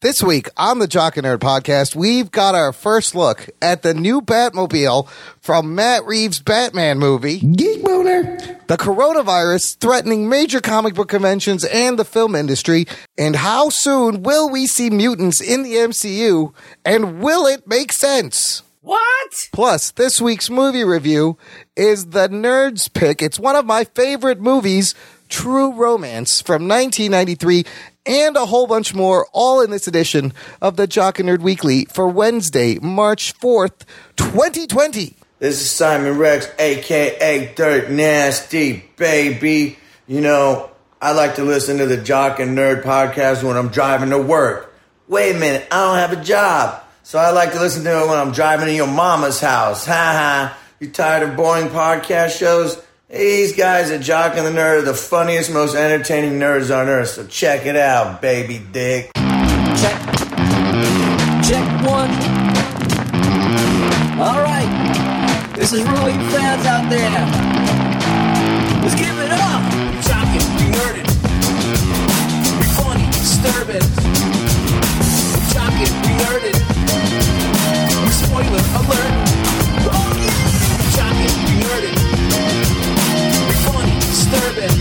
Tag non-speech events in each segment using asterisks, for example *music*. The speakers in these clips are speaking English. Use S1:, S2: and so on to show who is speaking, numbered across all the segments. S1: This week on the Jock and Nerd podcast, we've got our first look at the new Batmobile from Matt Reeves' Batman movie,
S2: Geek boner.
S1: the coronavirus threatening major comic book conventions and the film industry, and how soon will we see mutants in the MCU, and will it make sense?
S3: What?
S1: Plus, this week's movie review is The Nerd's Pick. It's one of my favorite movies, True Romance from 1993, and a whole bunch more, all in this edition of the Jock and Nerd Weekly for Wednesday, March 4th, 2020.
S4: This is Simon Rex, aka Dirt Nasty Baby. You know, I like to listen to the Jock and Nerd podcast when I'm driving to work. Wait a minute, I don't have a job. So I like to listen to it when I'm driving to your mama's house. Ha ha. You tired of boring podcast shows? These guys at Jock and the Nerd are the funniest, most entertaining nerds on earth. So check it out, baby dick.
S3: Check. Check one. All right. This is really fans out there. Let's give it up. We talking, we nerded. We funny, disturbing. We talking, we nerded. We spoiler alert. Oh yeah. We talking, we nerded. We funny, disturbing.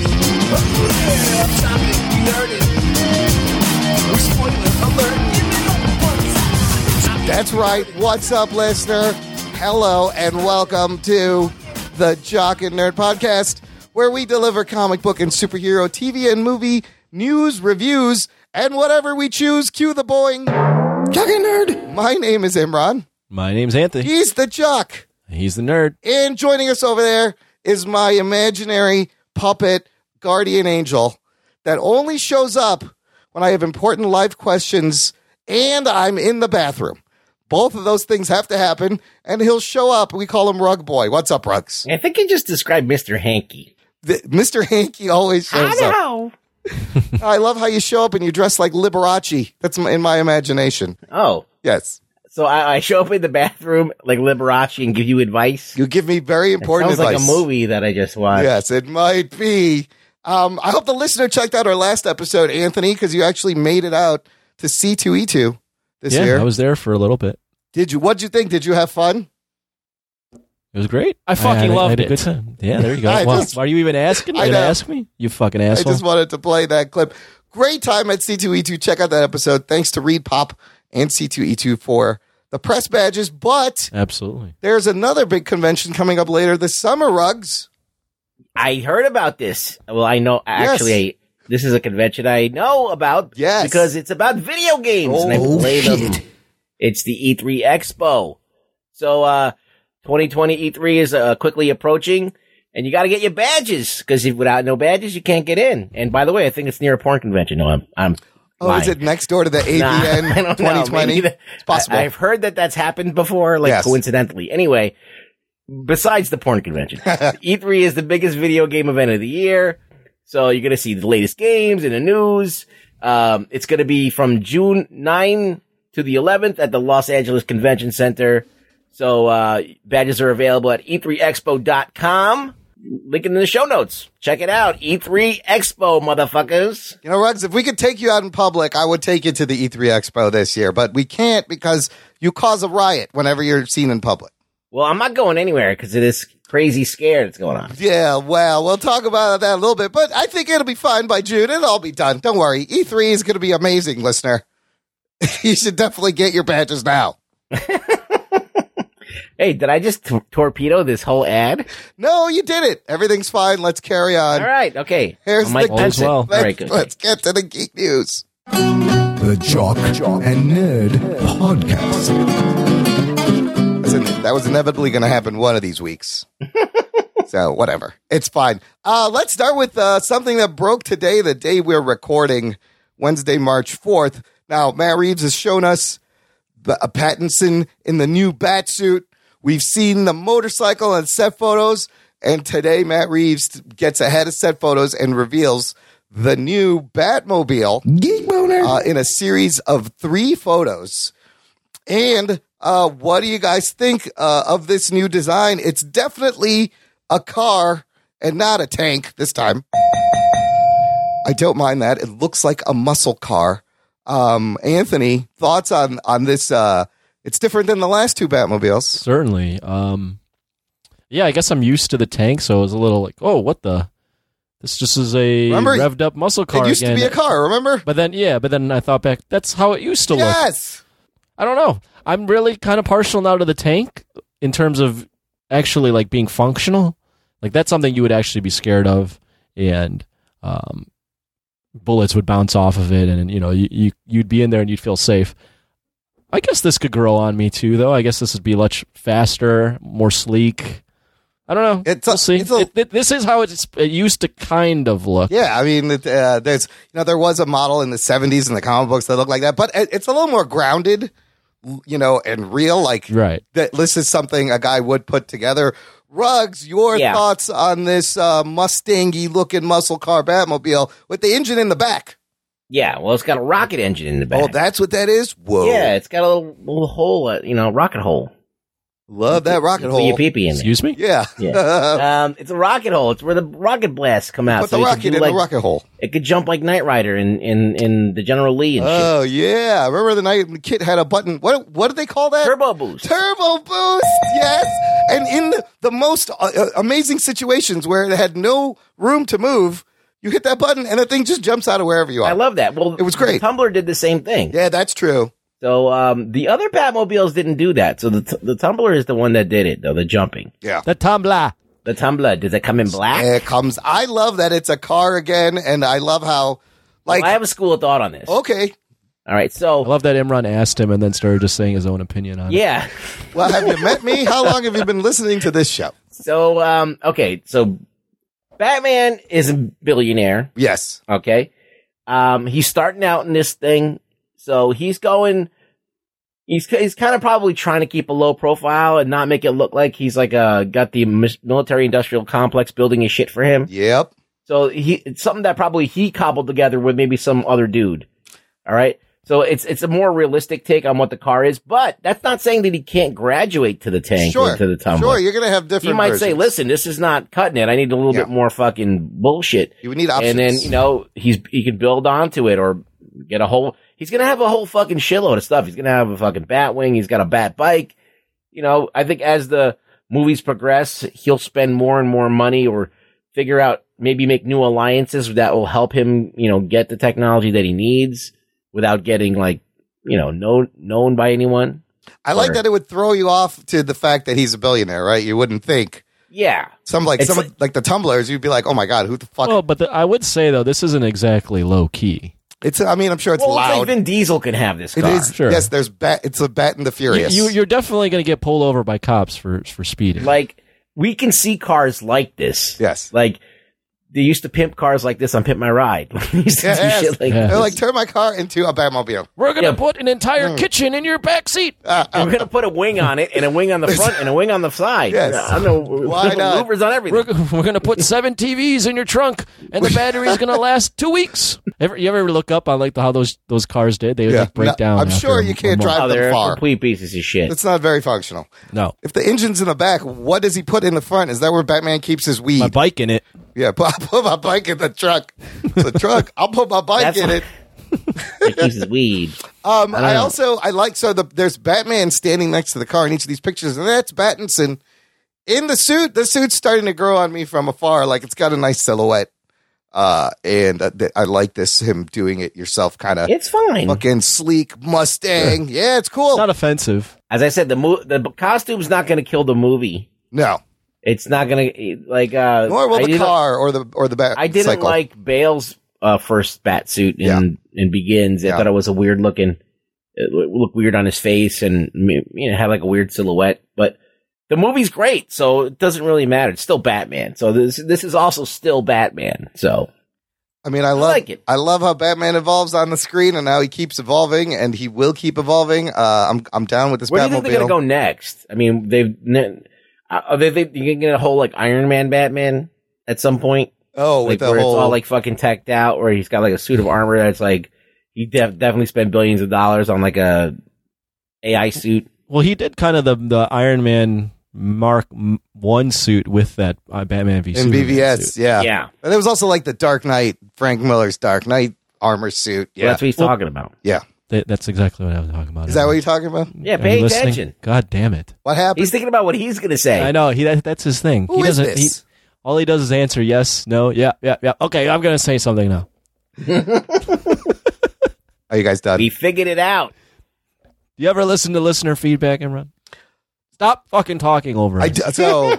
S3: Oh yeah. We talking, we nerded. We spoiler alert. Give it up one time.
S1: That's right. What's up, listener? Hello and welcome to the Jock and Nerd Podcast, where we deliver comic book and superhero TV and movie news, reviews, and whatever we choose. Cue the boing.
S2: Jock and nerd.
S1: My name is Imran.
S5: My name's Anthony.
S1: He's the Jock.
S5: He's the nerd.
S1: And joining us over there is my imaginary puppet guardian angel that only shows up when I have important life questions and I'm in the bathroom. Both of those things have to happen, and he'll show up. We call him Rug Boy. What's up, Rugs?
S6: I think you just described Mr. Hanky.
S1: Th- Mr. Hanky always shows up. *laughs* I love how you show up and you dress like Liberace. That's m- in my imagination.
S6: Oh,
S1: Yes.
S6: so I, I show up in the bathroom like Liberace and give you advice.
S1: You give me very important
S6: Sounds like a
S1: advice.
S6: movie that I just watched.
S1: Yes, it might be. Um, I hope the listener checked out our last episode, Anthony, because you actually made it out to C2E2 this
S5: yeah,
S1: year.
S5: I was there for a little bit.
S1: Did you? What'd you think? Did you have fun?
S5: It was great.
S7: I fucking
S5: had a-
S7: loved
S5: I had a
S7: it.
S5: good time. Yeah, there you go.
S1: *laughs* I
S5: Why-
S1: just-
S5: why are you even asking?
S1: I
S5: You gonna
S1: know.
S5: ask me? You fucking asshole.
S1: I just wanted to play that clip. Great time at C2E2. Check out that episode. Thanks to Reed Pop and C2E2 for the press badges. But
S5: Absolutely.
S1: there's another big convention coming up later this summer, Rugs.
S6: I heard about this. Well, I know
S1: Yes.
S6: actually I, this is a convention I know about.
S1: Yes.
S6: because it's about video games and I
S1: Oh,
S6: play them. It's the E3 Expo. So, uh, 2020 E3 is uh, quickly approaching, and you got to get your badges because without no badges, you can't get in. And by the way, I think it's near a porn convention. No, I'm I'm
S1: Oh, is
S6: lying.
S1: it next door to the AVN
S6: *laughs* Nah, I don't know.
S1: 2020?
S6: Maybe the-
S1: it's possible.
S6: I, have heard that that's happened before, like
S1: Yes.
S6: coincidentally. Anyway, besides the porn convention,
S1: *laughs*
S6: E3 is the biggest video game event of the year. So you're going to see the latest games in the news. Um, it's going to be from June 9 to the 11th at the Los Angeles Convention Center. So, uh, badges are available at E e3expo.com. Link in the show notes. Check it out. E3 Expo, motherfuckers.
S1: You know, Ruggs, if we could take you out in public, I would take you to the E3 Expo this year, but we can't because you cause a riot whenever you're seen in public.
S6: Well, I'm not going anywhere because of this crazy scare that's going on.
S1: Yeah, well, we'll talk about that a little bit, but I think it'll be fine by June. It'll all be done. Don't worry. E3 is going to be amazing, listener. *laughs* you should definitely get your badges now.
S6: Hey, did I just t- torpedo this whole ad?
S1: No, you did it. Everything's fine. Let's carry on.
S6: All right, okay.
S1: *laughs* Here's
S6: I'm Mike
S1: the
S5: All is
S6: Benson.
S5: well.
S6: All right,
S1: Let's,
S6: good.
S1: let's get to the geek news.
S2: The Jock and Nerd podcast.
S1: That's in- that was inevitably going to happen one of these weeks. so whatever, it's fine. Uh, let's start with uh, something that broke today, the day we're recording, Wednesday, March fourth. Now, Matt Reeves has shown us the, uh, Pattinson in the new bat suit. We've seen the motorcycle and set photos, and today Matt Reeves t- gets ahead of set photos and reveals the new Batmobile
S2: Geek boner.
S1: uh, in a series of three photos. And uh, what do you guys think uh, of this new design? It's definitely a car and not a tank this time. I don't mind that. It looks like a muscle car. Um, Anthony, thoughts on on this? Uh, it's different than the last two Batmobiles.
S5: Certainly. Um, yeah, I guess I'm used to the tank, so it was a little like, oh, what the? This just is a
S1: Remember-
S5: revved up muscle car
S1: it used
S5: again.
S1: to be a car, remember?
S5: But then, yeah, but then I thought back, that's how it used to look.
S1: Yes.
S5: I don't know. I'm really kind of partial now to the tank in terms of actually like being functional. Like that's something you would actually be scared of, and um, bullets would bounce off of it, and you know you, you you'd be in there and you'd feel safe. I guess this could grow on me too, though. I guess this would be much faster, more sleek. I don't know.
S1: It's a-
S5: we'll see.
S1: it's a-
S5: It- it- this is how it's, it used to kind of look.
S1: Yeah, I mean, it, uh, there's you know there was a model in the '70s in the comic books that looked like that, but it- it's a little more grounded, you know, and real. Like
S5: Right.
S1: that. This is something a guy would put together. Rugs, your
S6: Yeah.
S1: thoughts on this uh, Mustangy looking muscle car Batmobile with the engine in the back?
S6: Yeah, well, it's got a rocket engine in the back.
S1: Oh, that's what that is. Whoa!
S6: yeah, it's got a little, little hole, uh, you know, rocket hole.
S1: love that rocket
S6: Put your
S1: hole.
S6: pee-pee in
S1: *laughs*
S6: there.
S5: Excuse me.
S1: Yeah,
S6: Um, it's a rocket hole. It's where the rocket blasts come out.
S1: put
S6: so
S1: the
S6: you could
S1: rocket
S6: do,
S1: in
S6: like,
S1: the rocket hole.
S6: It could jump like Knight Rider in in in the General Lee and shit.
S1: Oh yeah, remember the night when Kit had a button. What what did they call that?
S6: Turbo boost.
S1: Turbo boost, yes. And in the, the most uh, uh, amazing situations where it had no room to move, you hit that button and the thing just jumps out of wherever you are.
S6: I love that. Well,
S1: It was great.
S6: Tumblr did the same thing.
S1: yeah, that's true.
S6: So um, the other Batmobiles didn't do that. So the t- the Tumblr is the one that did it though. The jumping.
S5: The tumbler.
S6: The Tumblr. Does it come in black?
S1: It comes. I love that it's a car again, and I love how, like,
S6: Well, I have a school of thought on this.
S1: okay,
S6: All right.
S5: I
S6: So
S5: love that Imran asked him and then started just saying his own opinion on it.
S6: yeah.
S1: well, have you met me? How long have you been listening to this show?
S6: So um, okay. So Batman is a billionaire.
S1: Yes,
S6: Okay. Um, he's starting out in this thing. So he's going, he's, he's kind of probably trying to keep a low profile and not make it look like he's like, uh, got the mis- military industrial complex building his shit for him.
S1: yep.
S6: So he, it's something that probably he cobbled together with maybe some other dude. All right. So it's, it's a more realistic take on what the car is, but that's not saying that he can't graduate to the tank
S1: Sure,
S6: or to the tumbler.
S1: sure. You're gonna have
S6: He
S1: different.
S6: might say,
S1: versions.
S6: listen, this is not cutting it. I need a little
S1: Yeah.
S6: bit more fucking bullshit
S1: you would need options,
S6: and then you know he's he can build onto it or get a whole he's gonna have a whole fucking shitload of stuff he's gonna have a fucking bat wing he's got a bat bike you know i think as the movies progress he'll spend more and more money or figure out maybe make new alliances that will help him you know get the technology that he needs without getting like you know known known by anyone
S1: I like
S6: or-
S1: that it would throw you off to the fact that he's a billionaire, right? You wouldn't think.
S6: yeah
S1: Some like
S6: It's
S1: some
S6: like-
S1: like, the tumblers, you'd be like, "Oh my god, who the fuck?"
S5: Well, but the, I would say though, this isn't exactly low key.
S1: it's. I mean, I'm sure it's
S6: well, looks like
S1: loud.
S6: Vin Diesel can have this
S1: It
S6: car.
S1: is.
S5: Sure.
S1: Yes, there's bat. It's a bat and the
S5: You,
S1: furious.
S5: you, you're definitely going to get pulled over by cops for for speeding.
S6: Like we can see cars like this.
S1: yes.
S6: Like they used to pimp cars like this on Pimp My Ride. *laughs* they used to
S1: Yes.
S6: do shit like
S1: They're
S5: Yeah.
S6: this.
S1: like, turn my car into a Batmobile.
S5: We're going to
S6: Yeah.
S5: put an entire kitchen in your back seat.
S1: Mm. Uh, uh,
S6: And we're gonna put a wing on it, and a wing on the front, and a wing on the side.
S1: Yes.
S6: I don't
S1: *laughs*
S6: know. *laughs*
S1: Why not?
S6: Louvers on
S5: We're, *laughs*
S6: everything.
S5: we're going to put seven TVs in your trunk, and the
S1: *laughs*
S5: battery's going to last two weeks. Ever, you ever look up on like the, how those those cars did? They would
S1: Yeah.
S5: like break
S1: No,
S5: down.
S1: I'm
S5: after
S1: sure
S5: a-
S1: you
S5: a
S1: can't
S5: month.
S1: drive-
S6: Oh, they're
S1: them far.
S6: complete pieces of shit.
S1: *laughs* it's not very functional.
S5: No,
S1: If the engine's in the back, what does he put in the front? Is that where Batman keeps his weed?
S5: my bike in it.
S1: yeah, *laughs* put, I'll put my bike in the truck. The truck. I'll put my bike
S6: That's
S1: in
S6: why-
S1: it.
S6: It uses weed.
S1: Um, I,
S6: know.
S1: also I like so the, there's Batman standing next to the car in each of these pictures, and that's Battinson in the suit. The suit's starting to grow on me from afar. Like it's got a nice silhouette, uh, and uh, th- I like this him doing it yourself kind of
S6: It's fine.
S1: fucking sleek Mustang. Yeah, it's cool.
S5: Not offensive.
S6: As I said, the mo- the costume's not gonna kill the movie.
S1: no,
S6: It's not gonna like. uh
S1: nor will
S6: I
S1: the
S6: didn't-
S1: car or the or the bat.
S6: I didn't
S1: cycle.
S6: like Bale's uh, first batsuit in in Begins. I
S1: Yeah.
S6: thought it was a weird looking, it loo- looked weird on his face, and you know had like a weird silhouette. But the movie's great, so it doesn't really matter. It's still Batman, so this this is also still Batman. So
S1: I mean, I love
S6: like it.
S1: I love how Batman evolves on the screen, and how he keeps evolving, and he will keep evolving. Uh, I'm I'm down with this
S6: where do you
S1: Batmobile.
S6: think they're gonna go next? I mean, they've ne- are they, they you gonna get a whole like Iron Man Batman at some point?
S1: oh,
S6: like
S1: with
S6: where
S1: the whole
S6: it's all like fucking teched out, where he's got like a suit of armor that's like he def- definitely spent billions of dollars on like a AI suit.
S5: Well, he did kind of the the Iron Man Mark M- One suit with that uh, Batman v
S1: in
S5: Superman
S1: BVS,
S5: suit.
S1: yeah.
S6: Yeah,
S1: And there was also like the Dark Knight, Frank Miller's Dark Knight armor suit.
S6: Well,
S1: Yeah.
S6: that's what he's
S5: Well-
S6: talking about.
S5: Th- that's exactly what I was talking about.
S1: Is that what you're talking about?
S6: Yeah,
S5: Are you
S6: pay
S5: listening?
S6: attention.
S5: God damn it!
S1: What happened?
S6: He's thinking about what he's gonna say.
S5: I know he. That, that's his thing.
S1: Who
S5: he
S1: is
S5: doesn't. he-
S1: this?
S5: all he does is answer yes, no, yeah, yeah, yeah. Okay, I'm gonna say something now.
S1: Are you guys done?
S6: We figured it out.
S5: Do you ever listen to listener feedback, Imran? Stop fucking talking over it.
S1: I d-
S6: *laughs*
S1: so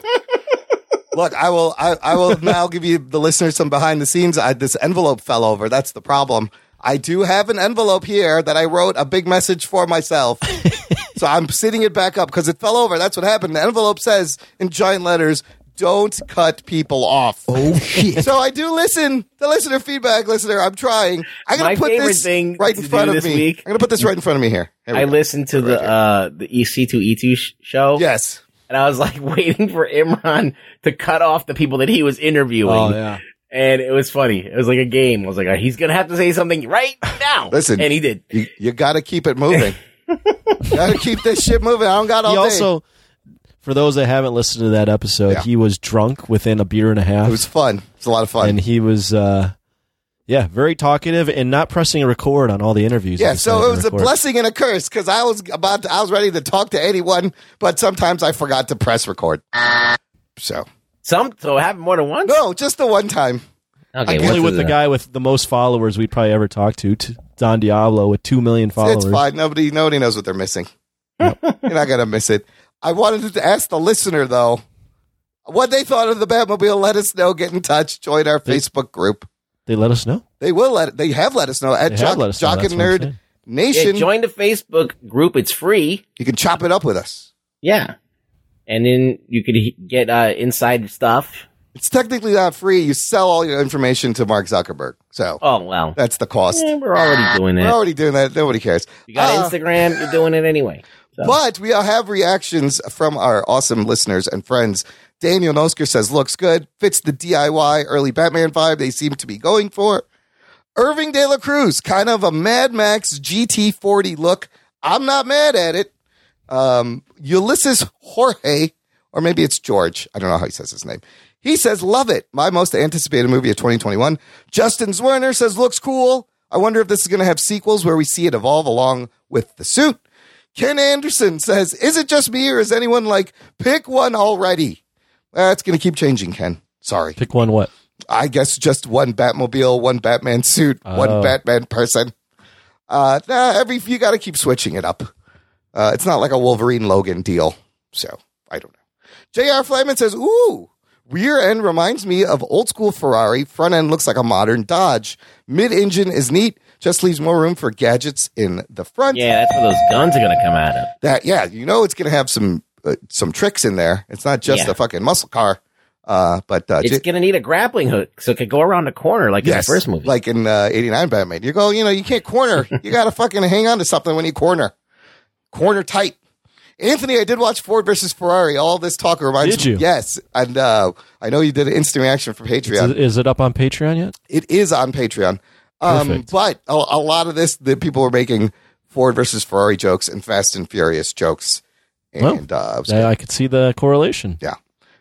S1: look, I will, I, I will now give you the listeners some behind the scenes. I, this envelope fell over. That's the problem. I do have an envelope here that I wrote a big message for
S6: *laughs*
S1: myself. so I'm sitting it back up because it fell over. That's what happened. The envelope says in giant letters, don't cut people off.
S2: Oh shit.
S1: So I do listen to listener feedback, listener. I'm trying. I'm gonna
S6: My
S1: put
S6: favorite
S1: this
S6: thing
S1: right
S6: to
S1: in
S6: do
S1: front of
S6: this
S1: me.
S6: week-
S1: I'm gonna put this right in front of me here. Here we
S6: I
S1: go.
S6: listened to the uh the EC2E2 sh- show.
S1: Yes.
S6: And I was like *laughs* waiting for Imran to cut off the people that he was interviewing.
S5: oh yeah.
S6: And it was funny. It was like a game. I was like, "Oh, he's gonna have to say something right now.
S1: *laughs* Listen.
S6: and he did.
S1: You, you got to keep it
S5: *laughs*
S1: moving. got to keep this shit moving. I don't got all
S5: he
S1: day.
S5: also, for those that haven't listened to that episode,
S1: Yeah.
S5: he was drunk within a beer and a half,
S1: it was fun. It's a lot of fun.
S5: and he was, uh, yeah, very talkative and not pressing record on all the interviews. that
S1: yeah,
S5: he
S1: so
S5: started
S1: it was
S5: to
S1: a
S5: record.
S1: blessing and a curse because I was about to, I was ready to talk to anyone, but sometimes I forgot to press record. So
S6: Some so it happened more than once.
S1: no, just the one time.
S6: Okay,
S5: Only with the guy with the most followers we'd probably ever talk to, t- Don Diablo, with two million followers.
S1: It's fine. Nobody nobody knows what they're missing. *laughs* You're not gonna miss it. I wanted to ask the listener though what they thought of the Batmobile. Let us know. Get in touch. Join our Facebook group.
S5: They let us know.
S1: They will let. They have let us know
S5: They
S1: at
S5: have
S1: Jock,
S5: let us know.
S1: Jock
S5: That's
S1: and
S5: what I'm
S1: Nerd
S5: saying.
S6: Yeah,
S1: Nation.
S6: join the Facebook group. It's free.
S1: you can chop it up with us.
S6: Yeah, and then you could he- get uh, inside stuff.
S1: It's technically not free. You sell all your information to Mark Zuckerberg. So
S6: Oh well,
S1: that's the cost.
S6: Eh, we're already doing
S1: We're
S6: it.
S1: already doing that. Nobody cares.
S6: You got
S1: Uh,
S6: Instagram. You're doing it anyway. So.
S1: But we all have reactions from our awesome listeners and friends. Daniel Nosker says, looks good, fits the DIY early Batman vibe they seem to be going for. Irving De La Cruz, kind of a Mad Max GT40 look. I'm not mad at it. Um, Ulysses Jorge, or maybe it's George. I don't know how he says his name. He says, love it. My most anticipated movie of 2021. Justin Zwerner says, looks cool. I wonder if this is going to have sequels where we see it evolve along with the suit. Ken Anderson says, Is it just me or is anyone like, pick one already? Well, it's going to keep changing, Ken. Sorry.
S5: Pick one. What?
S1: I guess just one Batmobile, one Batman suit,
S5: Oh.
S1: one Batman person. Uh, nah, every you got to keep switching it up. Uh, it's not like a Wolverine Logan deal, so I don't know. J.R. Flyman says, "Ooh, rear end reminds me of old school Ferrari. Front end looks like a modern Dodge. Mid engine is neat, just leaves more room for gadgets in the front.
S6: yeah, that's where those guns are gonna come out of.
S1: That yeah, you know it's going to have some uh, some tricks in there. It's not just
S6: Yeah.
S1: a fucking muscle car, uh, but uh,
S6: It's
S1: j-
S6: gonna need a grappling hook so it could go around the corner like in the first movie.
S1: Like in uh, 89 Batman. You go, you know, you can't
S5: *laughs*
S1: corner. you got to fucking hang on to something when you corner. Corner tight. Anthony, I did watch Ford versus Ferrari. All this talk reminds
S5: Did
S1: me.
S5: you?
S1: Yes. And uh, I know you did an instant reaction for Patreon.
S5: Is, is it up on Patreon yet?
S1: It is on Patreon. Um,
S5: Perfect.
S1: but a, a lot of this, the people were making Ford versus Ferrari jokes and Fast and Furious jokes. And uh, it was
S5: I, I could see the correlation.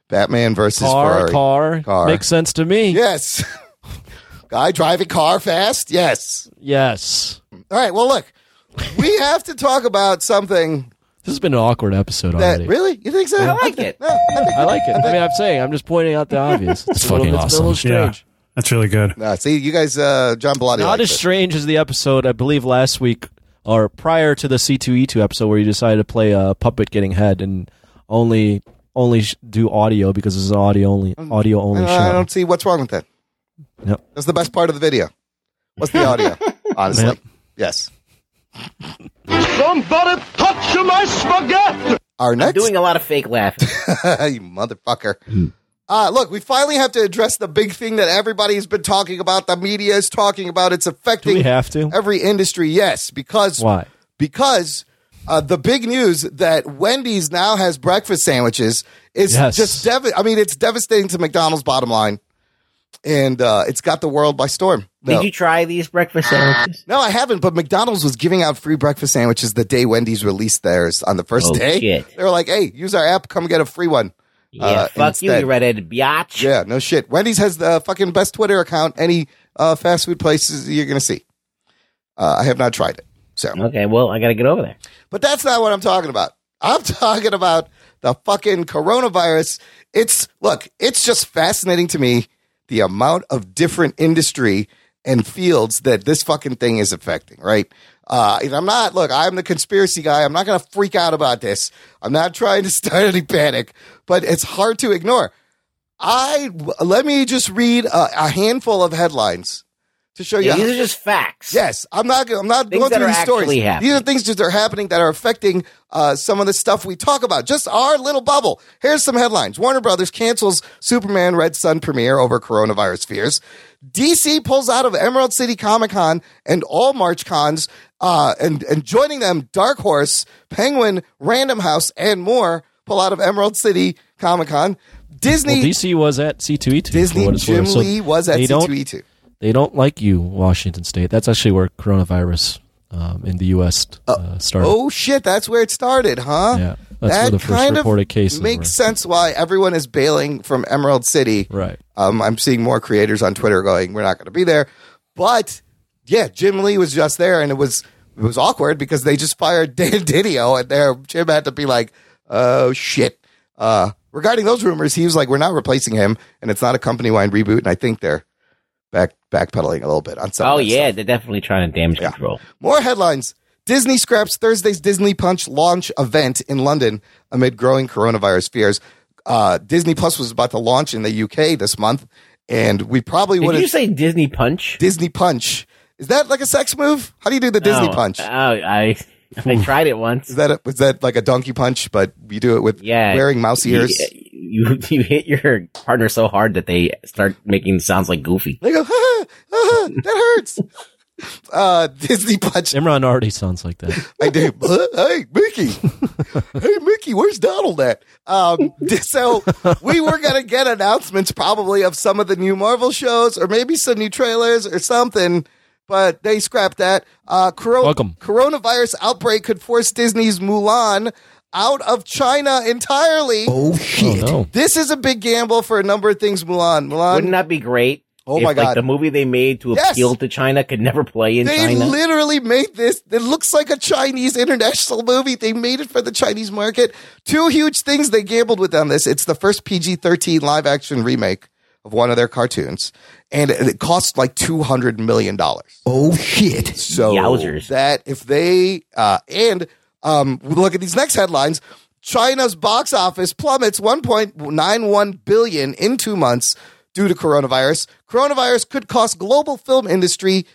S1: Batman versus
S5: Car,
S1: Ferrari.
S5: car,
S1: Car.
S5: makes sense to me.
S1: Yes. *laughs* Guy driving car fast. Yes.
S5: Yes.
S1: All right. Well, look, we have to talk about
S5: *laughs*
S1: something
S5: This has been an awkward episode
S1: that
S5: already.
S1: really you think so.
S6: I like it.
S1: *laughs* No, I think-
S5: I like it. I mean, I'm saying, I'm just
S1: *laughs*
S5: pointing out the obvious. It's, a
S7: fucking
S5: little, It's been a little
S7: awesome. Yeah.
S5: strange.
S7: That's really good.
S1: No, see, you guys, uh, John Bellotti.
S5: Not
S1: likes
S5: as
S1: it.
S5: strange as the episode I believe last week or prior to the C2E2 episode where you decided to play a puppet getting head and only only sh- do audio because it's an audio only audio only
S1: Um, I,
S5: show.
S1: I don't see what's wrong with that.
S5: uh, Yep.
S1: That's the best part of the video. What's the audio? Honestly,
S5: *laughs* Yep.
S1: yes. Somebody touch my spaghetti. Our next *laughs*
S6: doing a lot of fake laughing.
S1: you motherfucker. Uh, look, we finally have to address the big thing that everybody's been talking about. The media is talking about. It's
S5: Do we
S1: affecting
S5: have to?
S1: every industry. Yes, because
S5: Why?
S1: because uh, the big news that Wendy's now has breakfast sandwiches is
S5: Yes.
S1: just dev- I mean, it's devastating to McDonald's bottom line, and uh, it's got the world by storm. No. Uh,
S6: Did you try these breakfast sandwiches?
S1: no, I haven't. But McDonald's was giving out free breakfast sandwiches the day Wendy's released theirs on the first
S6: Oh,
S1: day.
S6: shit.
S1: They were like, "Hey, use our app. Come get a free one."
S6: Yeah,
S1: Uh,
S6: fuck you,
S1: instead-
S6: you redheaded biatch.
S1: Yeah, no shit. Wendy's has the fucking best Twitter account any uh, fast food places you're gonna see. Uh, I have not tried it. So,
S6: Okay, well, I got to get over there.
S1: but that's not what I'm talking about. I'm *laughs* talking about the fucking coronavirus. It's look, it's just fascinating to me the amount of different industry and fields that this fucking thing is affecting, right? Uh, and I'm not, look, I'm the conspiracy guy. I'm not going to freak out about this. I'm not trying to *laughs* start any panic, but it's hard to ignore. I, let me just read a, a handful of headlines to show you
S6: Yeah,
S1: how-
S6: These are just facts.
S1: Yes, I'm not. I'm not
S6: Things
S1: going
S6: that
S1: through
S6: are
S1: these stories.
S6: actually happening.
S1: These are things that are happening that are affecting uh, some of the stuff we talk about. Just our little bubble. Here's some headlines: Warner Brothers cancels Superman Red Sun premiere over coronavirus fears. DC pulls out of Emerald City Comic Con and all March cons, uh, and and joining them, Dark Horse, Penguin, Random House, and more pull out of Emerald City Comic Con. Disney,
S5: Well, DC was at C2E2. for
S1: Disney,
S5: what it's worth,
S1: Jim
S5: so
S1: Lee was at E
S5: they don't-
S1: C2E2.
S5: They don't like you, Washington State. That's actually where coronavirus um, in the U.S. Uh, started.
S1: Oh shit, that's where it started, huh?
S5: Yeah, that's where the first reported cases
S1: makes
S5: were.
S1: sense why everyone is bailing from Emerald City.
S5: Right.
S1: Um, I'm seeing more creators on Twitter going, "We're not going to be there," but yeah, Jim Lee was just there, and it was it was awkward because they just fired *laughs* Dan Didio, and there Jim had to be like, "Oh shit." Uh, regarding those rumors, he was like, "We're not replacing him, and it's not a company wide reboot." And I think they're back backpedaling a little bit on some. of
S6: Oh
S1: that stuff.
S6: yeah, they're definitely trying to damage control.
S1: More headlines. Disney scraps Thursday's Disney Punch launch event in London amid growing coronavirus fears. Uh, Disney Plus was about to launch in the UK this month, and we probably
S6: Did
S1: would
S6: you
S1: have
S6: say Disney Punch?
S1: Disney Punch. Is that like a sex move? How do you do the Disney
S6: Oh,
S1: Punch?
S6: Oh, I I tried it once.
S1: Is that a, was that like a donkey punch, but you do it with
S6: Yeah,
S1: wearing mouse ears?
S6: You *laughs* you hit your partner so hard that they start making sounds like Goofy.
S1: They go, "Ha, ha, ha, that hurts. *laughs* uh, Disney Punch.
S5: Imran already sounds like that.
S1: *laughs* I do. hey,
S2: *laughs*
S1: Mickey. hey, Mickey, where's Donald at? Um, *laughs* so we were going to get announcements probably of some of the new Marvel shows or maybe some new trailers or something, but they scrapped that. Uh, coro-
S5: Welcome.
S1: Coronavirus outbreak could force Disney's Mulan out of China entirely.
S2: Oh shit.
S5: No.
S1: This is a big gamble for a number of things, Mulan. Mulan,
S6: Wouldn't that be great?
S1: Oh
S6: if,
S1: my God.
S6: Like the movie they made to
S1: Yes.
S6: appeal to China could never play in
S1: They
S6: China.
S1: literally made this. It looks like a Chinese international movie. They made it for the Chinese market. Two huge things they gambled with on this. It's the first PG 13 live action remake of one of their cartoons, and it cost like $200 million.
S2: Oh shit.
S1: So
S6: Yowzers.
S1: that if they, uh, and um, we look at these next headlines. China's box office plummets 1.91 billion in two months due to coronavirus. Coronavirus could cost global film industry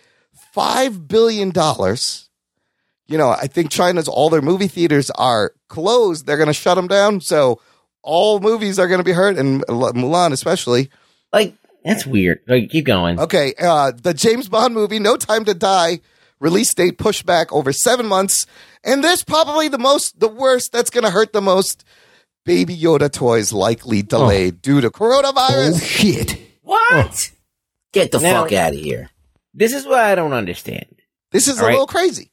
S1: five billion dollars. You know, I think China's all their movie theaters are closed. They're going to shut them down, so all movies are going to be hurt, and Mul- Mulan especially.
S6: Like that's weird. Like keep going.
S1: Okay, uh, the James Bond movie, No Time to Die, release date pushback over seven months, and this probably the most, the worst that's going to hurt the most. Baby Yoda toys likely delayed due to
S2: Oh
S1: coronavirus.
S2: shit.
S6: What?
S1: Oh.
S3: Get the
S6: Now-
S3: fuck out of here.
S6: This is what I don't understand.
S1: This is a
S6: All right.
S1: little crazy.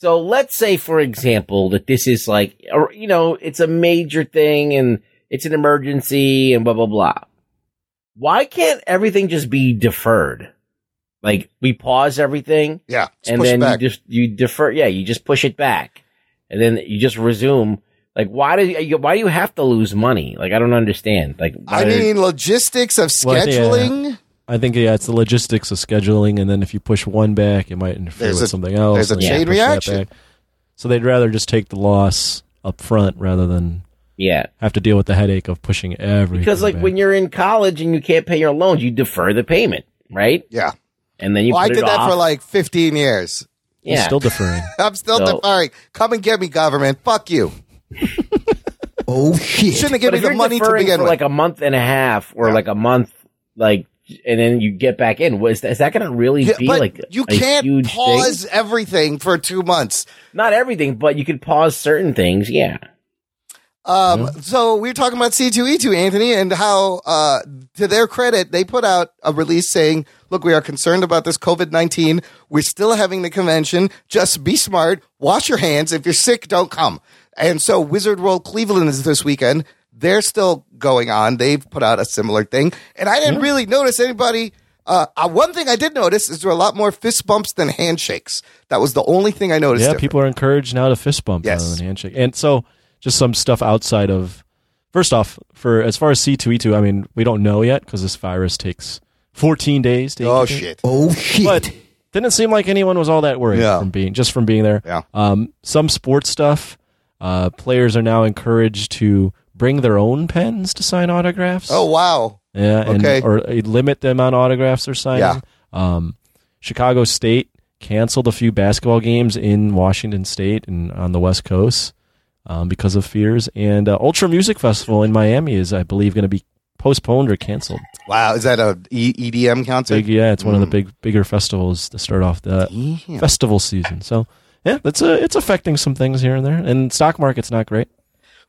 S6: So let's say, for example, that this is like, or, you know, it's a major thing and it's an emergency and blah, blah, blah. Why can't everything just be deferred? Like we pause everything
S1: Yeah, let's
S6: and
S1: push
S6: then
S1: it back.
S6: you just, you defer. Yeah. You just push it back and then you just resume. Like why do you, why do you have to lose money? Like I don't understand. Like
S1: I
S6: why-
S1: mean, logistics of
S5: Well, yeah.
S1: scheduling.
S5: I think yeah, it's the logistics of scheduling, and then if you push one back, it might interfere
S1: There's
S5: with
S1: a-
S5: something else.
S1: there's a
S5: and you
S1: chain
S5: push that
S1: reaction.
S5: back. So they'd rather just take the loss up front rather than
S6: yeah.
S5: have to deal with the headache of pushing everything.
S6: Because like when you're in college and you can't pay your loans, you defer the payment, right?
S1: Yeah.
S6: And then you
S1: Well, I
S6: put it
S1: did that
S6: off.
S1: for like 15 years. *laughs*
S5: you're
S6: yeah.
S5: still deferring,
S1: I'm still
S6: So-
S1: deferring. Come and get me, government. Fuck you.
S6: *laughs*
S2: Oh
S1: You
S2: shit.
S1: shouldn't have given me
S6: if
S1: the
S6: you're
S1: money to
S6: deferring
S1: begin
S6: for
S1: with.
S6: like a month and a half or
S1: Yeah.
S6: like a month, like, and then you get back in. Was that, is that going to really
S1: Yeah,
S6: be
S1: but
S6: like
S1: you
S6: a
S1: can't
S6: huge
S1: pause
S6: Thing?
S1: everything for two months.
S6: Not everything, but you could pause certain things. Yeah,
S1: Um,
S5: Mm-hmm.
S1: So we were talking about C2E2, Anthony, and how, uh, to their credit, they put out a release saying, look, we are concerned about this COVID 19. We're still having the convention. Just be smart. Wash your hands. If you're sick, don't come. And so Wizard World Cleveland is this weekend. They're still going on. They've put out a similar thing. And I didn't really notice anybody Uh, uh, one thing I did notice is there are a lot more fist bumps than handshakes. That was the only thing I noticed.
S5: yeah,
S1: different.
S5: people are encouraged now to fist bump
S1: Yes.
S5: rather than handshake. And so, just some stuff outside of. First off, for as far as C two E two, I mean, we don't know yet because this virus takes fourteen days. to
S1: Oh
S5: incubate.
S1: shit!
S2: Oh shit.
S5: But didn't seem like anyone was all that worried
S1: Yeah.
S5: from being just from being there.
S1: Yeah.
S5: Um, some sports stuff. Uh, players are now encouraged to bring their own pens to sign autographs.
S1: Oh wow!
S5: Yeah, and,
S1: Okay.
S5: or uh, limit the amount of autographs they're signing.
S1: Yeah.
S5: Um, Chicago State canceled a few basketball games in Washington State and on the West Coast um, because of fears. And uh, Ultra Music Festival in Miami is, I believe, going to be postponed or canceled.
S1: Wow, is that a E- EDM concert?
S5: Big, yeah, it's one of the big, bigger festivals to start off the
S1: Mm. Damn.
S5: festival season. So. Yeah, that's a, it's affecting some things here and there, and stock market's not great.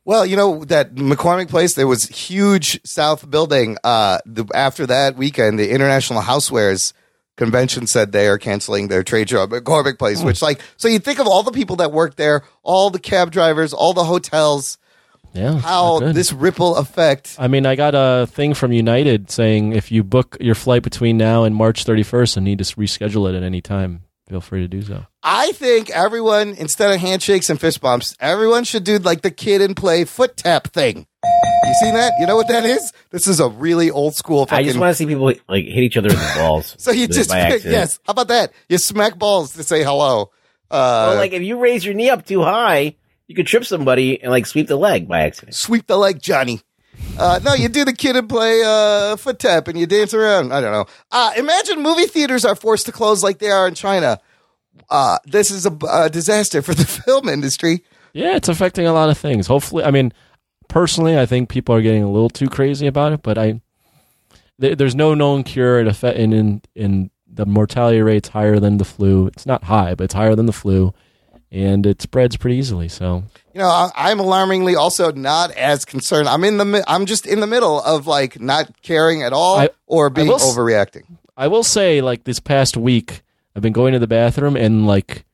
S1: Well, you know that McCormick Place. There was huge South building. Uh, the, after that weekend, the International Housewares Convention said they are canceling their trade show at McCormick Place. Which, like, so you think of all the people that work there, all the cab drivers, all the hotels.
S5: Yeah, it's
S1: How
S5: not good.
S1: this ripple effect?
S5: I mean, I got a thing from United saying if you book your flight between now and March 31st and need to reschedule it at any time, feel free to do so.
S1: I think everyone instead of handshakes and fist bumps, everyone should do like the kid and play foot tap thing. You seen that? You know what that is? This is a really old school.
S6: I
S1: Fucking
S6: just want to see people like hit each other in the balls.
S1: *laughs* So you
S6: By
S1: just
S6: accident.
S1: yes. How about that? You smack balls to say hello. Uh,
S6: Well, like if you raise your knee up too high, you could trip somebody and like sweep the leg by accident.
S1: sweep the leg, Johnny. Uh, no, you do the kid and play uh, foot tap and you dance around. I don't know. Uh, imagine movie theaters are forced to close like they are in China. Uh, this is a, a disaster for the *laughs* film industry.
S5: Yeah, it's affecting a lot of things. Hopefully, I mean, personally, I think people are getting a little too crazy about it, but I there there's no known cure. It affect, and in in the mortality rate's higher than the flu. It's not high, but it's higher than the flu, and it spreads pretty easily. So
S1: you know, I, I'm alarmingly also not as concerned. I'm in the, mi- I'm just in the middle of like not caring at all
S5: I-
S1: or being
S5: will s-
S1: overreacting. *laughs*
S5: I will say, like this past week, I've been going to the bathroom and like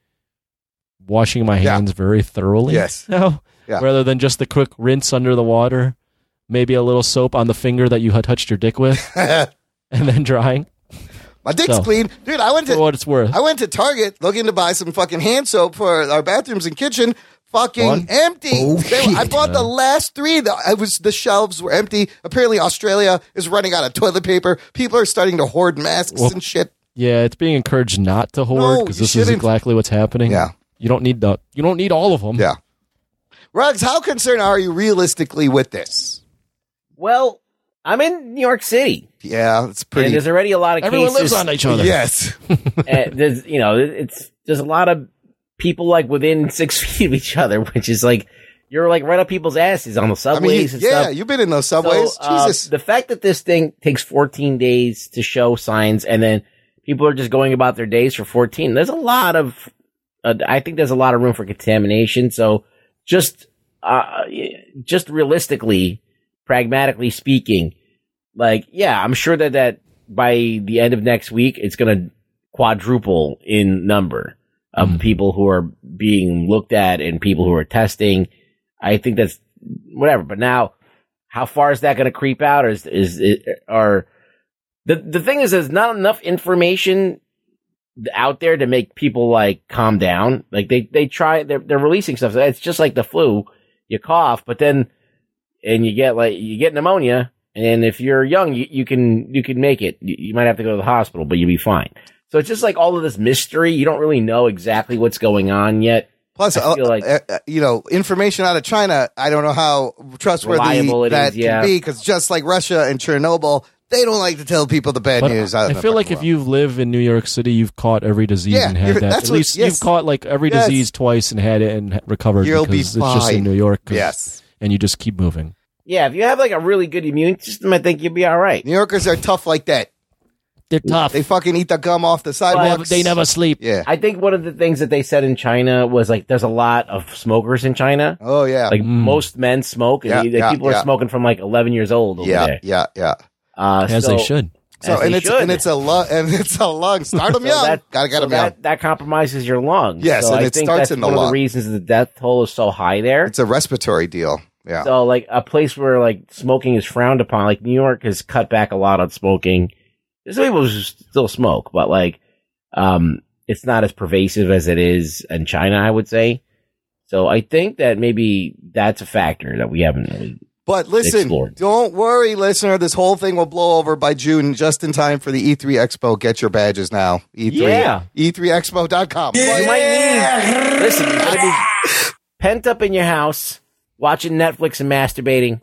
S5: washing my
S1: Yeah.
S5: hands very thoroughly. *laughs*
S1: Yes.
S5: Now,
S1: Yeah.
S5: rather than just the quick rinse under the water, maybe a little soap on the finger that you had touched your
S1: *laughs*
S5: dick with, and then drying.
S1: My dick's
S5: So-
S1: clean, dude. I went to
S5: For what it's worth,
S1: I went to Target looking to buy some fucking hand soap for our bathrooms and kitchen. Fucking
S5: One?
S1: empty.
S2: Oh,
S1: They were- I
S2: shit.
S1: bought the last three. The, I was the shelves were empty. Apparently, Australia is running out of toilet paper. People are starting to hoard masks
S5: Well,
S1: and shit.
S5: yeah, it's being encouraged not to hoard
S1: No,
S5: because
S1: you
S5: this is
S1: shouldn't.
S5: exactly what's happening.
S1: Yeah.
S5: You don't need the. You don't need all of them.
S1: Yeah. Ruggs, how concerned are you realistically with this?
S6: Well, I'm in New York City,
S1: Yeah, it's
S6: and
S1: pretty.
S6: there's already a lot of
S5: Everyone
S6: cases.
S5: lives on each other.
S6: *laughs*
S1: Yes.
S6: uh, there's you know it's there's a lot of people like within six *laughs* feet of each other, which is like you're like right up people's asses on the
S1: I
S6: subways
S1: mean,
S6: and
S1: yeah,
S6: stuff.
S1: you've been in those
S6: So,
S1: subways.
S6: uh,
S1: Jesus.
S6: the fact that this thing takes 14 days to show signs, and then people are just going about their days for 14. There's a lot of, uh, I think there's a lot of room for contamination. So just, uh, just realistically, pragmatically speaking, like yeah, I'm sure that that by the end of next week, it's gonna quadruple in number of
S1: Mm-hmm.
S5: Mm.
S6: people who are being looked at and people who are testing. I think that's whatever. But now, how far is that going to creep out? Or is is it, or the the thing is, there's not enough information out there to make people like calm down. Like they they try they're they're releasing stuff. So It's just like the flu. You cough, but then and you get like you get pneumonia. And if you're young, you, you can you can make it. You, you might have to go to the hospital, but you'll be fine. So it's just like all of this mystery. You don't really know exactly what's going on yet.
S1: Plus,
S6: I feel
S1: uh,
S6: like-
S1: uh, uh, you know, information out of China. I don't know how trustworthy
S6: Reliable it
S1: that
S6: is, yeah.
S1: can be because just like Russia and Chernobyl, they don't like to tell people the bad
S5: But
S1: news. out
S5: I
S1: in the
S5: feel
S1: fucking
S5: like if
S1: world.
S5: you live in New York City, you've caught every disease
S1: Yeah,
S5: and had
S1: you're-
S5: that.
S1: that's
S5: At
S1: what-
S5: least
S1: yes.
S5: you've caught like every
S1: Yes.
S5: disease twice and had it and ha- recovered
S1: You'll be
S5: because it's just in
S1: fine.
S5: New York. 'cause-
S1: yes,
S5: and you just keep moving.
S6: Yeah, if you have like a really good immune system, I think you'll be all right.
S1: New Yorkers are tough like that.
S5: They're tough.
S1: They fucking eat the gum off the sidewalks.
S5: sleep.
S1: Yeah.
S6: I think one of the things that they said in China was like there's a lot of smokers in China.
S1: Oh yeah.
S6: Like
S5: Mm.
S6: most men smoke, and
S1: Yeah,
S6: like,
S1: yeah,
S6: people
S1: yeah.
S6: are smoking from like 11 years old over
S1: yeah,
S6: there.
S1: yeah, yeah.
S6: Uh,
S5: As
S6: so-
S5: they should.
S1: So
S6: As
S1: and
S6: they
S1: it's
S6: should.
S1: and it's a lung *laughs* and it's a lung. Start them
S6: So
S1: young.
S6: that-
S1: Gotta get
S6: so
S1: them young.
S6: that, that compromises your lungs.
S1: Yes,
S6: so
S1: and
S6: I
S1: it
S6: think
S1: starts
S6: that's
S1: in the
S6: one of
S1: lung.
S6: the reasons the death toll is so high there.
S1: It's a respiratory deal. Yeah.
S6: So like a place where like smoking is frowned upon, like New York has cut back a lot on smoking, There's some people who still smoke, but like, um, it's not as pervasive as it is in China, I would say. So I think that maybe that's a factor that we haven't really
S1: But listen,
S6: Explored.
S1: don't worry, listener. This whole thing will blow over by June, just in time for the E3 Expo. Get your badges now. E E3,
S6: Yeah.
S1: E3Expo.com.
S6: You might need. Listen, you gotta be pent up in your house, watching Netflix and masturbating,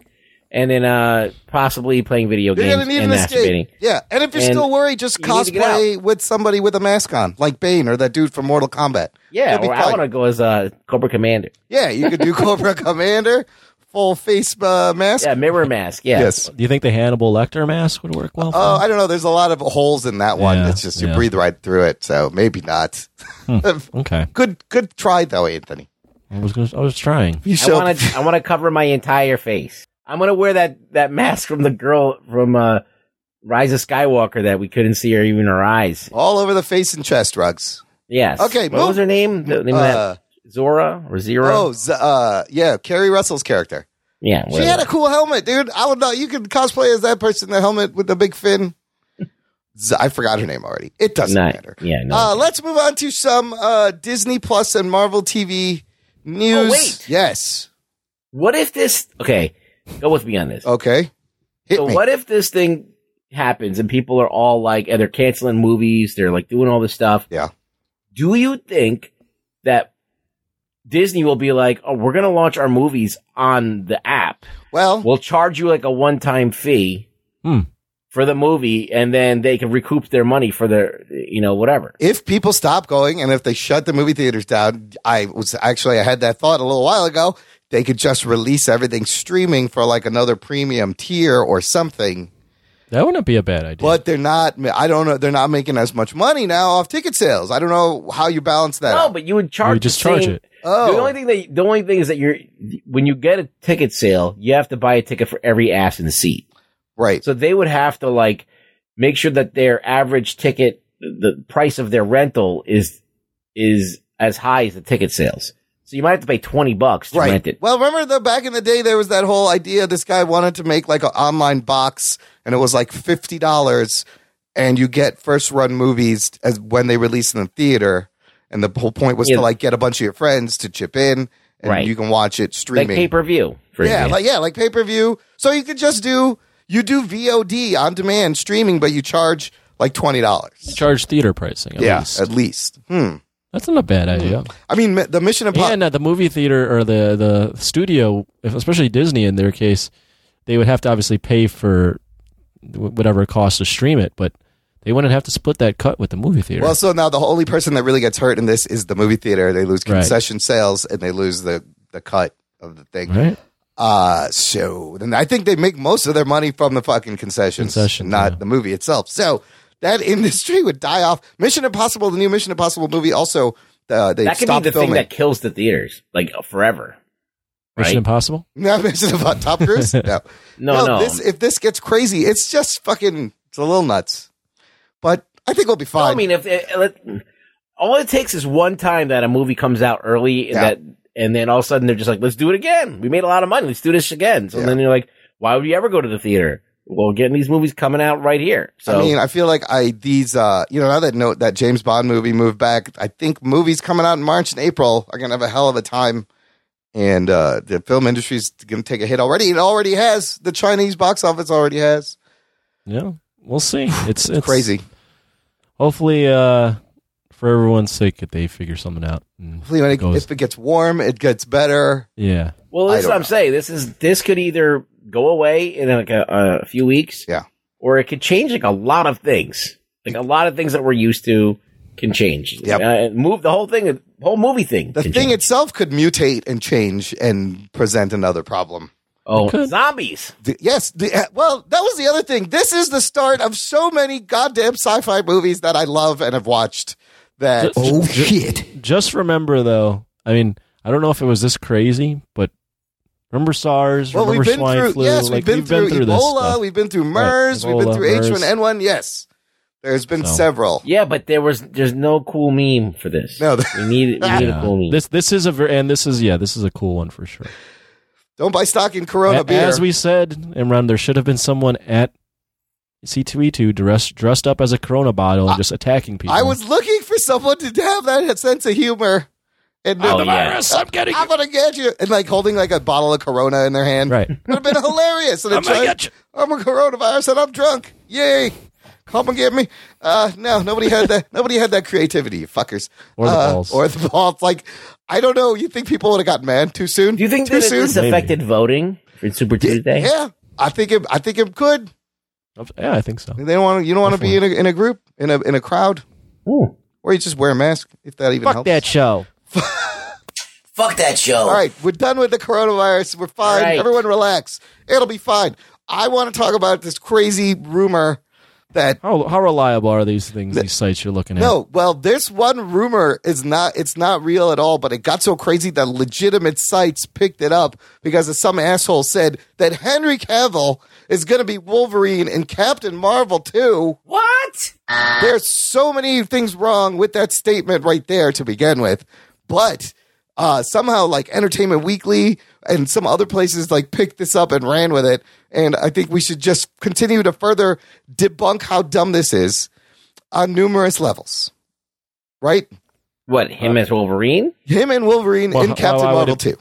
S6: and then uh possibly playing video
S1: You're
S6: games
S1: gonna need
S6: and
S1: an
S6: masturbating.
S1: escape. Yeah, and if you're
S6: And
S1: still worried, just
S6: you need to get
S1: cosplay with somebody with a mask on, like Bane or that dude from Mortal Kombat.
S6: Yeah,
S1: It'll be
S6: or I
S1: fun.
S6: want to go as uh, Cobra Commander.
S1: Yeah, you
S6: *laughs*
S1: could do Cobra Commander, full face uh, mask.
S6: Yeah, mirror mask. Yeah.
S1: Yes.
S5: Do you think the Hannibal Lecter mask would work well? For
S1: Oh,
S5: him?
S1: I don't know. There's a lot of holes in that one.
S5: Yeah,
S1: it's just you
S5: yeah.
S1: breathe right through it, so maybe not.
S6: Hmm.
S1: *laughs*
S5: okay.
S1: good, good try though, Anthony.
S5: I was gonna, I was trying.
S1: You
S6: I want to. I want to cover my entire face. I'm gonna wear that that mask from the girl from uh, Rise of Skywalker that we couldn't see her even her eyes.
S1: all over the face and chest rugs.
S6: Yes.
S1: Okay,
S6: What
S1: move-
S6: was her name? The name
S1: Uh,
S6: of that Zora or Zero?
S1: Oh, Z- uh, yeah, Carrie Russell's character.
S6: yeah.
S1: She
S6: whatever.
S1: had a cool helmet, dude. I would know. You could cosplay as that person, the helmet with the big fin. Z- I forgot her name already. It doesn't
S6: Not-
S1: matter.
S6: Yeah. No.
S1: Uh, let's move on to some uh, Disney Plus and Marvel TV news.
S6: Oh, wait.
S1: Yes.
S6: What if this? Okay, go with me on this.
S1: Okay. Oh, Hit
S6: so,
S1: me.
S6: what if this thing happens and people are all like, and they're canceling movies, they're like doing all this stuff?
S1: Yeah.
S6: Do you think that Disney will be like, oh, we're gonna launch our movies on the app?
S1: Well,
S6: We'll charge you like a one-time fee
S5: Hmm.
S6: for the movie, and then they can recoup their money for their, you know, whatever.
S1: if people stop going and if they shut the movie theaters down, I was actually I had that thought a little while ago. They could just release everything streaming for like another premium tier or something.
S5: That wouldn't be a bad idea.
S1: But they're not. I don't know. They're not making as much money now off ticket sales. I don't know how you balance that.
S6: No,
S1: out.
S6: but you would charge.
S5: You just
S6: the
S5: charge
S6: same-
S5: it.
S1: Oh.
S6: The only thing that the only thing is that you're when you get a ticket sale, you have to buy a ticket for every ass in the seat.
S1: Oh, right.
S6: So they would have to like make sure that their average ticket, the price of their rental is is as high as the ticket sales. So you might have to pay twenty bucks to rent it.
S1: Well, remember the back in the day, there was that whole idea. This guy wanted to make like an online box, and it was like fifty dollars, and you get first run movies as when they release in the theater. And the whole point was
S6: Yeah.
S1: to like get a bunch of your friends to chip in, and
S6: Right.
S1: you can watch it
S6: Like
S1: streaming.
S6: pay per view, for
S1: yeah,
S6: example.
S1: like yeah, like pay per view. So you could just do you do VOD on demand streaming, but you charge like twenty dollars.
S5: Charge theater pricing. At
S1: Yeah,
S5: least.
S1: at least. Hmm.
S5: that's not a bad idea.
S1: I mean, mi- the Mission Impossible.
S5: And at the movie theater or the the studio, if, especially Disney in their case, they would have to obviously pay for wh- whatever it costs to stream it, but they wouldn't have to split that cut with the movie theater.
S1: Well, so now the only person that really gets hurt in this is the movie theater. They lose
S5: Right.
S1: concession sales and they lose the, the cut of the thing.
S5: right?
S1: Uh, so then I think they make most of their money from the fucking concessions,
S5: Concessions,
S1: not
S5: yeah.
S1: the movie itself. So that *laughs* industry would die off. Mission Impossible, the new Mission Impossible movie, also uh, they
S6: that could be
S1: stopped
S6: the thing
S1: filming.
S6: that kills the theaters, like forever.
S5: Mission
S6: Right?
S5: Impossible.
S1: *laughs* No, Mission Impossible, Top
S5: *laughs*
S1: Cruise. No,
S6: No, no.
S1: This, if this gets crazy, it's just fucking it's a little nuts. But I think we'll be
S6: No,
S1: fine.
S6: I mean, if it, let- all it takes is one time that a movie comes out early, and
S1: Yeah.
S6: that, and then all of a sudden they're just like, "Let's do it again. We made a lot of money. Let's do this again." So
S1: Yeah.
S6: then you're like, "Why would you ever go to the theater?" Well, getting these movies coming out right here. So
S1: I mean, I feel like I these uh you know now that note that James Bond movie moved back, I think movies coming out in March and April are gonna have a hell of a time. And uh the film industry's gonna take a hit already. It already has. The Chinese box office already has.
S5: Yeah,
S1: *sighs*
S5: we'll see. It's, it's
S1: Crazy.
S5: Hopefully, uh, for everyone's sake, that they figure something out. and
S1: Hopefully when it,
S5: goes-
S1: if it gets warm, it gets better.
S5: yeah,
S6: well,
S1: I
S6: that's
S1: don't
S6: what I'm
S1: know.
S6: saying. This is this could either go away in like a, a few weeks,
S1: Yeah.
S6: or it could change like a lot of things. Like a lot of things that we're used to can change.
S1: Yep.
S6: Uh, move the whole thing, the whole movie thing.
S1: The
S6: can
S1: thing
S6: change.
S1: itself could mutate and change and present another problem.
S6: oh,
S5: could.
S6: zombies.
S1: The- yes. the- uh, well, that was the other thing. This is the start of so many goddamn sci-fi movies that I love and have watched. That
S5: Th-
S2: Oh shit.
S5: just remember though. I mean, I don't know if it was this crazy, but remember SARS.
S1: Well,
S5: remember
S1: we've been
S5: swine
S1: through
S5: flu.
S1: yes,
S5: like,
S1: we've been through
S5: this
S1: Ebola,
S5: stuff.
S1: we've been through MERS, we've been
S5: Ebola,
S1: through
S5: MERS.
S1: H1N1. Yes, there's been
S5: So-
S1: several.
S6: Yeah, but there was there's no cool meme for this.
S1: No,
S6: we need we
S5: *laughs*
S6: need a cool meme.
S5: This this is a ver- and this is yeah this is a cool one for sure.
S1: Don't buy stock in Corona
S5: A-
S1: beer.
S5: As we said, Imran, there should have been someone at C2E2 dressed dressed up as a Corona bottle and just attacking people.
S1: I was looking for someone to have that sense of humor. And
S6: Oh,
S1: the
S6: yeah.
S1: virus, I'm getting I'm gonna get you. And like holding like a bottle of Corona in their hand.
S5: right.
S1: Would
S6: *laughs*
S1: have been hilarious. And I'm, I'm a coronavirus and I'm drunk. Yay. Come and get me. Uh, no, nobody had that. *laughs* Nobody had that creativity, you fuckers.
S5: Or the
S1: Uh,
S5: balls.
S1: Or the *laughs* balls. Like, I don't know. You think people would have gotten mad too soon?
S6: Do you think
S1: too
S6: that
S1: soon?
S6: this affected voting for Super Tuesday?
S1: yeah, I think it. I think it could.
S5: Yeah, I think so.
S1: They don't want. You don't want to be in a, in a group in a in a crowd,
S6: Ooh.
S1: or you just wear a mask if that even
S5: Fuck
S1: helps.
S5: that show.
S3: Fuck that show.
S1: All right, we're done with the coronavirus. We're fine.
S6: Right.
S1: Everyone relax. It'll be fine. I want to talk about this crazy rumor that
S5: How how reliable are these things? These sites you're looking at?
S1: no, well, this one rumor is not it's not real at all, but it got so crazy that legitimate sites picked it up because of some asshole said that Henry Cavill is going to be Wolverine and Captain Marvel too.
S6: What?
S1: There's so many things wrong with that statement right there to begin with. But uh, somehow, like Entertainment Weekly and some other places, like picked this up and ran with it. And I think we should just continue to further debunk how dumb this is on numerous levels. Right?
S6: What? Him as Wolverine?
S1: Him and Wolverine
S5: Well,
S1: in Captain
S5: well, I would-
S1: Marvel too.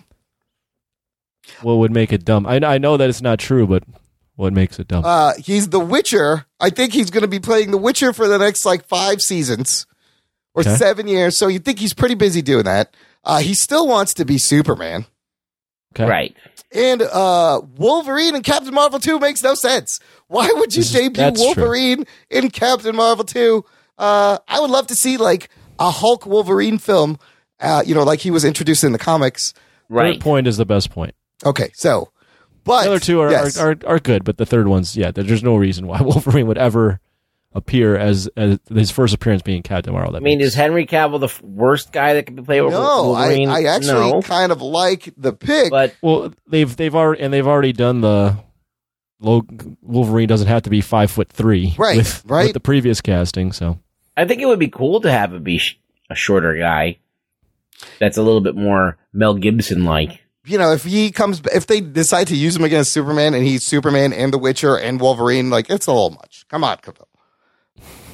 S5: What would make it dumb? I I know that it's not true, but what makes it dumb?
S1: Uh, he's the Witcher. I think he's going to be playing the Witcher for the next like five seasons or
S5: Okay.
S1: seven years. So you think he's pretty busy doing that. Uh, he still wants to be Superman.
S5: okay.
S6: Right.
S1: and uh, Wolverine and Captain Marvel 2 makes no sense. Why would you
S5: This is-
S1: debut
S5: that's true.
S1: Wolverine in Captain Marvel 2? Uh, I would love to see like a Hulk Wolverine film, uh, you know, like he was introduced in the comics.
S5: Third point is the best point.
S1: Okay, so, but
S5: The other two are,
S1: yes.
S5: are, are are good, but the third one's yeah. there- There's no reason why *laughs* Wolverine would ever appear as, as his first appearance being Captain Marvel. That
S6: I mean,
S5: makes-
S6: is Henry Cavill the f- worst guy that could play Wol-
S1: no, I,
S6: Wolverine?
S1: I actually
S6: no,
S1: kind of like the pick.
S6: but
S5: well they've they've already and they've already done the. Lo- Wolverine doesn't have to be five foot three,
S1: Right,
S5: With,
S1: right.
S5: with the previous casting, so
S6: I think it would be cool to have him be sh- a shorter guy. That's a little bit more Mel Gibson like.
S1: you know, if he comes, if they decide to use him against Superman and he's Superman and the Witcher and Wolverine, like it's a little much. Come on, Cavill.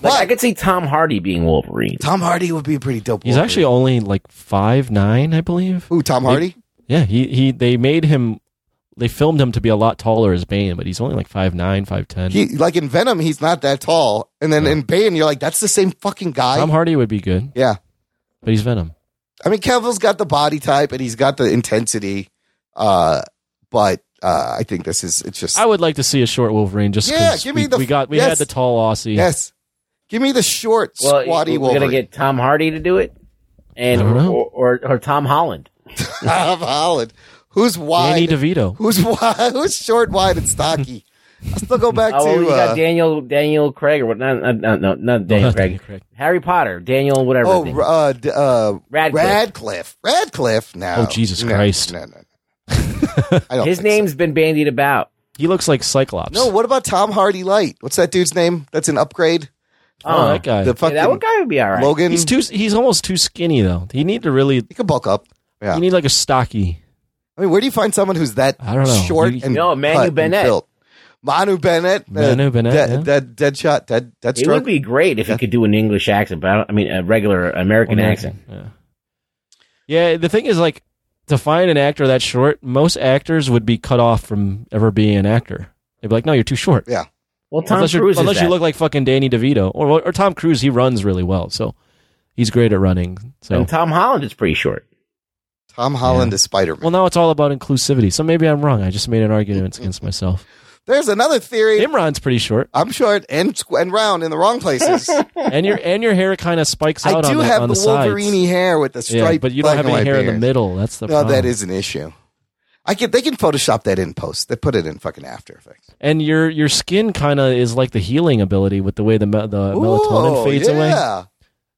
S6: Like I
S1: But-
S6: could see Tom Hardy being Wolverine.
S1: Tom Hardy would be a pretty dope.
S5: he's actually only like five nine, I believe.
S1: Ooh, Tom Hardy.
S5: Yeah, he, he they made him they filmed him to be a lot taller as Bane, but he's only like five nine, five ten.
S1: He like in Venom, he's not that tall, and then in Bane, you're like, that's the same fucking guy.
S5: Tom Hardy would be good,
S1: yeah,
S5: but he's Venom.
S1: I mean, Cavill's got the body type and he's got the intensity, uh, but uh, I think this is it's just
S5: I would like to see a short Wolverine just
S1: Yeah,
S5: 'cause
S1: give me
S5: we,
S1: the-
S5: we got we
S1: yes.
S5: had the tall Aussie.
S1: yes. Give me the short,
S6: Well,
S1: squatty
S6: we're
S1: Wolverine.
S6: gonna get Tom Hardy to do it, and
S5: I don't
S6: or,
S5: know.
S6: or, or Tom Holland.
S1: *laughs* Tom Holland, who's
S5: Danny
S1: wide,
S5: DeVito.
S1: who's *laughs* wide, who's short, wide, and stocky. I still go back
S6: Oh, well,
S1: to
S6: you got
S1: uh,
S6: Daniel Daniel Craig or what? Not not not, not,
S5: *laughs*
S6: not Daniel
S5: not
S6: Craig.
S5: Daniel Craig.
S6: Harry Potter. Daniel whatever. his name
S1: oh
S6: is.
S1: uh, d- uh,
S6: Radcliffe.
S1: Radcliffe, Radcliffe. No,
S5: Oh, Jesus
S1: No,
S5: Christ.
S1: No,
S6: *laughs*
S1: no, no. I don't think
S6: his
S1: so.
S6: name's been bandied about.
S5: He looks like Cyclops.
S1: No, what about Tom Hardy Light? What's that dude's name? That's an upgrade.
S5: oh,
S6: Uh,
S5: that guy.
S1: The
S6: yeah,
S1: fucking
S6: that one guy would be all right.
S1: Logan.
S5: he's too he's almost too skinny though. He need to really
S1: he could bulk up. Yeah.
S5: you need like a stocky.
S1: I mean, where do you find someone who's that
S5: I don't know.
S1: short
S5: You-
S1: and
S6: No, Manu
S1: cut and
S6: Bennett.
S1: built? Manu Bennett. uh,
S5: Manu Bennett,
S1: Dead,
S5: yeah.
S1: dead, dead shot. Dead, dead
S6: It
S1: stroke.
S6: would be great if he could do an English accent, but I, don't, I mean a regular American accent.
S5: Yeah. Yeah, the thing is like to find an actor that short, most actors would be cut off from ever being an actor. They'd be like, "No, you're too short."
S1: yeah.
S6: Well, Tom
S5: unless, you're-
S6: Cruise. is
S5: unless you
S6: that.
S5: look like fucking Danny DeVito or or Tom Cruise, he runs really well, so he's great at running. So
S6: and Tom Holland is pretty short.
S1: Tom Holland is Spider Man.
S5: well, now it's all about inclusivity. So maybe I'm wrong. I just made an argument against myself.
S1: There's another theory.
S5: Imran's pretty short,
S1: I'm short and squ- and round in the wrong
S6: *laughs*
S1: places.
S5: and your and your hair kind of spikes
S1: I
S5: out.
S1: do
S5: on the,
S1: have
S5: on
S1: the,
S5: the,
S1: Wolverine
S5: sides.
S1: hair with the striped.
S5: yeah, but you don't
S1: black
S5: have
S1: and
S5: any
S1: white
S5: hair in the
S1: beard.
S5: middle. That's the
S1: No,
S5: problem.
S1: that is an issue. I can. They can Photoshop that in post. They put it in fucking After Effects.
S5: And your your skin kind of is like the healing ability with the way the me- the
S1: Ooh,
S5: melatonin fades away.
S1: yeah.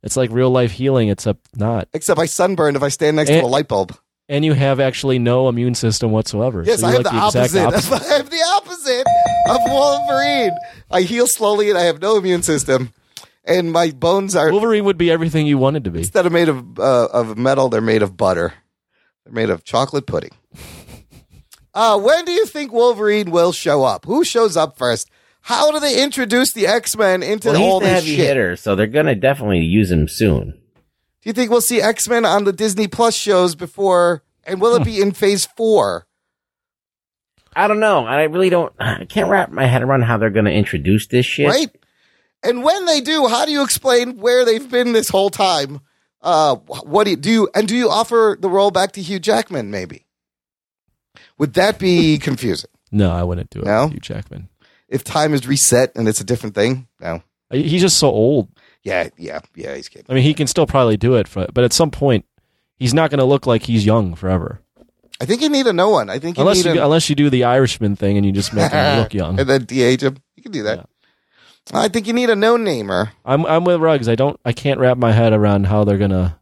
S5: It's like real life healing, except not.
S1: Except I sunburned if I stand next
S5: Eh.
S1: to a light bulb.
S5: And you have actually no immune system whatsoever.
S1: Yes,
S5: so
S1: I
S5: you're
S1: have
S5: like
S1: the,
S5: exact
S1: opposite. *laughs* I have the opposite of Wolverine. I heal slowly and I have no immune system, and my bones are
S5: Wolverine would be everything you wanted to be.
S1: instead of made of uh, of metal, they're made of butter. They're made of chocolate pudding. Uh, when do you think Wolverine will show up? Who shows up first? How do they introduce the X Men into
S6: Well,
S1: all
S6: he's the
S1: this
S6: heavy
S1: shit?
S6: hitter, so they're gonna definitely use him soon.
S1: Do you think we'll see X Men on the Disney Plus shows before? And will it be in Phase Four?
S6: I don't know. I really don't. *sighs* I can't wrap my head around how they're gonna introduce this shit.
S1: Right? And when they do, how do you explain where they've been this whole time? Uh, wh- what do you, do you and do you offer the role back to Hugh Jackman? Maybe would that
S5: *laughs*
S1: be confusing
S5: No, I wouldn't do it.
S1: No?
S5: with Hugh Jackman.
S1: if time is reset and it's a different thing? No.
S5: Uh, He's just so old.
S1: Yeah, yeah, yeah. He's kidding.
S5: I mean, he can still probably do it, for, but at some point, he's not going to look like he's young forever.
S1: I think you need a no one. I think you
S5: Unless
S1: need
S5: you,
S1: a,
S5: unless you do the Irishman thing and you just make
S1: *laughs*
S5: him look young.
S1: and then de-age him. You can do that. I think you need a no-namer.
S5: I'm I'm with Ruggs. I don't I can't wrap my head around how they're gonna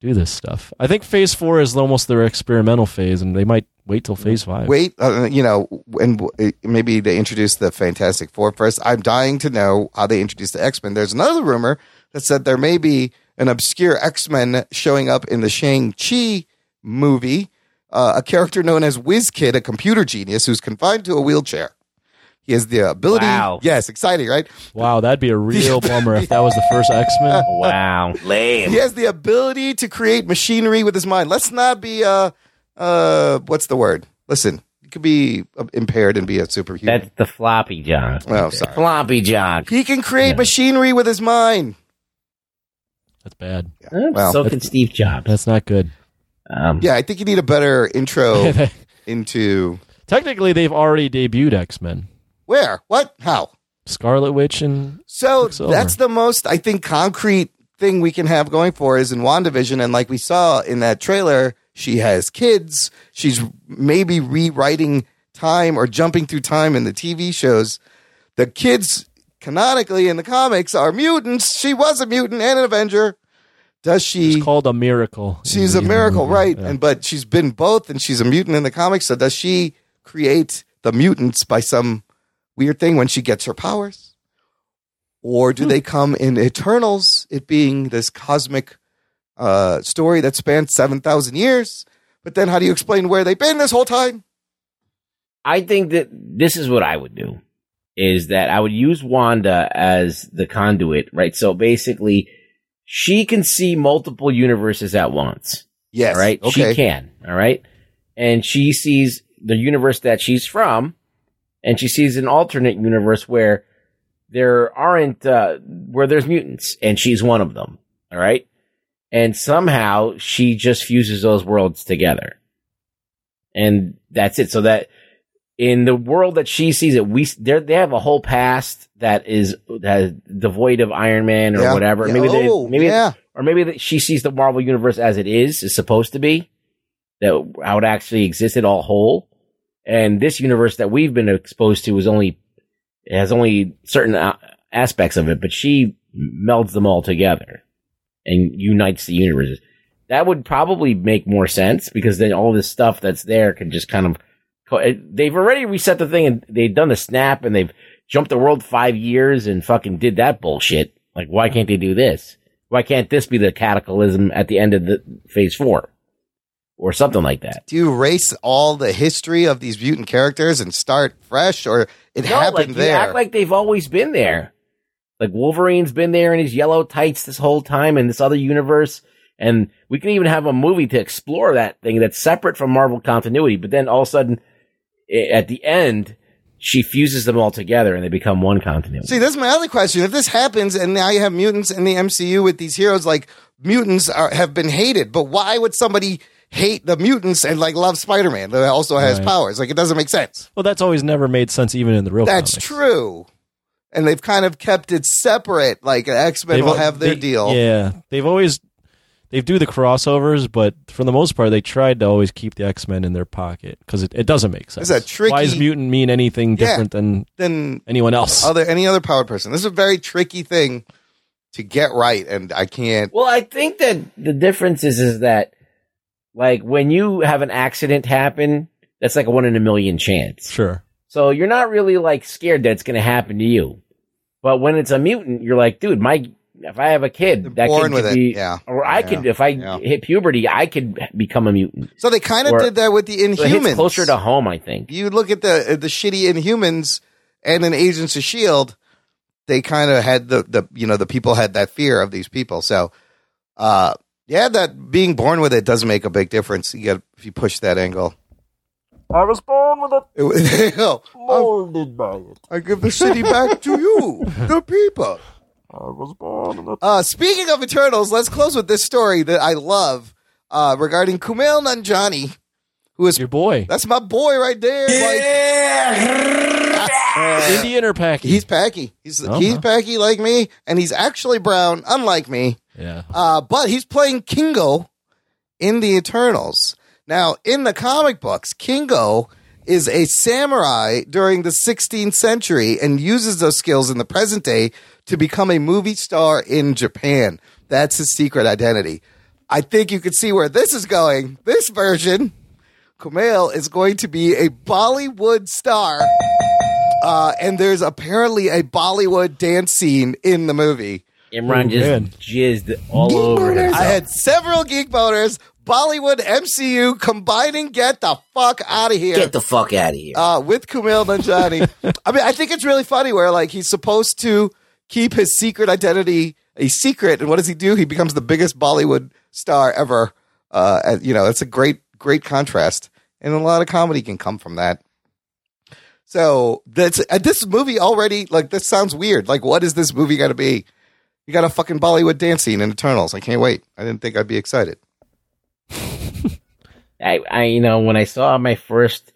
S5: do this stuff. I think phase four is almost their experimental phase, and they might wait till phase five.
S1: Wait, uh, you know, and w- eh, maybe they introduced the Fantastic Four first. I'm dying to know how they introduced the X Men. There's another rumor that said there may be an obscure X Men showing up in the Shang Chi movie. Uh, a character known as WizKid, a computer genius who's confined to a wheelchair. He has the ability.
S6: Wow.
S1: Yes, exciting, right?
S5: Wow, that'd be
S1: *laughs*
S5: a real bummer if that was the first X Men.
S6: Wow. Lame.
S1: He has the ability to create machinery with his mind. Let's not be uh uh what's the word? Listen, you could be uh, impaired and be a superhuman.
S6: That's the floppy jock.
S1: oh, sorry.
S6: Floppy jock.
S1: He can create machinery with his mind.
S5: That's bad.
S1: Well,
S6: so can Steve Jobs.
S5: That's not good.
S6: Um,
S1: Yeah, I think you need a better
S5: *laughs*
S1: intro into
S5: Technically, they've already debuted X Men,
S1: where, what, how.
S5: Scarlet Witch, and
S1: So
S5: Quicksilver.
S1: that's the most I think concrete thing we can have going for is in WandaVision, and like we saw in that trailer, she has kids. She's maybe rewriting time or jumping through time in the TV shows. The kids canonically in the comics are mutants. She was a mutant and an Avenger. Does she?
S5: it's called a miracle.
S1: She's a
S5: In the- in the
S1: miracle,
S5: movie.
S1: right?
S5: Yeah.
S1: And but she's been both, and she's a mutant in the comics. So does she create the mutants by some weird thing when she gets her powers, or
S6: Hmm.
S1: do they come in Eternals? It being this cosmic uh, story that spans seven thousand years. But then, how do you explain where they've been this whole time?
S6: I think that this is what I would do is that I would use Wanda as the conduit, right? So basically, she can see multiple universes at once.
S1: Yes,
S6: All right.
S1: Okay,
S6: She can. All right. And she sees the universe that she's from, and she sees an alternate universe where there aren't, uh, where there's mutants, and she's one of them. All right. And somehow she just fuses those worlds together. And that's it. So that in the world that she sees it, we, they're- they have a whole past that is, that is devoid of Iron Man or
S1: Yeah.
S6: whatever.
S1: Yeah.
S6: Maybe they,
S1: Oh,
S6: maybe
S1: yeah.
S6: or maybe that she sees the Marvel universe as it is, is supposed to be, that how it actually existed all whole, and this universe that we've been exposed to is only has only certain a- aspects of it, but she melds them all together and unites the universes. That would probably make more sense because then all this stuff that's there can just kind of. co- it- They've already reset the thing and they've done the snap and they've jumped the world five years and fucking did that bullshit. Like, why can't they do this? Why can't this be the cataclysm at the end of the phase four or something like that?
S1: do you erase all the history of these mutant characters and start fresh, or it
S6: like,
S1: happened
S6: You
S1: there?
S6: act like they've always been there. Like Wolverine's been there in his yellow tights this whole time in this other universe. And we can even have a movie to explore that thing that's separate from Marvel continuity. But then all of a sudden, i- at the end, she fuses them all together and they become one continuity.
S1: See, this is my other question. If this happens and now you have mutants in the MCU with these heroes, like mutants are, have been hated, but why would somebody hate the mutants and like love Spider Man that also has
S5: Right.
S1: powers? Like it doesn't make sense.
S5: Well, that's always never made sense, even in the real.
S1: That's
S5: comics.
S1: true. And they've kind of kept it separate. Like X Men
S5: They've
S1: will
S5: al-
S1: have their
S5: they-
S1: deal.
S5: Yeah, they've always they do the crossovers, but for the most part, they tried to always keep the X Men in their pocket because it, it doesn't make sense.
S1: It's a tricky-
S5: Why does mutant mean anything
S1: Yeah.
S5: different than
S1: Then
S5: anyone else?
S1: other any other powered person. This is a very tricky thing to get right, and I can't.
S6: Well, I think that the difference is is that like when you have an accident happen, that's like a one in a million chance.
S5: *laughs* sure,
S6: So you're not really like scared that it's going to happen to you. But when it's a mutant, you're like, dude, my if I have a kid, that
S1: born
S6: kid
S1: with
S6: could
S1: it,
S6: be,
S1: yeah.
S6: or I could
S1: Yeah.
S6: if I
S1: Yeah.
S6: hit puberty, I could become a mutant.
S1: So they kind of
S6: Or-
S1: did that with the
S6: So it hits
S1: Inhumans.
S6: closer to home, I think.
S1: you look at the uh, the shitty Inhumans, and in Agents of Shield, E they kind of had the the you know the people had that fear of these people. So, uh, yeah, that being born with it does make a big difference. You got if you push that angle.
S7: I was born with a
S1: It *laughs* was- you know, I'll-
S7: molded by it.
S1: I give the city back to
S7: *laughs*
S1: you, the people.
S7: I was born with a
S1: Uh, speaking of Eternals, let's close with this story that I love uh, regarding Kumail Nanjani, who is
S5: Your boy,
S1: that's my boy right there. Like
S5: Indian or Paki?
S1: Uh, he's packy. He's
S5: Uh-huh.
S1: he's packy like me, and he's actually brown, unlike me.
S5: yeah.
S1: Uh, but he's playing Kingo in the Eternals. Now, in the comic books, Kingo is a samurai during the 16th century and uses those skills in the present day to become a movie star in Japan. That's his secret identity. I think you can see where this is going. This version, Kumail is going to be a Bollywood star. Uh, and there's apparently a Bollywood dance scene in the movie.
S6: Imran just
S5: man.
S6: jizzed all over himself.
S1: I had several geek boners. Bollywood MCU combining. Get the fuck out of here.
S8: Get the fuck out of here.
S1: uh, with Kumail Nanjiani. I mean, I think it's really funny where like he's supposed to keep his secret identity a secret, and what does he do? He becomes the biggest Bollywood star ever. Uh, and, you know, it's a great, great contrast, and a lot of comedy can come from that. So that's uh, this movie already. Like, this sounds weird. Like, what is this movie going to be? You got a fucking Bollywood dance scene in Eternals. I can't wait. I didn't think I'd be excited.
S6: I, I, you know, when I saw my first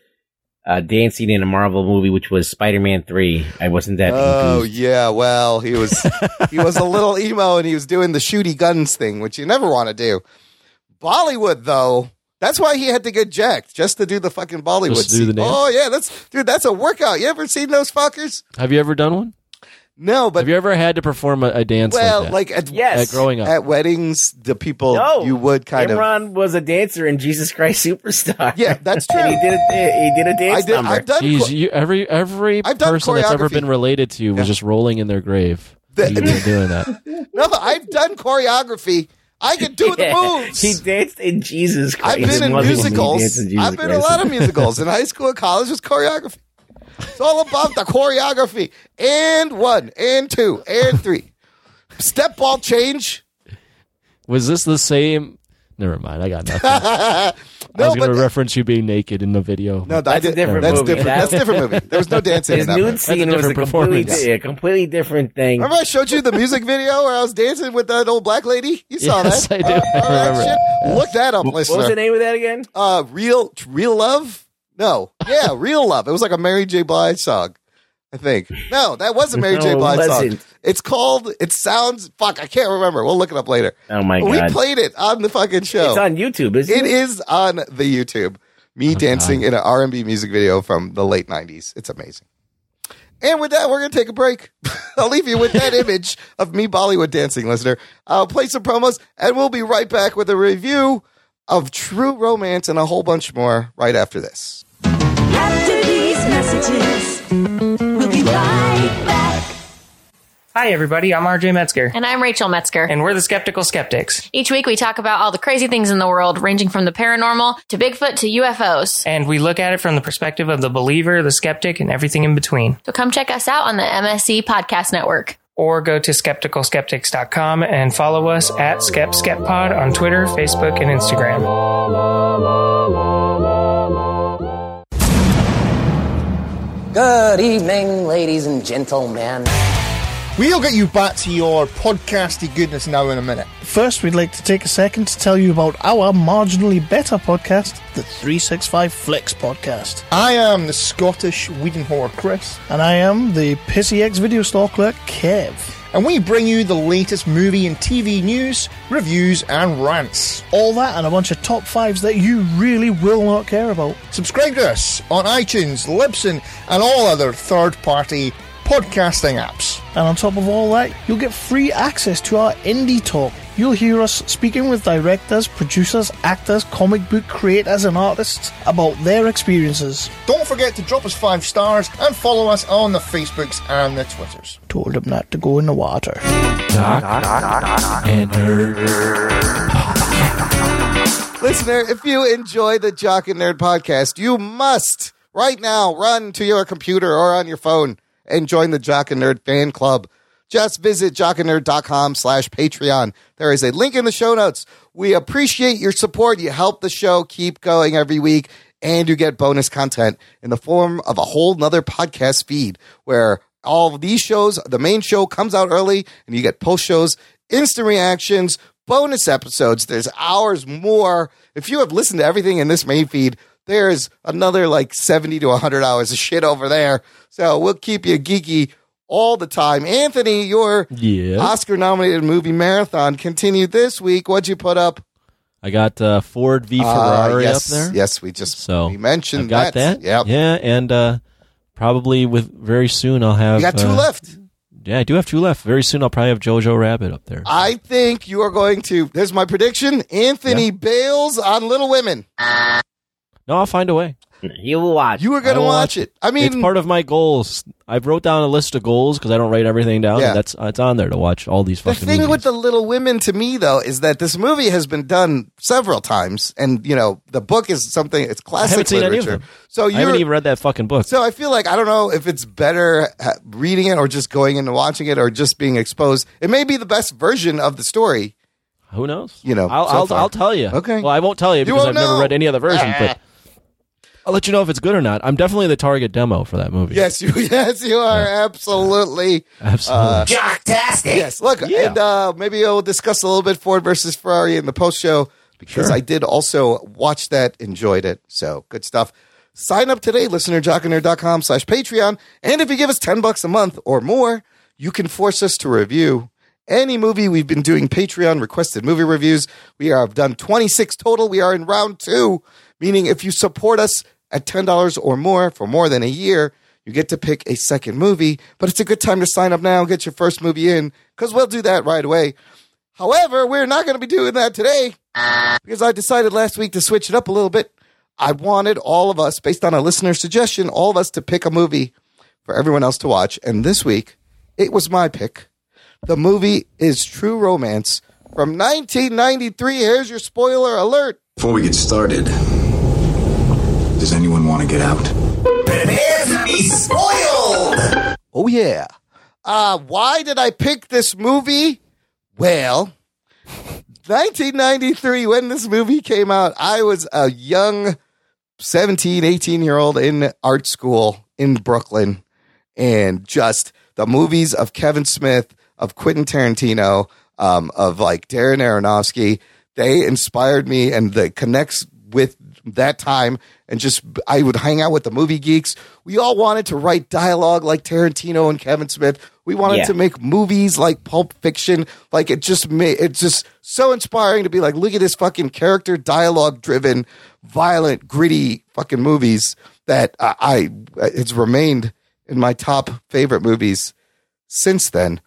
S6: uh, dance scene in a Marvel movie, which was Spider-Man Three, I wasn't that.
S1: Oh
S6: enthused.
S1: yeah, well he
S5: *laughs*
S1: was he was a little emo and he was doing the shooty guns thing, which you never want to do. Bollywood though, that's why he had to get jacked just to do the fucking Bollywood.
S5: Just to do the
S1: scene.
S5: dance?
S1: Oh yeah, that's dude, that's a workout. You ever seen those fuckers?
S5: Have you ever done one?
S1: No, but
S5: Have you ever had to perform a, a dance?
S1: well,
S5: like,
S1: like, at
S5: that?
S6: Yes.
S5: At growing up,
S1: at weddings, the people
S6: No.
S1: you would kind of
S6: Imran was a dancer in Jesus Christ Superstar.
S1: yeah, that's
S6: *laughs* and he
S1: true.
S6: did a, he did a
S1: I
S6: dance
S1: did.
S6: number.
S1: I've done.
S5: Jeez,
S1: qu-
S5: you, every every
S1: I've done
S5: person that's ever
S1: choreography.
S5: been related to you was just rolling in their grave.
S1: The-
S5: You've been doing that.
S1: no, I've done choreography. I can do
S6: *laughs*
S1: the moves.
S6: He danced in Jesus Christ.
S1: I've been in
S6: Muslim, he
S1: musicals.
S6: danced in Jesus
S1: I've been in a lot
S5: *laughs*
S1: of musicals in high school and college. Was choreography. It's all about the choreography. And one, and two, and three. Step ball change.
S5: Was this the same? Never mind. I got nothing.
S1: *laughs* no,
S5: I was
S1: but
S5: going to reference you being naked in the video.
S1: no,
S6: That's a
S1: did-
S6: different
S1: that's
S6: movie.
S1: Different, that's a different movie. There was
S6: *laughs*
S1: no dancing
S6: His
S1: in that.
S6: nude
S1: Movie.
S6: scene was a
S5: different
S6: completely,
S5: performance.
S6: di- a completely different thing.
S1: Remember, I showed you the music video where I was dancing with that old black lady. You saw
S6: *laughs*
S5: yes,
S1: that.
S5: I do. I
S1: All that
S5: remember.
S1: shit? Look that up,
S6: What was the
S1: listener.
S6: name of that again?
S1: Uh, real, real love. No,
S6: *laughs*
S1: yeah, real love. It was like a Mary J. Blige song, I think. No, that was a Mary
S6: No,
S1: J.
S6: it
S1: Blige song.
S6: wasn't.
S1: It's called. It sounds. Fuck, I can't remember. We'll look it up later.
S6: Oh my
S1: we
S6: god!
S1: played it on the fucking show.
S6: it's on YouTube, isn't
S1: It
S6: it?
S1: is on the YouTube. Me dancing in an R and B music video from the late nineties. It's amazing. And with that, we're gonna take a break. *laughs* I'll leave you with that image of me Bollywood dancing, listener. I'll play some promos, and we'll be right back with a review of True Romance and a whole bunch more right after this.
S9: After these messages, we'll be right back.
S10: Hi, everybody. I'm RJ Metzger,
S11: And I'm Rachel Metzger.
S10: and we're the Skeptical Skeptics,
S11: Each week we talk about all the crazy things in the world, ranging from the paranormal to Bigfoot to UFOs.
S10: and we look at it from the perspective of the believer, the skeptic, and everything in between.
S11: So come check us out on the MSC Podcast Network.
S10: Or go to skepticalskeptics.com and follow us at SkepSkepPod on Twitter, Facebook, and Instagram.
S8: Good evening, ladies and gentlemen.
S2: We'll get you back to your podcasty goodness now in a minute.
S10: First, we'd like to take a second to tell you about our marginally better podcast, the 365 Flicks Podcast.
S2: I am the Scottish Wiedenhoer Chris,
S10: And I am the Pissy X video store clerk, Kev.
S2: and we bring you the latest movie and TV news, reviews, and rants.
S10: All that and a bunch of top fives that you really will not care about.
S2: Subscribe to us on iTunes, Libsyn, and all other third party podcasting apps.
S10: And on top of all that, you'll get free access to our indie talk. You'll hear us speaking with directors, producers, actors, comic book creators, and artists about their experiences.
S2: Don't forget to drop us five stars and follow us on the Facebooks and the Twitters.
S10: Told him not to go in the water.
S1: Listener, if you enjoy the Jock and Nerd podcast, you must right now run to your computer or on your phone and join the Jock and Nerd fan club. Just visit jockandnerd.com slash Patreon. There is a link in the show notes. We appreciate your support. You help the show keep going every week, and you get bonus content in the form of a whole nother podcast feed where all of these shows, the main show comes out early, and you get post shows, instant reactions, bonus episodes. There's hours more. If you have listened to everything in this main feed, there's another like 70 to 100 hours of shit over there. So we'll keep you geeky all the time. Anthony, your
S5: Yeah.
S1: Oscar nominated movie marathon continued this week. What'd you put up?
S5: I got uh, Ford v
S1: Uh,
S5: Ferrari
S1: yes,
S5: up there.
S1: Yes, we just
S5: so
S1: we mentioned
S5: I got
S1: that.
S5: that.
S1: Yep.
S5: Yeah, and uh, probably with very soon I'll have.
S1: You got two
S5: uh,
S1: left.
S5: Yeah, I do have two left. Very soon I'll probably have Jojo Rabbit up there.
S1: I think you are going to. There's my prediction. Anthony bails on Little Women.
S5: No, I'll find a way.
S6: You will watch.
S1: You were going to
S5: I'll
S1: watch it. I mean,
S5: it's part of my goals. I wrote down a list of goals because I don't write everything down.
S1: Yeah.
S5: and That's it's on there to watch all these
S1: the
S5: fucking.
S1: thing
S5: movies.
S1: with the Little Women to me though is that this movie has been done several times, and you know the book is something. It's
S5: I
S1: classic
S5: haven't seen
S1: literature.
S5: any of them.
S1: So
S5: I haven't
S1: you.
S5: even read that fucking book.
S1: So I feel like I don't know if it's better uh, reading it or just going in and watching it or just being exposed. It may be the best version of the story.
S5: Who knows?
S1: You know,
S5: I'll
S1: so
S5: I'll,
S1: far.
S5: I'll tell you.
S1: Okay.
S5: Well, I won't tell you because
S1: won't
S5: I've
S1: know.
S5: never read any other version,
S1: Ah.
S5: but
S1: *laughs*
S5: I'll let you know if it's good or not. I'm definitely the target demo for that movie.
S1: Yes, you. *laughs* Yes, you are absolutely.
S5: Absolutely.
S1: Jocktastic. Yes. Look, and uh, maybe I'll discuss a little bit Ford versus Ferrari in the post show because I did also watch that, enjoyed it. So good stuff. Sign up today, listenerjockiner.com slash Patreon. And if you give us 10 bucks a month or more, you can force us to review any movie we've been doing Patreon requested movie reviews. We have done 26 total. We are in round two, meaning if you support us at $10 or more for more than a year, you get to pick a second movie, but it's a good time to sign up now and get your first movie in because we'll do that right away. However, we're not going to be doing that today because I decided last week to switch it up a little bit. I wanted all of us, based on a listener suggestion, all of us to pick a movie for everyone else to watch. And this week, it was my pick. The movie is True Romance from 1993. Here's your spoiler alert.
S12: Before we get started, does anyone want to get out?
S1: be spoiled. Oh yeah. Uh, why did I pick this movie? Well, 1993 when this movie came out, I was a young 17, 18 year old in art school in Brooklyn and just the movies of Kevin Smith, of Quentin Tarantino, um, of like Darren Aronofsky, they inspired me and the connects with that time. And just, I would hang out with the movie geeks. We all wanted to write dialogue like Tarantino and Kevin Smith. We wanted
S6: Yeah.
S1: to make movies like Pulp Fiction. Like it just made, it's just so inspiring to be like, look at this fucking character dialogue driven, violent, gritty fucking movies that I, I, it's remained in my top favorite movies since then.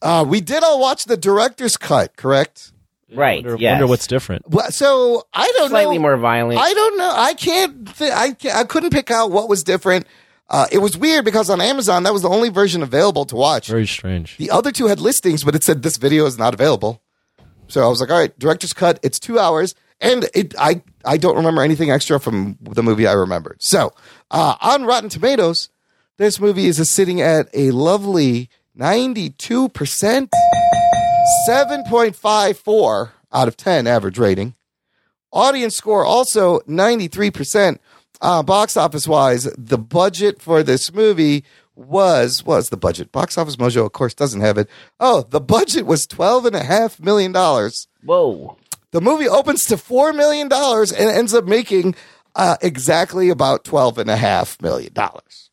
S1: Uh, we did all watch the director's cut, correct?
S6: Right.
S5: Wonder,
S6: yes.
S5: wonder what's different.
S1: Well, So I don't
S6: Slightly
S1: know.
S6: more violent.
S1: I don't know. I can't. Th- I can't, I couldn't pick out what was different. Uh, it was weird because on Amazon that was the only version available to watch.
S5: Very strange.
S1: The other two had listings, but it said this video is not available. So I was like, all right, director's cut. It's two hours, and it I I don't remember anything extra from the movie I remembered. So uh, on Rotten Tomatoes, this movie is sitting at a lovely ninety two percent, seven point five four out of ten average rating. Audience score also 93%. Uh, box office wise, the budget for this movie was was the budget. Box office mojo, of course, doesn't have it. Oh, the budget was twelve and a half million dollars.
S6: Whoa.
S1: The movie opens to four million dollars and ends up making uh, exactly about twelve and a half million dollars.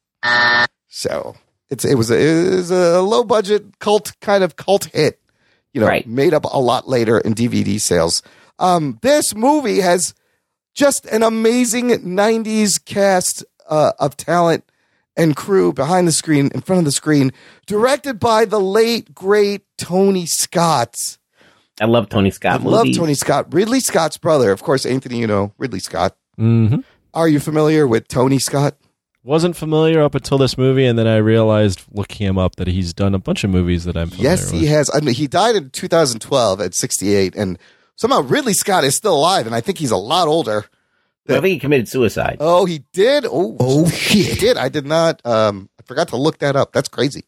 S1: So it's it was a, it was a low budget cult kind of cult hit, you know,
S6: Right.
S1: made up a lot later in DVD sales. Um, this movie has just an amazing '90s cast uh, of talent and crew behind the screen, in front of the screen, directed by the late great Tony Scott.
S6: I love Tony Scott.
S1: I love
S6: movies.
S1: Tony Scott. Ridley Scott's brother, of course, Anthony, you know, Ridley Scott.
S5: Mm-hmm.
S1: Are you familiar with Tony Scott?
S5: Wasn't familiar up until this movie, and then I realized looking him up that he's done a bunch of movies that I'm familiar
S1: yes,
S5: with.
S1: he has. I mean, he died in 2012 at 68, and somehow Ridley Scott is still alive, and I think he's a lot older.
S6: I think he committed suicide. Oh,
S1: Oh, he did. Oh, oh shit! He did. I did not. Um, I forgot to look that up. That's crazy.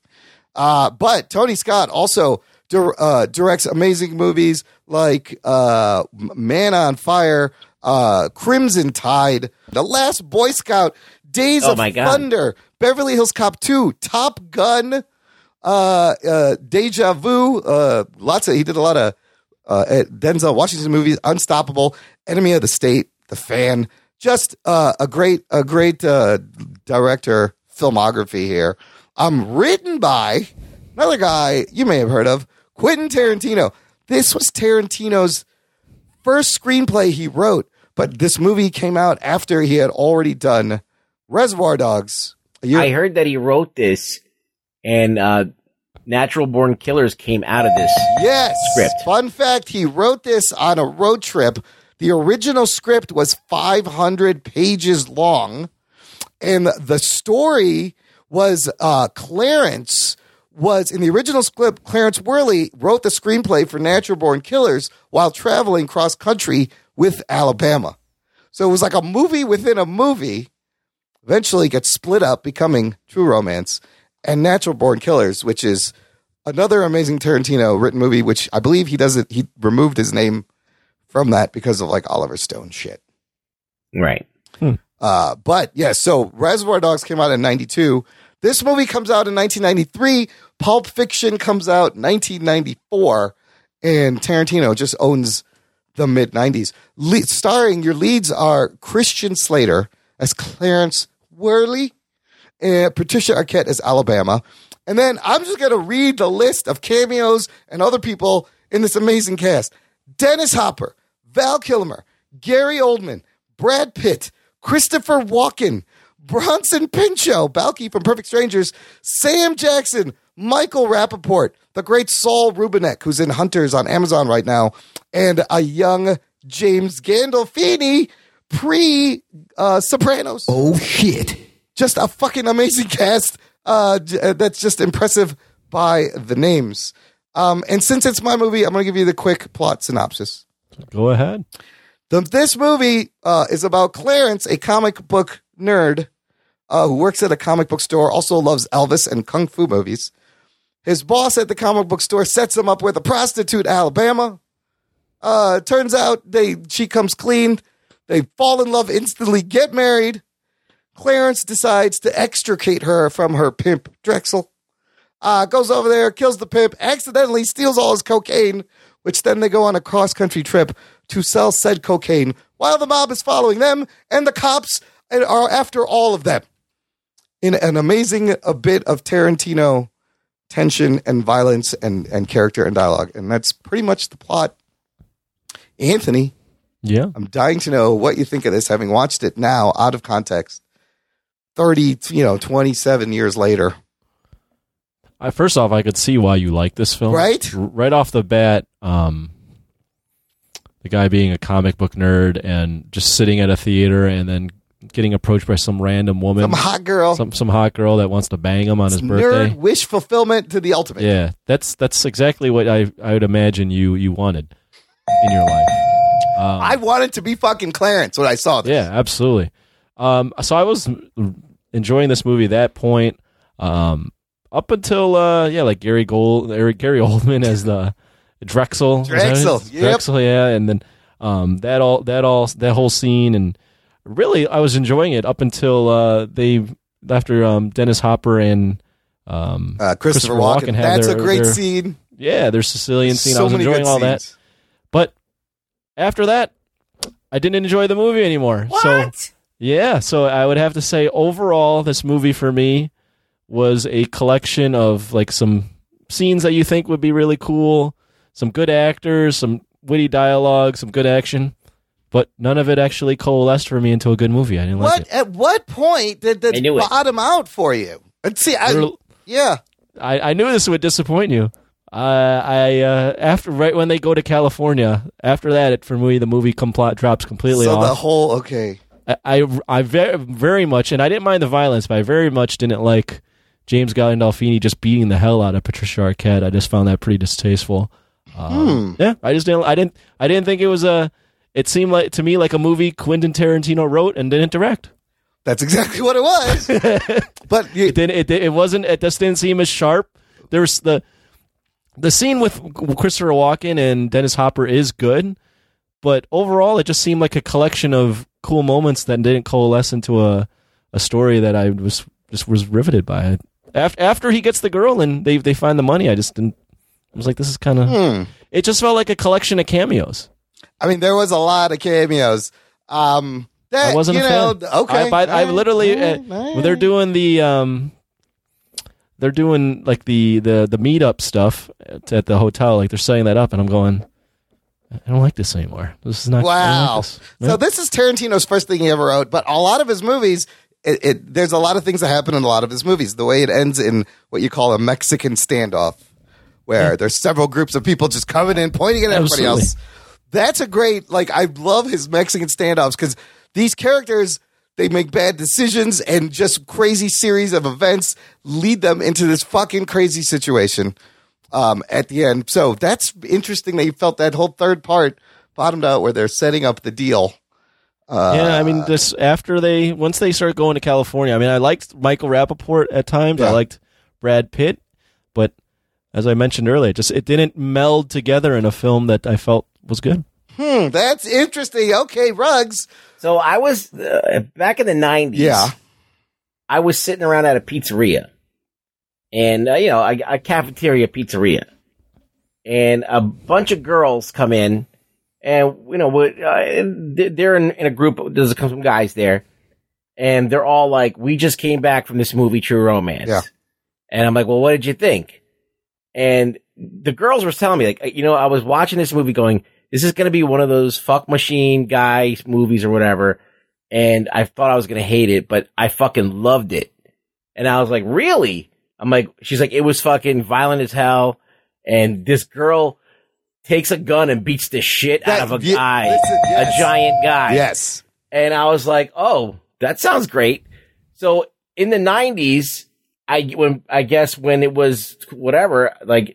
S1: Uh, but Tony Scott also dir- uh, directs amazing movies like uh, M- Man on Fire, uh, Crimson Tide, The Last Boy Scout, Days
S6: Oh
S1: of
S6: my God.
S1: Thunder, Beverly Hills Cop 2, Top Gun, uh, uh, Deja Vu. Uh, lots of he did a lot of uh, at Denzel Washington movies, Unstoppable, Enemy of the State, The Fan. Just uh, a great, a great uh, director filmography here. Um, written by another guy you may have heard of, Quentin Tarantino. This was Tarantino's first screenplay he wrote, but this movie came out after he had already done Reservoir Dogs. A year-
S6: I heard that he wrote this, and uh, Natural Born Killers came out of this.
S1: Yes.
S6: Script.
S1: Fun fact he wrote this on a road trip. The original script was 500 pages long, and the story was uh, Clarence was in the original script. Clarence Worley wrote the screenplay for Natural Born Killers while traveling cross country with Alabama. So it was like a movie within a movie. Eventually, gets split up, becoming True Romance and Natural Born Killers, which is another amazing Tarantino written movie, which I believe he doesn't he removed his name from that because of like Oliver Stone shit.
S6: Right.
S1: Uh, but yeah, so Reservoir Dogs came out in 92. This movie comes out in 1993. Pulp Fiction comes out 1994. And Tarantino just owns the mid 90s. Le- starring your leads are Christian Slater as Clarence Worley and Patricia Arquette as Alabama. And then I'm just going to read the list of cameos and other people in this amazing cast Dennis Hopper, Val Kilmer, Gary Oldman, Brad Pitt, Christopher Walken, Bronson Pinchot, Balky from Perfect Strangers, Sam Jackson, Michael Rappaport, the great Saul Rubinek, who's in Hunters on Amazon right now, and a young James Gandolfini pre uh, Sopranos. Oh, shit. Just a fucking amazing *laughs* cast uh, j- uh, that's just impressive by the names. Um, and since it's my movie, I'm going to give you the quick plot synopsis.
S5: Go ahead.
S1: The, this movie uh, is about Clarence, a comic book nerd uh, who works at a comic book store, also loves Elvis and Kung Fu movies. His boss at the comic book store sets him up with a prostitute, Alabama. Uh, turns out they she comes clean. They fall in love instantly, get married. Clarence decides to extricate her from her pimp, Drexel. Uh, goes over there, kills the pimp, accidentally steals all his cocaine, which then they go on a cross country trip to sell said cocaine while the mob is following them and the cops are after all of them. In an amazing a bit of Tarantino tension and violence and, and character and dialogue. And that's pretty much the plot. Anthony,
S5: Yeah.
S1: I'm dying to know what you think of this, having watched it now out of context, 30, you know, 27 years later.
S5: I, first off, I could see why you like this film.
S1: Right?
S5: R- right off the bat, um, the guy being a comic book nerd and just sitting at a theater and then getting approached by some random woman,
S1: Some hot girl.
S5: some some hot girl that wants to bang him on his
S1: Nerd
S5: birthday.
S1: wish fulfillment to the ultimate.
S5: Yeah, that's that's exactly what I I would imagine you you wanted in your life. Um,
S1: I wanted to be fucking Clarence when I saw this.
S5: Yeah, absolutely. Um, so I was enjoying this movie at that point, um, up until uh, yeah, like Gary Gold, or Gary Oldman as the Drexel, is that it?
S1: Drexel, yep.
S5: Drexel, yeah, and then um, that all that all that whole scene, and really I was enjoying it up until uh, they after um, Dennis Hopper and um,
S1: Uh, Christopher, Walken.
S5: had
S1: That's
S5: their-
S1: a great
S5: their-
S1: scene.
S5: Yeah, their Sicilian scene. I was
S1: many
S5: enjoying
S1: good
S5: all that.
S1: scenes.
S5: But after that, I didn't enjoy the movie anymore. So yeah, so I would have to say overall this movie for me was a collection of like some scenes that you think would be really cool, some good actors, some witty dialogue, some good action, but none of it actually coalesced for me into a good movie. I didn't like
S1: What
S5: it.
S1: at what point did this
S6: I knew it.
S1: bottom out for you? And see, I,
S5: There-
S1: yeah,
S5: I, I knew this would disappoint you. Uh, I uh, after right when they go to California, after that, it, for me the movie complot drops completely
S1: so
S5: off.
S1: the whole okay.
S5: I, I, I very, very much, and I didn't mind the violence, but I very much didn't like James Gandolfini just beating the hell out of Patricia Arquette. I just found that pretty distasteful. Um,
S1: Hmm.
S5: Yeah, I just didn't. I didn't. I didn't think it was a. It seemed like to me like a movie Quentin Tarantino wrote and didn't direct.
S1: That's exactly *laughs* what it was.
S5: *laughs*
S1: but
S5: it didn't. It, it wasn't. It just didn't seem as sharp. There was the the scene with Christopher Walken and Dennis Hopper is good, but overall, it just seemed like a collection of cool moments that didn't coalesce into a a story that I was just was riveted by. After after he gets the girl and they they find the money, I just didn't. I was like, this is kind of. It just felt like a collection of cameos.
S1: I mean, there was a lot of cameos. Um, that,
S5: I wasn't
S1: you
S5: a
S1: know,
S5: fan.
S1: Okay,
S5: I, but I
S1: alright,
S5: literally uh,
S1: alright,
S5: when they're doing the um, they're doing like the the the meetup stuff at, at the hotel. Like they're setting that up, and I'm going, I don't like this anymore. This is not. I don't like
S1: Wow.
S5: this.
S1: So this is Tarantino's first thing he ever wrote, but a lot of his movies, it, it, there's a lot of things that happen in a lot of his movies. The way it ends in what you call a Mexican standoff, where there's several groups of people just coming in, pointing at everybody
S5: Absolutely.
S1: else. That's a great, like, I love his Mexican standoffs because these characters, they make bad decisions and just crazy series of events lead them into this fucking crazy situation um, at the end. So that's interesting that you felt that whole third part bottomed out where they're setting up the deal. Uh,
S5: yeah, I mean, this after they once they start going to California. I mean, I liked Michael Rappaport at times. I liked Brad Pitt, but as I mentioned earlier, just it didn't meld together in a film that I felt was good.
S1: Hmm, that's interesting. Okay, rugs.
S6: So I was uh, back in the nineties.
S1: Yeah.
S6: I was sitting around at a pizzeria, and uh, you know, a, a cafeteria pizzeria, and a bunch of girls come in, and you know, what, uh, and they- they're in, in a group. There's some guys there, and they're all like, "We just came back from this movie, True Romance." Yeah. And I'm like, "Well, what did you think?" And the girls were telling me, like, you know, I was watching this movie going, this is going to be one of those fuck machine guy movies or whatever. And I thought I was going to hate it, but I fucking loved it. And I was like, really? I'm like, she's like, it was fucking violent as hell. And this girl takes a gun and beats the shit out of a guy, a giant guy.
S1: Yes.
S6: And I was like, oh, that sounds great. So in the nineties, I when I guess when it was whatever, like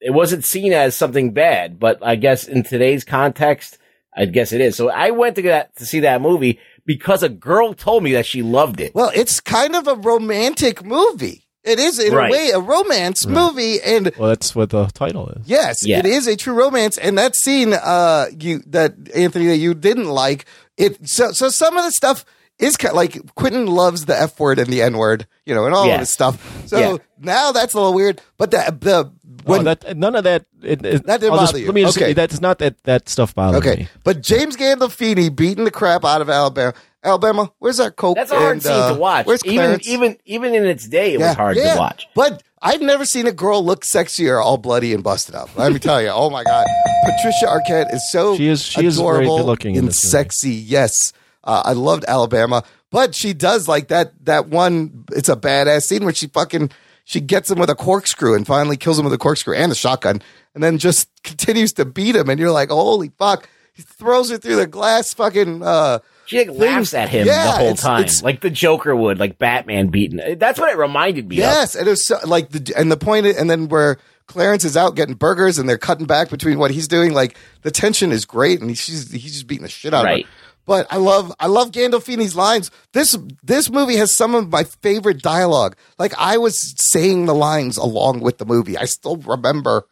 S6: it wasn't seen as something bad, but I guess in today's context, I guess it is. So I went to that to see that movie because a girl told me that she loved it.
S1: Well, it's kind of a romantic movie. It is, in
S6: Right.
S1: a way, a romance movie. And
S5: Well, that's what the title is.
S1: yes,
S5: Yeah.
S1: it is a true romance. And that scene, uh, you that Anthony that you didn't like it. So, so some of the stuff is ki- like Quentin loves the f word and the n word, you know, and all
S5: Yeah.
S1: of this stuff. So
S5: Yeah. Oh,
S1: now that's a little weird. But the the when
S5: that none of that it, it-
S1: that didn't
S5: I'll
S1: bother
S5: just-
S1: you.
S5: Let me just,
S1: okay,
S5: That's not that that stuff bothered
S1: Okay.
S5: me.
S1: But James Gandolfini beating the crap out of Alabama. Alabama, where's our coke?
S6: That's a hard
S1: and,
S6: scene
S1: uh,
S6: to watch.
S1: Where's
S6: Even
S1: Clarence?
S6: even even in its day, it was hard to watch.
S1: But I've never seen a girl look sexier, all bloody and busted up. Let me tell you. Oh my god, Patricia Arquette is so
S5: She is- she is very
S1: adorable
S5: good-looking in
S1: and
S5: this movie.
S1: sexy. Yes, uh, I loved Alabama, but she does like that that one. It's a badass scene where she fucking she gets him with a corkscrew and finally kills him with a corkscrew and a shotgun, and then just *laughs* continues to beat him. And you're like, holy fuck! He throws her through the glass. Fucking. Uh,
S6: she like, laughs at him the whole time, like the Joker would, like Batman beaten. That's what it reminded me
S1: Yes, and it was so, like the and the point i- and then where Clarence is out getting burgers and they're cutting back between what he's doing. Like the tension is great, and he's she's, he's just beating the shit out
S6: Right.
S1: of her. But I love I love Gandolfini's lines. This this movie has some of my favorite dialogue. Like I was saying the lines along with the movie. I still remember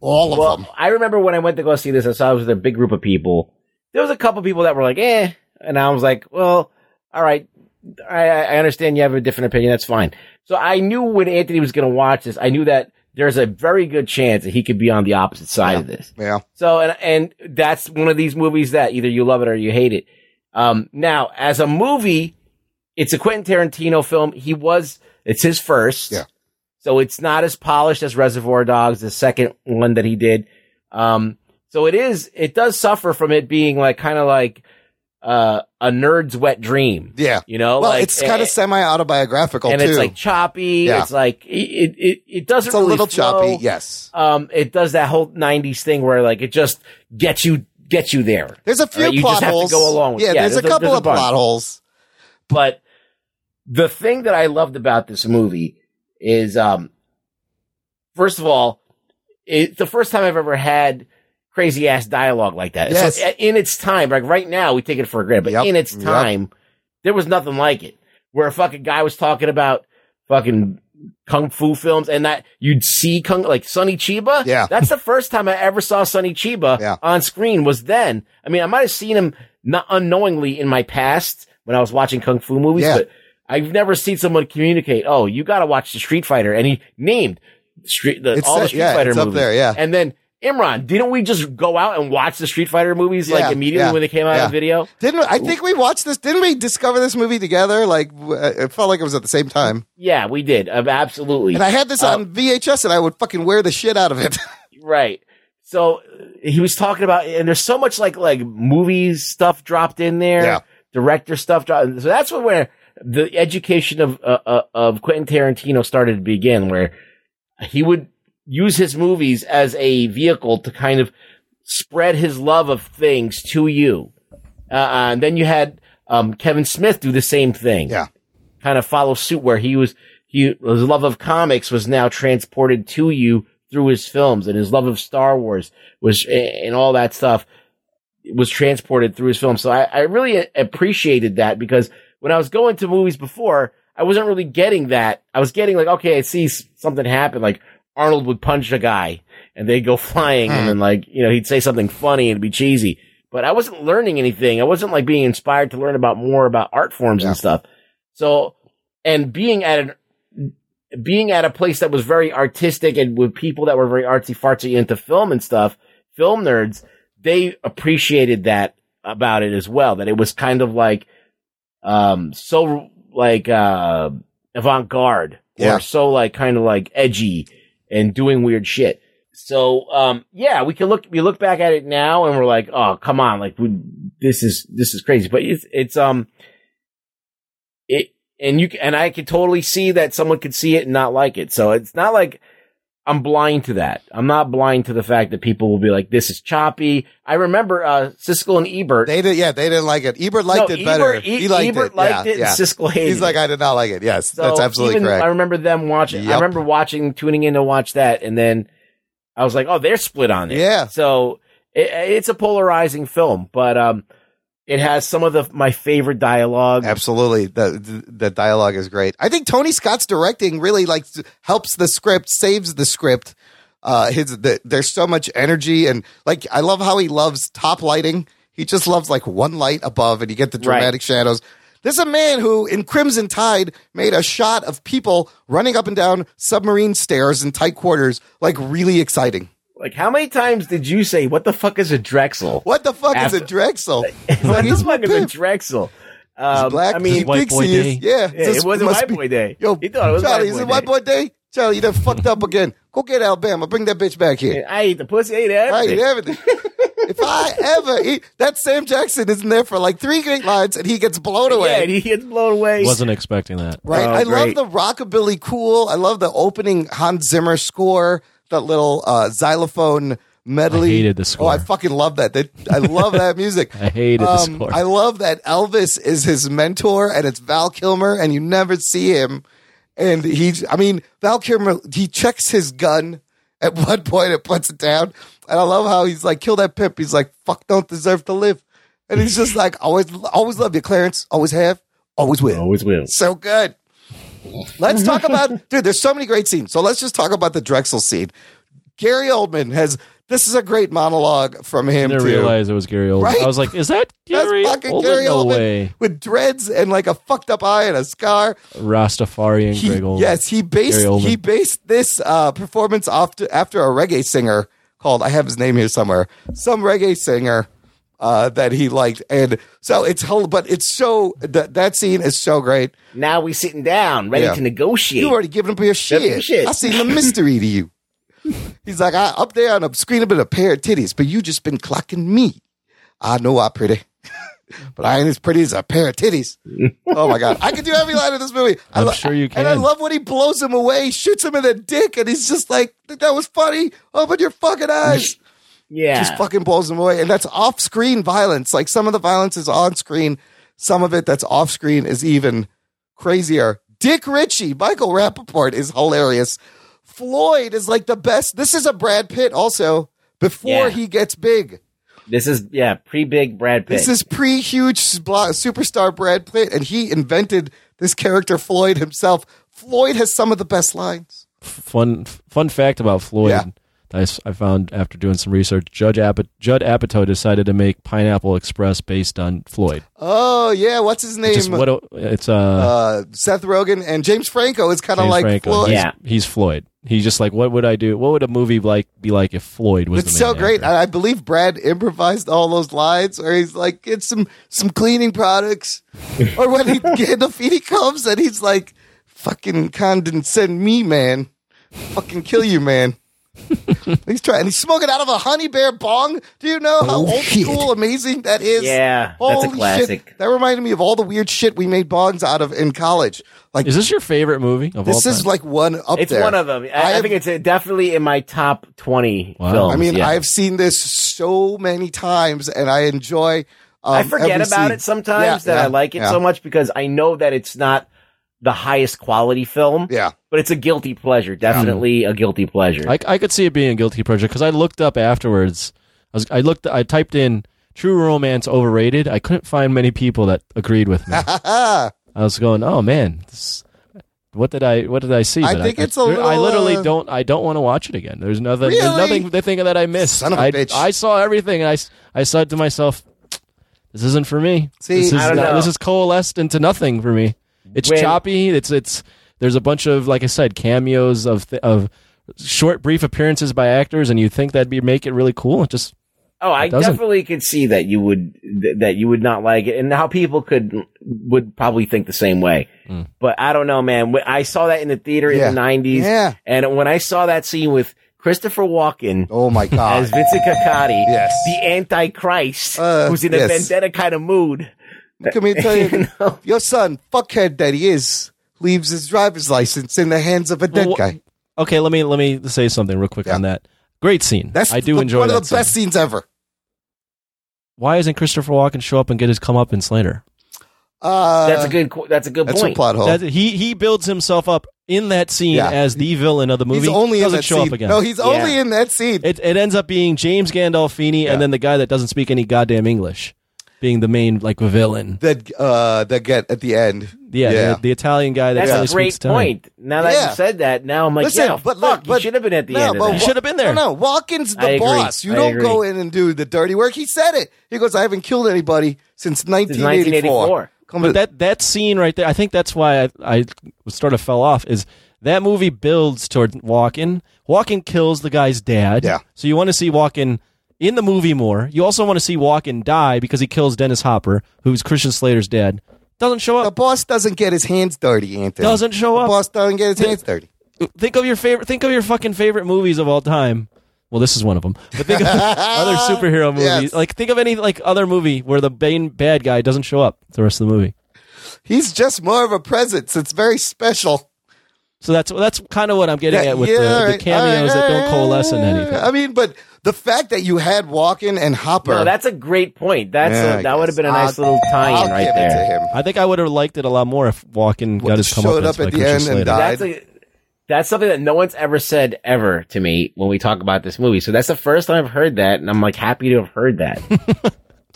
S1: all of
S6: well,
S1: them.
S6: I remember when I went to go see this, I saw it was with a big group of people. There was a couple people that were like, eh. And I was like, well, all right. I, I understand you have a different opinion. That's fine. So I knew when Anthony was going to watch this, I knew that there's a very good chance that he could be on the opposite side of this.
S1: Yeah.
S6: So, and, and that's one of these movies that either you love it or you hate it. Um, now, as a movie, it's a Quentin Tarantino film. He was, it's his first. Yeah. So it's not as polished as Reservoir Dogs, the second one that he did. Um, so it is, it does suffer from it being like kind of like, uh, a nerd's wet dream.
S1: Yeah.
S6: You know,
S1: well,
S6: like,
S1: it's kind
S6: eh,
S1: of semi autobiographical
S6: and
S1: too.
S6: it's like choppy.
S1: Yeah.
S6: It's like it it, it doesn't.
S1: It's a
S6: really
S1: little
S6: flow.
S1: choppy, yes.
S6: Um, it does that whole '90s thing where like it just gets you gets you there.
S1: There's a few
S6: Right? You
S1: plot
S6: just have
S1: holes.
S6: to go along. With,
S1: Yeah, there's a couple of
S6: bunch.
S1: plot holes.
S6: But the thing that I loved about this movie is, um, first of all, it's the first time I've ever had crazy ass dialogue like that. So
S1: Yes.
S6: in its time, like right now, we take it for granted, but in its
S1: Yep.
S6: time, There was nothing like it. Where a fucking guy was talking about fucking kung fu films and that you'd see kung like Sonny Chiba.
S1: Yeah.
S6: That's the first time I ever saw Sonny Chiba on screen was then. I mean, I might have seen him not unknowingly in my past when I was watching kung fu movies,
S1: Yeah.
S6: but I've never seen someone communicate, "Oh, you got to watch the Street Fighter," and he named Street the,
S1: It's
S6: all the
S1: that-
S6: Street
S1: yeah,
S6: Fighter
S1: it's up
S6: movies.
S1: there, yeah.
S6: And then Imran, didn't we just go out and watch the Street Fighter movies
S1: Yeah,
S6: like immediately
S1: yeah,
S6: when they came out
S1: yeah.
S6: on video?
S1: Didn't I think we watched this? Didn't we discover this movie together? Like w- uh, it felt like it was at the same time.
S6: Yeah, we did. Um, absolutely.
S1: And I had this
S6: Uh,
S1: on VHS, and I would fucking wear the shit out of
S6: *laughs*
S1: it.
S6: Right. So uh, he was talking about, and there's so much like like movie stuff dropped in there,
S1: Yeah.
S6: director stuff dropped. So that's what where the education of uh, uh, of Quentin Tarantino started to begin, where he would use his movies as a vehicle to kind of spread his love of things to you. Uh, uh, and then you had um, Kevin Smith do the same thing.
S1: Yeah.
S6: Kind of follow suit where he was, he, his love of comics was now transported to you through his films and his love of Star Wars was, and all that stuff was transported through his film. So I, I really a- appreciated that because when I was going to movies before, I wasn't really getting that. I was getting like, okay, I see s- something happen. Like Arnold would punch a guy and they'd go *laughs* flying and then like, you know, he'd say something funny and it'd be cheesy. But I wasn't learning anything. I wasn't like being inspired to learn about more about art forms and stuff. So, and being at an being at a place that was very artistic and with people that were very artsy fartsy into film and stuff, film nerds, they appreciated that about it as well. That it was kind of like, um, so like, uh, avant garde
S1: Yeah.
S6: or so like kind of like edgy and doing weird shit. So, um, yeah, we can look, we look back at it now and we're like, oh, come on. Like, we, this is, this is crazy. But it's, it's, um, it and you c- and I could totally see that someone could see it and not like it. So it's not like I'm blind to that. I'm not blind to the fact that people will be like, "This is choppy." I remember uh, Siskel and Ebert.
S1: They did, yeah, they didn't like it. Ebert liked
S6: No,
S1: it better.
S6: Ebert- E-
S1: he liked
S6: Ebert
S1: it.
S6: liked
S1: yeah,
S6: it and
S1: yeah.
S6: Siskel hated
S1: He's like,
S6: it.
S1: I did not like it. Yes,
S6: So
S1: that's absolutely
S6: even-
S1: correct.
S6: I remember them watching. I
S1: Yep.
S6: remember watching, tuning in to watch that, and then I was like, "Oh, they're split on it."
S1: Yeah.
S6: So it, it's a polarizing film, but um, it has some of the my favorite dialogue.
S1: Absolutely, the the dialogue is great. I think Tony Scott's directing really like s- helps the script, saves the script. Uh, his the, there's so much energy and like I love how he loves top lighting. He just loves like one light above, and you get the dramatic shadows. There's a man who in Crimson Tide made a shot of people running up and down submarine stairs in tight quarters, like really exciting.
S6: Like, how many times did you say, "What the fuck is a Drexel"?
S1: What the fuck
S6: After-
S1: is a Drexel?
S6: *laughs* what the fuck is a Drexel? Um,
S1: black.
S6: I mean,
S1: he thinks he is. Yeah,
S6: it,
S1: just-
S6: wasn't
S1: must
S6: white
S1: be-
S6: boy day.
S1: Yo,
S6: he thought it was
S1: Charlie,
S6: white
S1: is
S6: boy
S1: it white
S6: day.
S1: boy day? Charlie, you done fucked up again. Go get Alabama. Bring that bitch back here.
S6: I ate the pussy. I ate
S1: I eat
S6: everything.
S1: everything. if I ever eat that Sam Jackson is in there for like three great lines and he gets blown away.
S6: Yeah, and he gets blown away.
S5: Wasn't expecting that.
S1: Right.
S6: Oh,
S1: I
S6: great.
S1: love the rockabilly cool. I love the opening Hans Zimmer score, that little uh, xylophone medley.
S5: I hated the
S1: Oh,
S5: score.
S1: I fucking love that. that I love that music.
S5: *laughs*
S1: Um,
S5: I hated the score.
S1: I love that Elvis is his mentor and it's Val Kilmer and you never see him. And he, I mean, Val Kilmer, he checks his gun at *laughs* one point and puts it down. And I love how he's like, kill that pimp. He's like, fuck, don't deserve to live. And he's just like, always, always love you, Clarence. Always have, always will.
S6: Always will.
S1: So good. Let's
S5: *laughs*
S1: talk about dude. There's so many great scenes. So let's just talk about the Drexel scene. Gary Oldman has this is a great monologue from him.
S5: I didn't
S1: too.
S5: realize it was Gary Oldman.
S1: Right?
S5: I was like, is that
S1: That's
S5: Gary
S1: fucking
S5: Oldman?
S1: Gary
S5: no
S1: Oldman
S5: way.
S1: with dreads and like a fucked up eye and a scar.
S5: Rastafarian
S1: He-
S5: Greg Oldman.
S1: yes, he based
S5: Gary Oldman.
S1: he based this uh, performance after after a reggae singer called I have his name here somewhere, some reggae singer uh, that he liked, and so it's hel- but it's so that that scene is so great.
S6: Now we sitting down, ready
S1: Yeah.
S6: to negotiate.
S1: You already giving up your shit.
S6: shit.
S1: I seen the mystery to
S5: *laughs*
S1: you. He's like, I up there on the screen, I've been a pair of titties, but you just been clocking me. I know I'm pretty, *laughs* but I ain't as pretty as a pair of
S5: *laughs*
S1: titties. oh my god, I could do every line of this movie. I
S5: I'm
S1: lo-
S5: sure you
S1: And I
S5: can.
S1: love when he blows him away, shoots him in the dick, and he's just like, "That was funny. Open your fucking eyes."
S6: yeah.
S1: just fucking blows him away. And that's off screen violence. Like some of the violence is on screen, some of it that's off screen is even crazier. Dick Ritchie, Michael Rappaport is hilarious. Floyd is like the best. This is a Brad Pitt also before
S6: Yeah.
S1: he gets big.
S6: This is yeah, pre big Brad Pitt.
S1: This is pre huge blo- superstar Brad Pitt, and he invented this character Floyd himself. Floyd has some of the best lines.
S5: Fun fun fact about Floyd that I s- I, found after doing some research: Judge Apatow, Judd Apatow decided to make Pineapple Express based on Floyd.
S1: Oh yeah, what's his name?
S5: It's just what a- it's uh,
S1: uh, Seth Rogen and James Franco is kind of
S5: James
S1: like
S5: Franco.
S1: Floyd.
S5: He's, he's Floyd. He's just like, what would I do? What would a movie like be like if Floyd was?
S1: It's
S5: the main
S1: so great. I I believe Brad improvised all those lines where he's like, get some some cleaning
S5: *laughs*
S1: products. or when he get the feet he comes and he's like, fucking condescend me, man. Fucking kill you,
S5: *laughs*
S1: man. he's trying he's smoking out of a honey bear bong. Do you know how
S6: Oh,
S1: old
S6: shit.
S1: school amazing that is?
S6: Yeah, that's a
S1: Holy shit.
S6: classic.
S1: That reminded me of all the weird shit we made bongs out of in college. Like
S5: Is this your favorite movie of
S1: This
S5: all
S1: is
S5: time?
S1: like one up
S6: it's
S1: there.
S6: one of them. I, I
S1: have-
S6: think it's uh, definitely in my top twenty
S5: Wow.
S6: films.
S1: I mean,
S6: yeah.
S1: I've seen this so many times, and I enjoy. Um,
S6: I forget
S1: every
S6: about
S1: scene.
S6: it sometimes
S1: Yeah,
S6: that
S1: yeah,
S6: I like it
S1: yeah.
S6: so much because I know that it's not the highest quality film.
S1: Yeah.
S6: But it's a guilty pleasure. Definitely a guilty pleasure.
S5: I, I could see it being a guilty pleasure because I looked up afterwards. I was I looked I typed in True Romance overrated. I couldn't find many people that agreed with
S1: *laughs*
S5: me.
S1: I
S5: was going, oh man, this, what did I what did I see?
S1: I
S5: that
S1: think it's a
S5: I
S1: little,
S5: I literally
S1: uh,
S5: don't I don't want to watch it again. There's nothing there's
S1: Really?
S5: nothing the thing that I missed.
S1: Son of a
S5: I
S1: bitch.
S5: I saw everything and I s- I said to myself, this isn't for me.
S1: See,
S5: this is
S1: I don't
S5: not-
S1: know.
S5: this is coalesced into nothing for me. It's
S1: When-
S5: choppy. It's it's there's a bunch of like I said cameos of th- of short brief appearances by actors, and you think that'd be make it really cool. It just
S6: Oh, I
S5: It doesn't.
S6: definitely could see that you would th- that you would not like it, and how people could would probably think the same way.
S5: Mm.
S6: But I don't know, man. When I saw that in the theater
S1: Yeah.
S6: in the '90s,
S1: Yeah.
S6: and when I saw that scene with Christopher Walken,
S1: oh
S6: *laughs*
S1: my god,
S6: as Vincent Cacotti,
S1: Yes.
S6: the Antichrist,
S1: Uh,
S6: who's in a
S1: yes. uh,
S6: vendetta kind of mood.
S1: Come here, and
S6: *laughs*
S1: tell you, your son, fuckhead that he is, leaves his driver's license in the hands of a dead
S5: Well, wh-
S1: guy.
S5: okay. Let me let me say something real quick on that. Great scene.
S1: That's
S5: I do
S1: the-
S5: enjoy
S1: one
S5: that
S1: of the best
S5: scene.
S1: scenes ever.
S5: Why isn't Christopher Walken show up and get his come up in Slater?
S1: Uh,
S6: That's a good. qu- That's a good
S1: that's a
S6: point.
S1: plot hole.
S5: That- he he builds himself up in that scene
S1: Oh. Yeah.
S5: as the villain of the movie.
S1: He's only in
S5: doesn't
S1: that
S5: show
S1: scene.
S5: up again.
S1: No, he's only in that scene.
S5: It, it ends up being James Gandolfini and then the guy that doesn't speak any goddamn English being the main like villain.
S1: That uh, that get at the end.
S5: Yeah, The, the Italian guy that
S6: That's
S5: really
S6: a great
S5: speaks Italian.
S6: point. Now that
S1: Yeah.
S6: you said that, now I'm like,
S1: Listen,
S6: yeah,
S1: but look,
S6: fuck, you
S1: but-
S6: should have been at the
S1: no,
S6: end. Of
S1: but
S6: that.
S1: Wa-
S5: Should've been there.
S1: No, no, Walken's the
S6: I agree.
S1: boss. You
S6: I
S1: don't
S6: agree.
S1: go in and do the dirty work. He said it. He goes, I haven't killed anybody since 1984. Come
S5: But
S1: to-
S5: that that scene right there, I think that's why I, I sort of fell off. Is that movie builds toward Walken? Walken kills the guy's dad. Yeah. So you want to see Walken in the movie more. You also want to see Walken die because he kills Dennis Hopper, who's Christian Slater's dad. Doesn't show up.
S1: The boss doesn't get his hands dirty, Anthony.
S5: Doesn't show up.
S1: The boss doesn't get his hands dirty.
S5: Think of your favorite. Think of your fucking favorite movies of all time. Well, this is one of them. But think of other superhero movies.
S1: Yes.
S5: Like think of any like other movie where the main bad guy doesn't show up the rest of the movie.
S1: He's just more of a presence. It's very special.
S5: So that's that's kind of what I'm getting
S1: Yeah,
S5: at with
S1: yeah,
S5: the,
S1: all
S5: the
S1: right, all
S5: cameos
S1: right,
S5: that
S1: all
S5: don't
S1: right,
S5: coalesce in
S1: all right.
S5: anything.
S1: I mean, but the fact that you had Walken and Hopper.
S6: No, that's a great point. That's
S1: Yeah, I
S6: a, that would have been a
S1: guess.
S6: nice little tie-in
S1: I'll
S6: right
S1: give it
S6: there.
S1: to him.
S5: I think I would have liked it a lot more if Walken got his come
S1: showed up
S5: as,
S1: at
S5: like,
S1: the
S5: Christian
S1: end and died.
S5: Slater.
S6: That's a, that's something that no one's ever said ever to me when we talk about this movie. So that's the first time I've heard that, and I'm like happy to have heard
S5: *laughs*
S6: that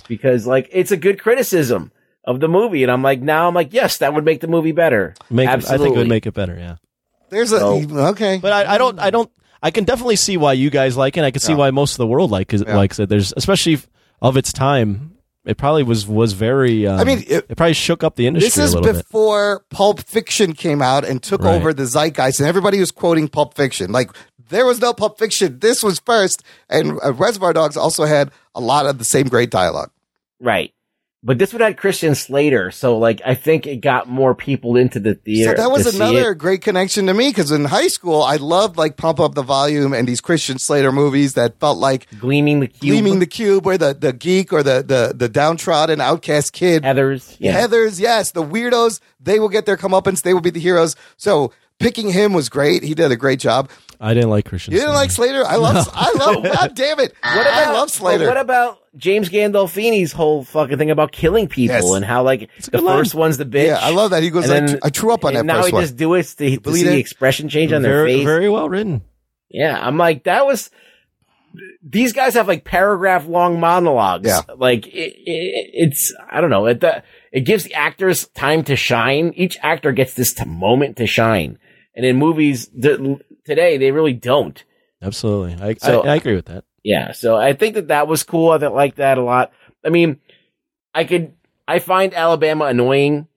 S6: because like it's a good criticism of the movie, and I'm like now I'm like yes, that would make the movie better.
S5: Make- I
S6: Absolutely,
S5: think it would make it better. Yeah,
S1: There's a. Okay.
S5: but I, I don't. I don't. I can definitely see why you guys like it. I can see why most of the world like it. likes it. There's especially if- of its time. It probably was was very. Um,
S1: I mean,
S5: it, probably shook up the industry
S1: This is
S5: a little bit.
S1: before Pulp Fiction came out and took
S5: Right.
S1: over the zeitgeist, and everybody was quoting Pulp Fiction. Like there was no Pulp Fiction. This was first, and uh, Reservoir Dogs also had a lot of the same great dialogue.
S6: right. But this would have had Christian Slater, so like I think it got more people into the
S1: So
S6: theater.
S1: that was
S6: to see
S1: another
S6: it.
S1: great connection to me because in high school I loved like Pump Up the Volume and these Christian Slater movies that felt like
S6: gleaming the cube,
S1: gleaming the cube, where the, the geek or the, the the downtrodden outcast kid
S6: Heather's, yeah.
S1: Heathers, yes, the weirdos, they will get their comeuppance. They will be the heroes. So picking him was great. He did a great job.
S5: I didn't like Christian.
S1: You didn't like Slater? I love, I
S6: *laughs*
S1: love, God damn it.
S6: What about,
S1: I love Slater.
S6: but What about James Gandolfini's whole fucking thing about killing people
S1: Yes.
S6: and how like the
S1: good line.
S6: first one's the bitch?
S1: Yeah, I love that. He goes,
S6: and
S1: I tr- I threw up on
S6: and
S1: that
S6: Now
S1: first
S6: he
S1: one.
S6: just do it to, to
S1: Believe
S6: see the
S1: it.
S6: expression change on their
S5: very,
S6: face.
S5: very well written.
S6: yeah, I'm like that was these guys have like paragraph long monologues. Yeah. Like it, it, it's, I don't know. It, the, it gives the actors time to shine. Each actor gets this t- moment to shine. And in movies the, today, they really don't.
S5: Absolutely. I,
S6: So-
S5: I, I agree with that.
S6: Yeah. So I think that that was cool. I didn't like that a lot. I mean, I could, I find Alabama annoying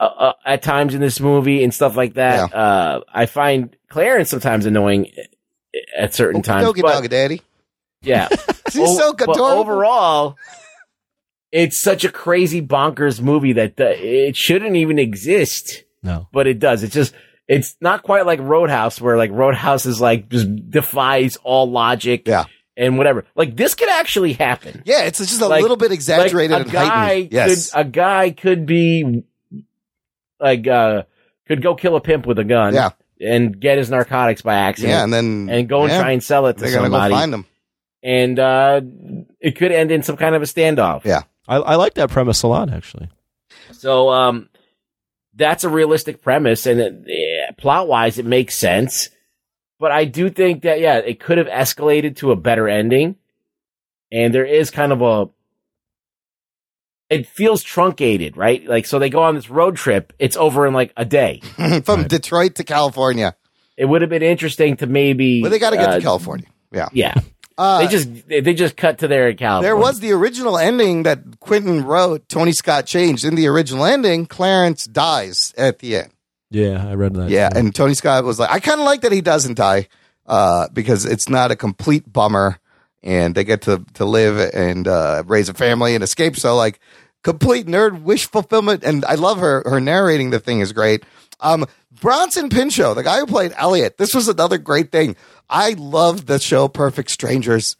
S6: uh, uh, at times in this movie and stuff like that. Uh, I find Clarence sometimes annoying uh, at certain times.
S1: Doggy
S6: but-
S1: doggy daddy. *laughs*
S6: yeah.
S1: She's so
S6: but
S1: adorable.
S6: overall, it's such a crazy bonkers movie that the, it shouldn't even exist.
S5: No.
S6: But it does. It's just it's not quite like Roadhouse where like Roadhouse is like just defies all logic. Yeah. And whatever. Like this could actually happen.
S1: Yeah, it's just a little bit exaggerated
S6: a
S1: and
S6: guy
S1: heightened. Yes.
S6: Could, uh, a guy could be like uh could go kill a pimp with a gun.
S1: Yeah.
S6: And get his narcotics by accident.
S1: Yeah, and then-
S6: and go and
S1: yeah.
S6: try and sell it to
S1: They're gonna
S6: somebody.
S1: go find them.
S6: And uh, it could end in some kind of a standoff.
S1: Yeah.
S5: I, I like that premise a lot, actually.
S6: So um, that's a realistic premise, and it, plot wise, it makes sense. But I do think that yeah, it could have escalated to a better ending, and there is kind of a. It feels truncated, right? Like so, they go on this road trip. It's over in like a day.
S1: *laughs* From Detroit to California.
S6: It would have been interesting to maybe.
S1: Well, they gotta get to
S6: uh,
S1: California. Yeah.
S6: Yeah.
S1: Uh,
S6: they just they they just cut to there in California.
S1: There was the original ending that Quentin wrote, Tony Scott changed. In the original ending, Clarence dies at the end.
S5: Yeah, I read that.
S1: yeah, and Tony Scott was like, I kind of like that he doesn't die uh, because it's not a complete bummer, and they get to to live and uh, raise a family and escape. So like, complete nerd wish fulfillment, and I love her. Her narrating the thing is great. Um, Bronson Pinchot, the guy who played Elliot, this was another great thing. I loved the show Perfect Strangers.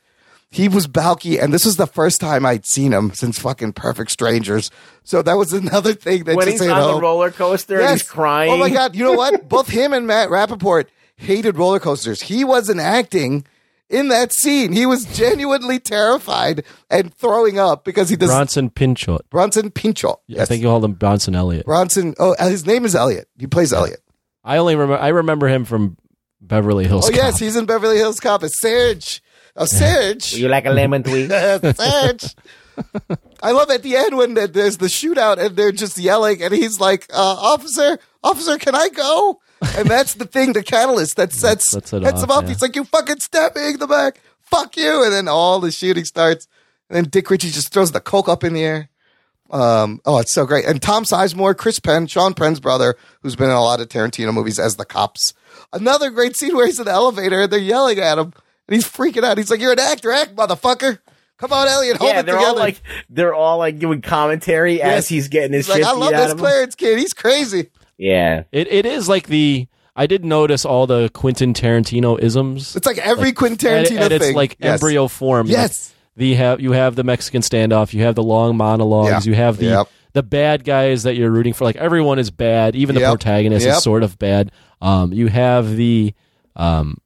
S1: He was Balky, and this was the first time I'd seen him since fucking Perfect Strangers. So that was another thing that
S6: when
S1: just
S6: he's
S1: hit
S6: on the
S1: home.
S6: roller coaster and he's crying.
S1: Oh my god! You know
S6: *laughs*
S1: what? Both him and Matt Rappaport hated roller coasters. He wasn't acting in that scene. He was genuinely terrified and throwing up because he does
S5: Bronson Pinchot.
S1: Bronson Pinchot.
S5: I think you called him Bronson Elliott.
S1: Bronson. Oh, his name is Elliot. He plays Elliot.
S5: I only remember I remember him from Beverly Hills.
S1: Oh
S5: Cop.
S1: yes, he's in Beverly Hills Cop. It's Serge. Oh, Serge.
S6: You like
S1: *laughs*
S6: a lemon tweet?
S1: Serge. I love at the end when there- there's the shootout and they're just yelling, and he's like, uh, "Officer, officer, can I go?" And that's the thing, the catalyst that sets
S5: That's-
S1: sets
S5: that's it
S1: him
S5: off,
S1: up.
S5: yeah.
S1: He's like, "You fucking stab me in the back, fuck you!" And then all the shooting starts. And then Dick Ritchie just throws the coke up in the air. Um, oh, it's so great. And Tom Sizemore, Chris Penn, Sean Penn's brother, who's been in a lot of Tarantino movies as the cops. Another great scene where he's in the elevator and they're yelling at him and he's freaking out. He's like, You're an actor, act, motherfucker. Come on, Elliot, *laughs* hold
S6: yeah,
S1: it
S6: they're
S1: together.
S6: all like they're all like doing commentary as
S1: Yes.
S6: he's getting his
S1: He's like,
S6: shit
S1: I
S6: beat
S1: love
S6: out
S1: this
S6: of him.
S1: Clarence kid. He's crazy.
S6: Yeah.
S5: It it is like the I did notice all the Quentin Tarantino isms.
S1: It's like every Quentin
S5: and-
S1: Tarantino
S5: and,
S1: thing.
S5: it's like
S1: Yes.
S5: embryo form. Like,
S1: Yes.
S5: the have you have the Mexican standoff, you have the long monologues,
S1: Yeah.
S5: you have the
S1: Yep.
S5: the bad guys that you're rooting for. Like everyone is bad, even the
S1: Yep.
S5: protagonist
S1: Yep.
S5: is sort of bad. Um, you have the um,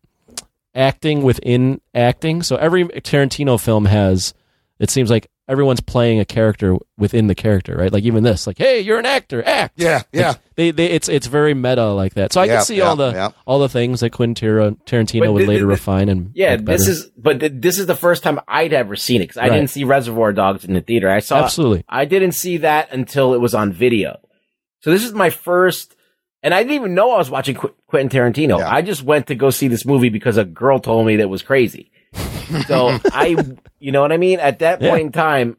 S5: acting within acting. So every Tarantino film has it seems like everyone's playing a character within the character, right? Like even this, like hey, you're an actor, act.
S1: Yeah,
S5: Like,
S1: yeah.
S5: they, they it's it's very meta like that. So I
S6: Yeah,
S5: can see
S6: yeah,
S5: all the
S6: yeah.
S5: all the things that Quentin Tar- Tarantino
S6: But
S5: would
S6: thi-
S5: later
S6: thi-
S5: refine and
S6: Yeah,
S5: make
S6: this
S5: better.
S6: is, but th- this is the first time I'd ever seen it because I
S5: Right.
S6: didn't see Reservoir Dogs in the theater. I saw
S5: Absolutely.
S6: I didn't see that until it was on video. So this is my first, and I didn't even know I was watching Qu- Quentin Tarantino. I just went to go see this movie because a girl told me that it was crazy. So I, you know what I mean? At that point in time,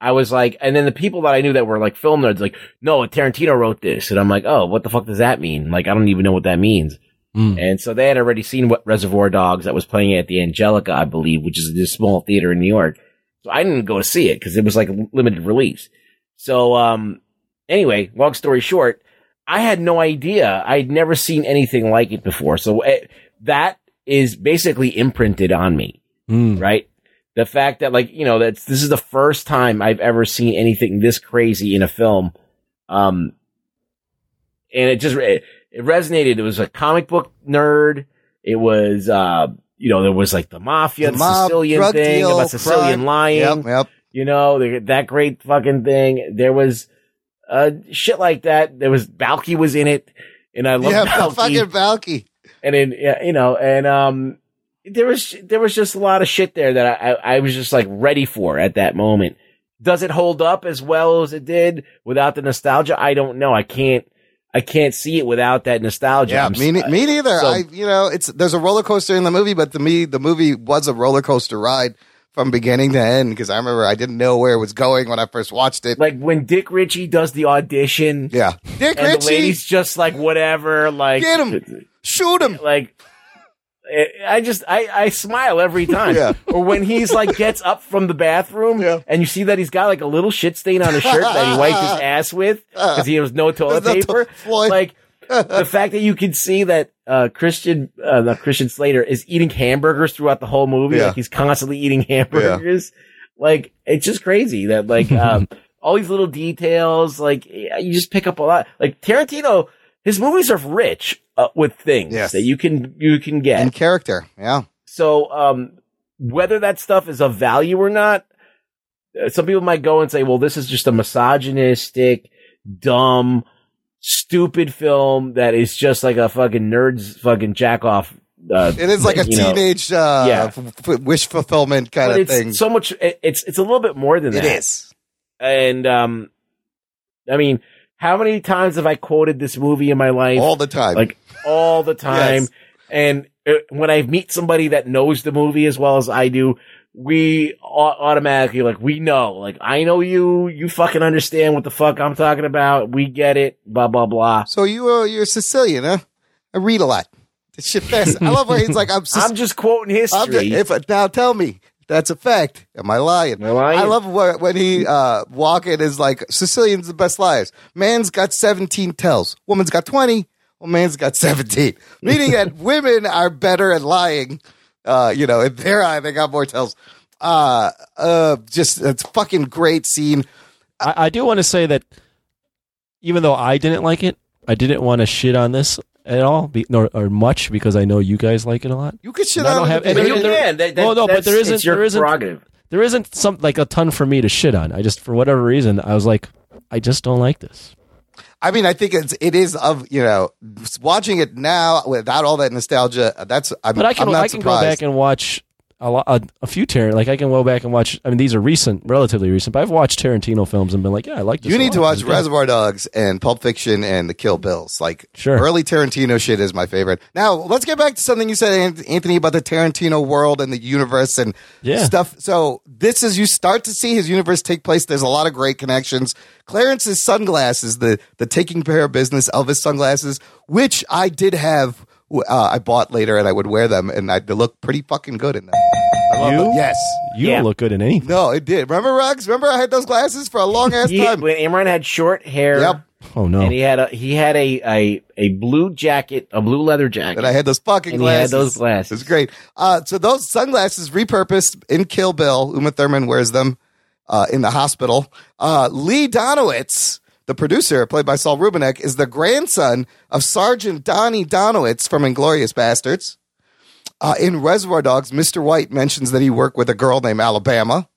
S6: I was like, and then the people that I knew that were like film nerds, like, no, Tarantino wrote this. And I'm like, oh, what the fuck does that mean? Like, I don't even know what that means.
S5: Mm,
S6: And so they had already seen what Reservoir Dogs that was playing at the Angelica, I believe, which is this small theater in New York. So I didn't go see it because it was like limited release. So, um, anyway, long story short, I had no idea. I'd never seen anything like it before. So it, that is basically imprinted on me,
S5: mm.
S6: right? The fact that like, you know, that's, this is the first time I've ever seen anything this crazy in a film. Um, and it just it, it resonated. It was a comic book nerd. It was uh, you know there was like the mafia,
S1: The
S6: the,
S1: mob,
S6: Sicilian
S1: drug
S6: thing
S1: deal,
S6: about Sicilian
S1: crime.
S6: lying.
S1: Yep, yep.
S6: You know the, that great fucking thing. There was uh, shit like that. There was Balky was in it, and I love
S1: Yeah, *laughs*
S6: Balky.
S1: fucking Balky.
S6: And then yeah, you know, and um, there was there was just a lot of shit there that I, I I was just like ready for at that moment. Does it hold up as well as it did without the nostalgia? I don't know. I can't I can't see it without that nostalgia.
S1: Yeah,
S6: I'm
S1: me, ne-
S6: s-
S1: me neither.
S6: so-
S1: I, you know, it's there's a roller coaster in the movie, but to me, the movie was a roller coaster ride from beginning to end because I remember I didn't know where it was going when I first watched it.
S6: Like when Dick Ritchie does the audition,
S1: yeah, Dick
S6: and
S1: Ritchie,
S6: the lady's just like whatever, like
S1: Get him! shoot
S6: *laughs*
S1: him.
S6: Like I- I just I I smile every time.
S1: Yeah.
S6: Or when
S1: *laughs*
S6: he's like gets up from the bathroom and you see that he's got like a little shit stain on his shirt that he wiped
S1: *laughs*
S6: his ass with because he has no toilet
S1: There's no
S6: paper.
S1: *laughs*
S6: like the fact that you can see that uh Christian uh not Christian Slater is eating hamburgers throughout the whole movie.
S1: Yeah.
S6: Like he's constantly eating hamburgers. Like it's just crazy
S1: *laughs*
S6: that like um all these little details, like yeah, you just pick up a lot. Like Tarantino, his movies are rich uh, with things that you can you can get
S1: and character. Yeah,
S6: so, um, whether that stuff is of value or not, uh, some people might go and say, well, this is just a misogynistic, dumb, stupid film that is just like a fucking nerd's fucking jack off. Uh,
S1: it is like a
S6: you know.
S1: teenage uh,
S6: Yeah.
S1: f- f- wish fulfillment kind
S6: But
S1: of
S6: it's
S1: thing.
S6: So much. it- It's it's a little bit more than
S1: It
S6: that.
S1: is.
S6: And um, I mean, how many times have I quoted this movie in my life?
S1: All the time.
S6: Like all the time.
S1: Yes.
S6: And uh, when I meet somebody that knows the movie as well as I do, we au- automatically like we know. Like I know you. You fucking understand what the fuck I'm talking about. We get it. Blah blah blah.
S1: so you uh, you're Sicilian, huh? I read a lot. This shit fast. I love where he's like, I'm. Sis-
S6: I'm just quoting
S1: I'm
S6: history.
S1: ju- if now tell me that's a fact. Am I lying?
S6: lying?
S1: I love where, when he uh, walking is like Sicilians the best liars. Man's got seventeen tells. Woman's got twenty. Well, man's got
S5: *laughs*
S1: seventeen. Meaning that women are better at lying. Uh, you know, in their eye, they got more tells. Uh, uh, just it's a fucking great scene.
S5: I, I do want to say that even though I didn't like it, I didn't want to shit on this at all, be, nor or much, because I know you guys like it a lot.
S1: You could shit
S5: And I
S1: on
S5: don't
S1: it
S5: have.
S1: if
S5: and
S1: you
S5: there- there-
S6: can. That- that-
S5: well, no, but
S6: that's-
S5: there isn't.
S6: it's your
S5: there isn't.
S6: prerogative.
S5: There isn't some like a ton for me to shit on. I just for whatever reason I was like, I just don't like this.
S1: I mean, I think it's it is of you know watching it now without all that nostalgia. That's I'm,
S5: But I can
S1: I'm not
S5: I can
S1: surprised.
S5: go back and watch a lot a, a few Tarantino. Like I can go back and watch. I mean, these are recent, relatively recent. But I've watched Tarantino films and been like, yeah, I like this.
S1: You
S5: a
S1: need to
S5: lot.
S1: watch Reservoir Dogs and Pulp Fiction and The Kill Bills. Like early Tarantino shit is my favorite. Now let's get back to something you said, An- Anthony, about the Tarantino world and the universe and
S5: Yeah.
S1: stuff. So this is you start to see his universe take place. There's a lot of great connections. Clarence's sunglasses, the the taking care of business Elvis sunglasses, which I did have. Uh, I bought later and I would wear them and I, they look pretty fucking good in them. I love
S5: You?
S1: them. Yes.
S5: You don't look good in anything.
S1: No, it did. Remember, Rugs? Remember, I had those glasses for a long ass
S6: *laughs* Yeah,
S1: time.
S6: when Imran had short hair.
S1: Yep.
S5: Oh no.
S6: And he had a he had a a, a blue jacket, a blue leather jacket.
S1: And I had those fucking
S6: and
S1: glasses.
S6: He had those glasses.
S1: It's great. Uh, so those sunglasses repurposed in Kill Bill. Uma Thurman wears them uh, in the hospital. Uh, Lee Donowitz, the producer, played by Saul Rubinek, is the grandson of Sergeant Donnie Donowitz from Inglorious Bastards. Uh, in Reservoir Dogs, Mr. White mentions that he worked with a girl named Alabama.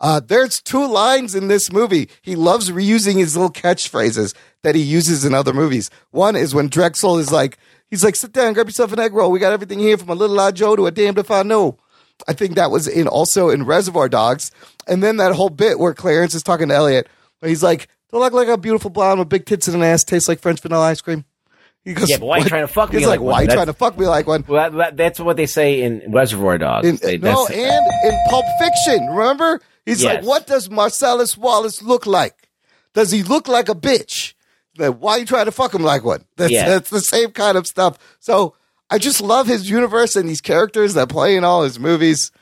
S1: Uh, there's two lines in this movie. He loves reusing his little catchphrases that he uses in other movies. One is when Drexel is like, he's like, sit down, grab yourself an egg roll. We got everything here from a little odd Joe to a damned if I know. I think that was in also in Reservoir Dogs. And then that whole bit where Clarence is talking to Elliot, where he's like, don't look like a beautiful blonde with big tits and an ass tastes like French vanilla ice cream. He goes,
S6: yeah, but why you
S1: "What?"
S6: trying to fuck
S1: He's
S6: me
S1: like,
S6: like,
S1: why you
S6: one?
S1: trying to fuck me like one?
S6: Well, that, that, that's what they say in Reservoir Dogs.
S1: In,
S6: They-
S1: no,
S6: that's-
S1: and in Pulp Fiction, remember? He's like,
S6: Yes.
S1: what does Marcellus Wallace look like? Does he look like a bitch? Like, why you trying to fuck him like one? That's,
S6: Yeah.
S1: that's the same kind of stuff. So I just love his universe and these characters that play in all his movies.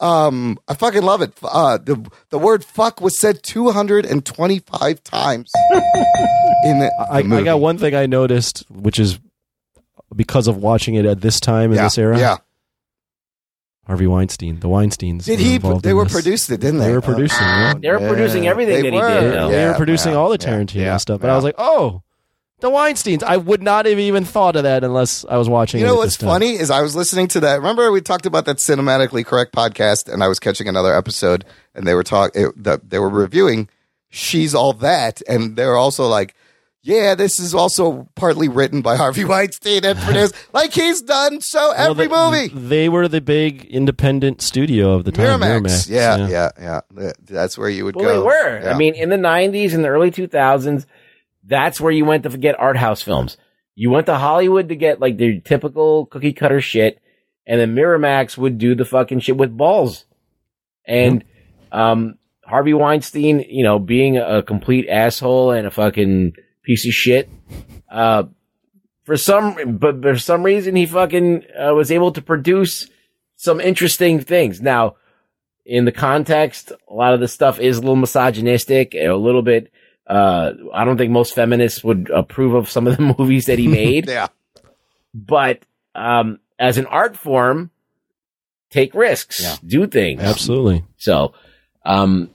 S1: Um, I fucking love it. Uh, the, the word fuck was said 225
S6: *laughs*
S1: times in the,
S5: I, I got one thing I noticed, which is because of watching it at this time in
S1: Yeah,
S5: this era.
S1: yeah.
S5: Harvey Weinstein, the Weinsteins.
S1: Did
S5: were
S1: he?
S5: involved
S1: They
S5: in
S1: were
S5: this.
S1: producing it, didn't they?
S5: They were producing. yeah.
S6: they were
S1: Yeah.
S6: producing everything
S1: They
S6: that
S1: were.
S6: he did. Though.
S5: they
S1: Yeah,
S5: were producing
S1: yeah,
S5: all the
S1: yeah,
S5: Tarantino
S1: yeah,
S5: stuff, and
S1: yeah.
S5: I was like, oh, the Weinsteins. I would not have even thought of that unless I was watching.
S1: You
S5: it
S1: know
S5: at
S1: what's
S5: this time.
S1: funny is I was listening to that. Remember we talked about that cinematically correct podcast, and I was catching another episode, and they were talk it, the, they were reviewing "She's All That," and they were also like, yeah, this is also partly written by *laughs* Harvey Weinstein and produced like he's done so
S5: Well,
S1: every
S5: they-
S1: movie.
S5: They were the big independent studio of the time.
S1: Miramax.
S5: Miramax.
S1: Yeah, yeah, yeah, That's where you would
S6: Well,
S1: go.
S6: they were.
S1: Yeah.
S6: I mean, in the '90s and the early 2000s, that's where you went to get art house films. You went to Hollywood to get like their typical cookie cutter shit, and then Miramax would do the fucking shit with balls. And um, Harvey Weinstein, you know, being a complete asshole and a fucking piece of shit, uh, for some, but but for some reason, he fucking uh, was able to produce some interesting things. Now, in the context, a lot of the stuff is a little misogynistic, a little bit. Uh, I don't think most feminists would approve of some of the *laughs* movies that he
S1: *laughs*
S6: made.
S1: yeah,
S6: but um, as an art form, take risks, do things,
S5: absolutely.
S6: So, um,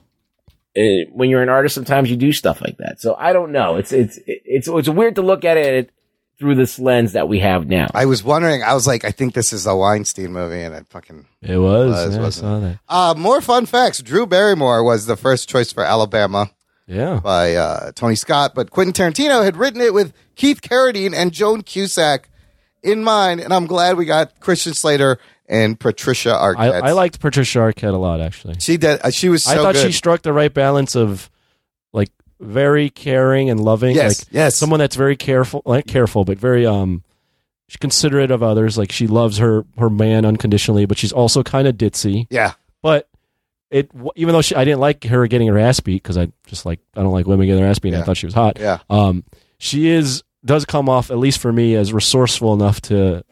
S6: eh, when you're an artist, sometimes you do stuff like that. So I don't know. It's it's it's it's weird to look at it through this lens that we have now.
S1: I was wondering. I was like, I think this is a Weinstein movie, and it fucking
S5: It was.
S1: Was,
S5: yeah, I
S1: wasn't
S5: saw that.
S1: Uh, more fun facts. Drew Barrymore was the first choice for Alabama.
S5: Yeah.
S1: By uh, Tony Scott, but Quentin Tarantino had written it with Keith Carradine and Joan Cusack in mind, and I'm glad we got Christian Slater and Patricia
S5: I,
S1: Arquette.
S5: I liked Patricia Arquette a lot, actually.
S1: She did. uh, she was. So
S5: I thought she
S1: good.
S5: struck the right balance of like very caring and loving.
S1: Yes,
S5: like, Someone that's very careful, like careful, but very um she's considerate of others. Like she loves her her man unconditionally, but she's also kind of ditzy.
S1: Yeah.
S5: But it w- even though she, I didn't like her getting her ass beat because I just like I don't like women getting their ass beat. and I
S1: Yeah.
S5: thought she was hot.
S1: Yeah.
S5: Um, she is does come off at least for me as resourceful enough to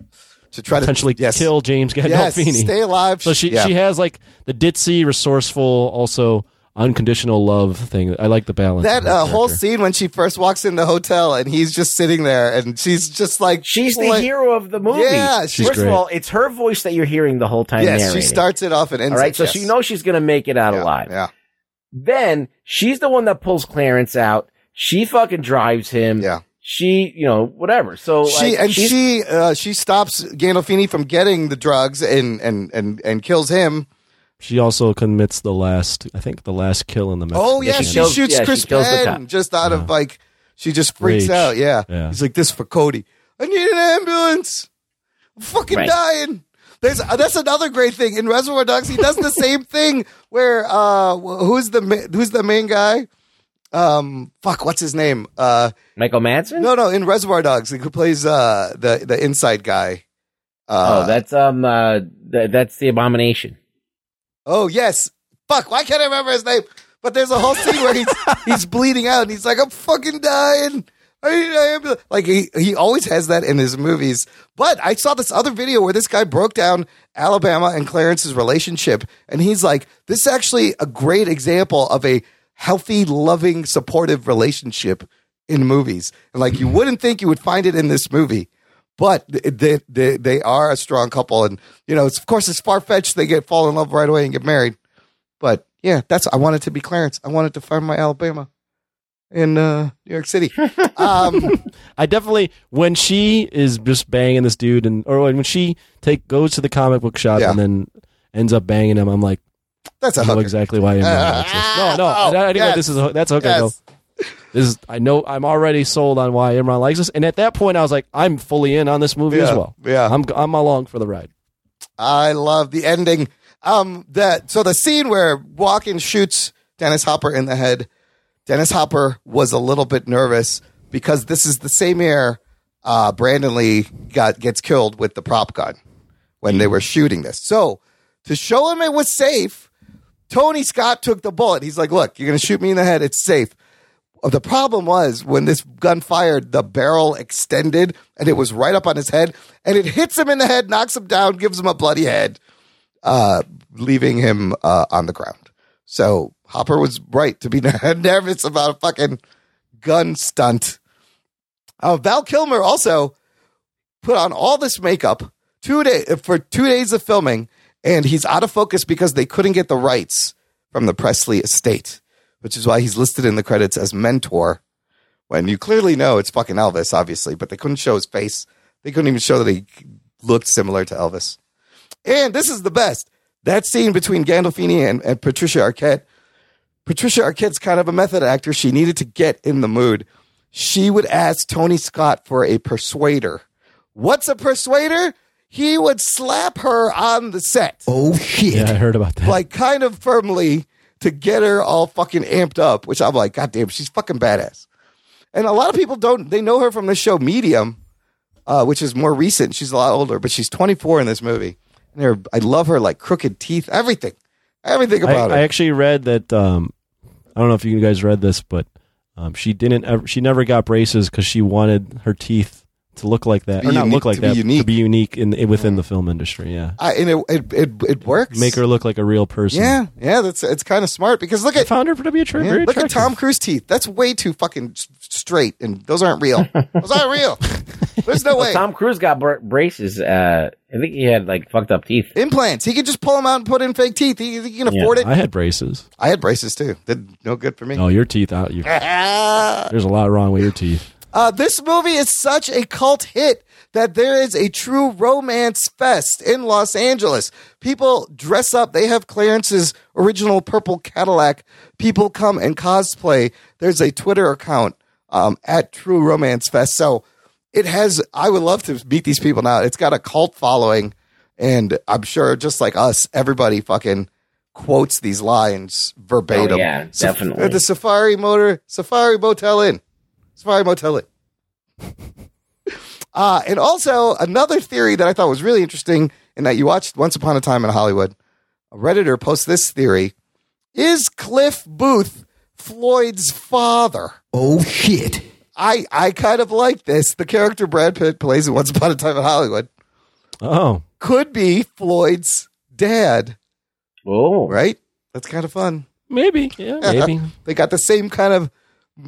S1: to try to-
S5: potentially
S1: yes.
S5: kill James
S1: Yes,
S5: Gandolfini.
S1: stay alive.
S5: So she
S1: Yeah.
S5: she has like the ditzy, resourceful, also unconditional love thing. I like the balance.
S1: That
S5: of her
S1: uh, whole
S5: character.
S1: scene when she first walks in the hotel and he's just sitting there and she's just like
S6: She's the
S1: like-
S6: hero of the movie.
S1: Yeah, she's
S6: First
S1: great.
S6: of all, it's her voice that you're hearing the whole time.
S1: Yes, she
S6: narrating.
S1: starts it off and ends
S6: All right,
S1: it,
S6: so
S1: yes.
S6: she knows she's going to make it out alive.
S1: Yeah.
S6: Then she's the one that pulls Clarence out. She fucking drives him. Yeah. She, you know, whatever. So
S1: She
S6: like,
S1: and
S6: she's-
S1: she uh, she stops Gandolfini from getting the drugs and and and and kills him.
S5: She also commits the last, I think, the last kill in the. Mexican
S1: oh yeah,
S5: Standoff.
S1: she shoots Chris Penn just out of like she just freaks
S5: Rage.
S1: out. Yeah.
S5: Yeah.
S1: he's like this for Cody. I need an ambulance. I'm fucking
S5: Right.
S1: dying. There's uh, that's another great thing in Reservoir Dogs. He does the same thing where uh wh- who's the ma- who's the main guy? Um, fuck, what's his name? Uh,
S6: Michael Madsen.
S1: No, no, in Reservoir Dogs, who plays uh the the inside guy. Uh,
S6: oh, that's um, uh, th- that's the abomination.
S1: Oh yes. Fuck, why can't I remember his name? But there's a whole scene where he's he's bleeding out and he's like, I'm fucking dying. I need an ambulance." Like he he always has that in his movies. But I saw this other video where this guy broke down Alabama and Clarence's relationship, and he's like, This is actually a great example of a healthy, loving, supportive relationship in movies. And like you wouldn't think you would find it in this movie but th- they, they they are a strong couple, and you know, it's, of course, it's far fetched. They get fall in love right away and get married. But yeah, that's I wanted to be Clarence. I wanted to find my Alabama in uh, New York City. Um,
S5: I definitely when she is just banging this dude, and or when she take goes to the comic book shop and then ends up banging him. I'm like,
S1: that's
S5: I know exactly why. I'm
S1: *laughs*
S5: uh, no, no, I, I think that this is a, that's okay.
S1: Oh, Yes.
S5: No. This is I know I'm already sold on why Imran likes this, and at that point I was like, I'm fully in on this movie as
S1: Yeah,
S5: well.
S1: yeah.
S5: I'm I'm along for the ride.
S1: I love the ending. Um, that so the scene where Walken shoots Dennis Hopper in the head. Dennis Hopper was a little bit nervous because this is the same year uh, Brandon Lee got gets killed with the prop gun when they were shooting this. So to show him it was safe, Tony Scott took the bullet. He's like, "Look, you're going to shoot me in the head. It's safe." Uh, The problem was when this gun fired, the barrel extended and it was right up on his head, and it hits him in the head, knocks him down, gives him a bloody head, uh, leaving him uh, on the ground. So Hopper was right to be *laughs* nervous about a fucking gun stunt. Uh, Val Kilmer also put on all this makeup two day for two days of filming, and he's out of focus because they couldn't get the rights from the Presley estate, which is why he's listed in the credits as mentor. When you clearly know it's fucking Elvis, obviously, but they couldn't show his face. They couldn't even show that he looked similar to Elvis. And this is the best. That scene between Gandolfini and, and Patricia Arquette Patricia Arquette's kind of a method actor. She needed to get in the mood. she would ask Tony Scott for a persuader. What's a persuader? He would slap her on the set.
S2: Oh shit.
S5: Yeah, I heard about that.
S1: Like kind of firmly to get her all fucking amped up, which I'm like, God damn, she's fucking badass. And a lot of people don't they know her from the show Medium, uh, which is more recent. She's a lot older, but she's 24 in this movie. And her, I love her like crooked teeth, everything. Everything about
S5: I,
S1: her.
S5: I actually read that. Um, I don't know if you guys read this, but um, she didn't. Ever, she never got braces because she wanted her teeth to look like
S1: To
S5: that,
S1: be
S5: or not
S1: unique-
S5: look like
S1: to be
S5: that, to
S1: unique.
S5: be unique in in- within the film industry. Yeah,
S1: I, and it, it it it works.
S5: make her look like a real person.
S1: Yeah, yeah, that's it's kind of smart because look at
S5: found her to be a tri- very
S1: Look at
S5: attractive.
S1: Tom Cruise teeth. That's way too fucking s- straight, and those aren't real. those aren't
S5: *laughs*
S1: real. There's no way.
S6: Tom Cruise got br- braces. Uh, I think he had like fucked up teeth.
S1: Implants. He could just pull them out and put in fake teeth. He, he can afford it.
S5: I had braces.
S1: I had braces too. Did no good for me. Ah!
S5: No, your teeth
S1: *laughs*
S5: out. You, there's a lot wrong with your teeth.
S1: Uh, this movie is such a cult hit that there is a true romance fest in Los Angeles. People dress up. They have Clarence's original purple Cadillac. People come and cosplay. There's a Twitter account um, at True Romance Fest. So it has, I would love to meet these people now. It's got a cult following. And I'm sure, just like us, everybody fucking quotes these lines verbatim.
S6: Oh, yeah,
S1: Sa-
S6: definitely.
S1: the Safari Motor, Safari Motel Inn. Safari Motel Inn. Uh, and also, another theory that I thought was really interesting and that you watched Once Upon a Time in Hollywood, a Redditor posts this theory Is Cliff Booth Floyd's father?
S2: Oh shit.
S1: I, I kind of like this. The character Brad Pitt plays in Once Upon a Time in Hollywood
S5: Oh,
S1: could be Floyd's dad,
S6: Oh,
S1: right? That's kind of fun.
S5: maybe. Yeah,
S1: *laughs*
S5: maybe.
S1: they got the same kind of.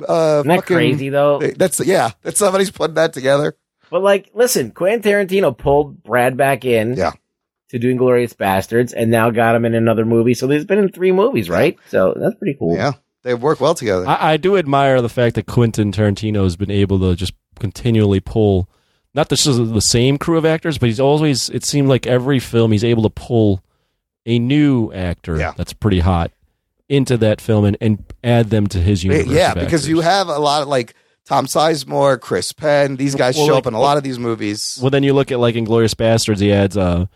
S1: Uh,
S6: Isn't that
S1: fucking-
S6: crazy, though?
S1: That's yeah. That's somebody's putting that together.
S6: But like, listen, Quentin Tarantino pulled Brad back in.
S1: Yeah.
S6: To do Inglorious Bastards, and now got him in another movie. So there's been in three movies, right? So that's pretty cool.
S1: Yeah, they work well together.
S5: I, I do admire the fact that Quentin Tarantino has been able to just continually pull not this is the same crew of actors, but he's always it seemed like every film he's able to pull a new actor that's pretty hot into that film and, and add them to his universe.
S1: yeah,
S5: of
S1: because
S5: actors.
S1: you have a lot of like Tom Sizemore, Chris Penn. These guys
S5: Well,
S1: show
S5: like-
S1: up in a lot of these movies.
S5: well then you look at like Inglorious Bastards, he adds uh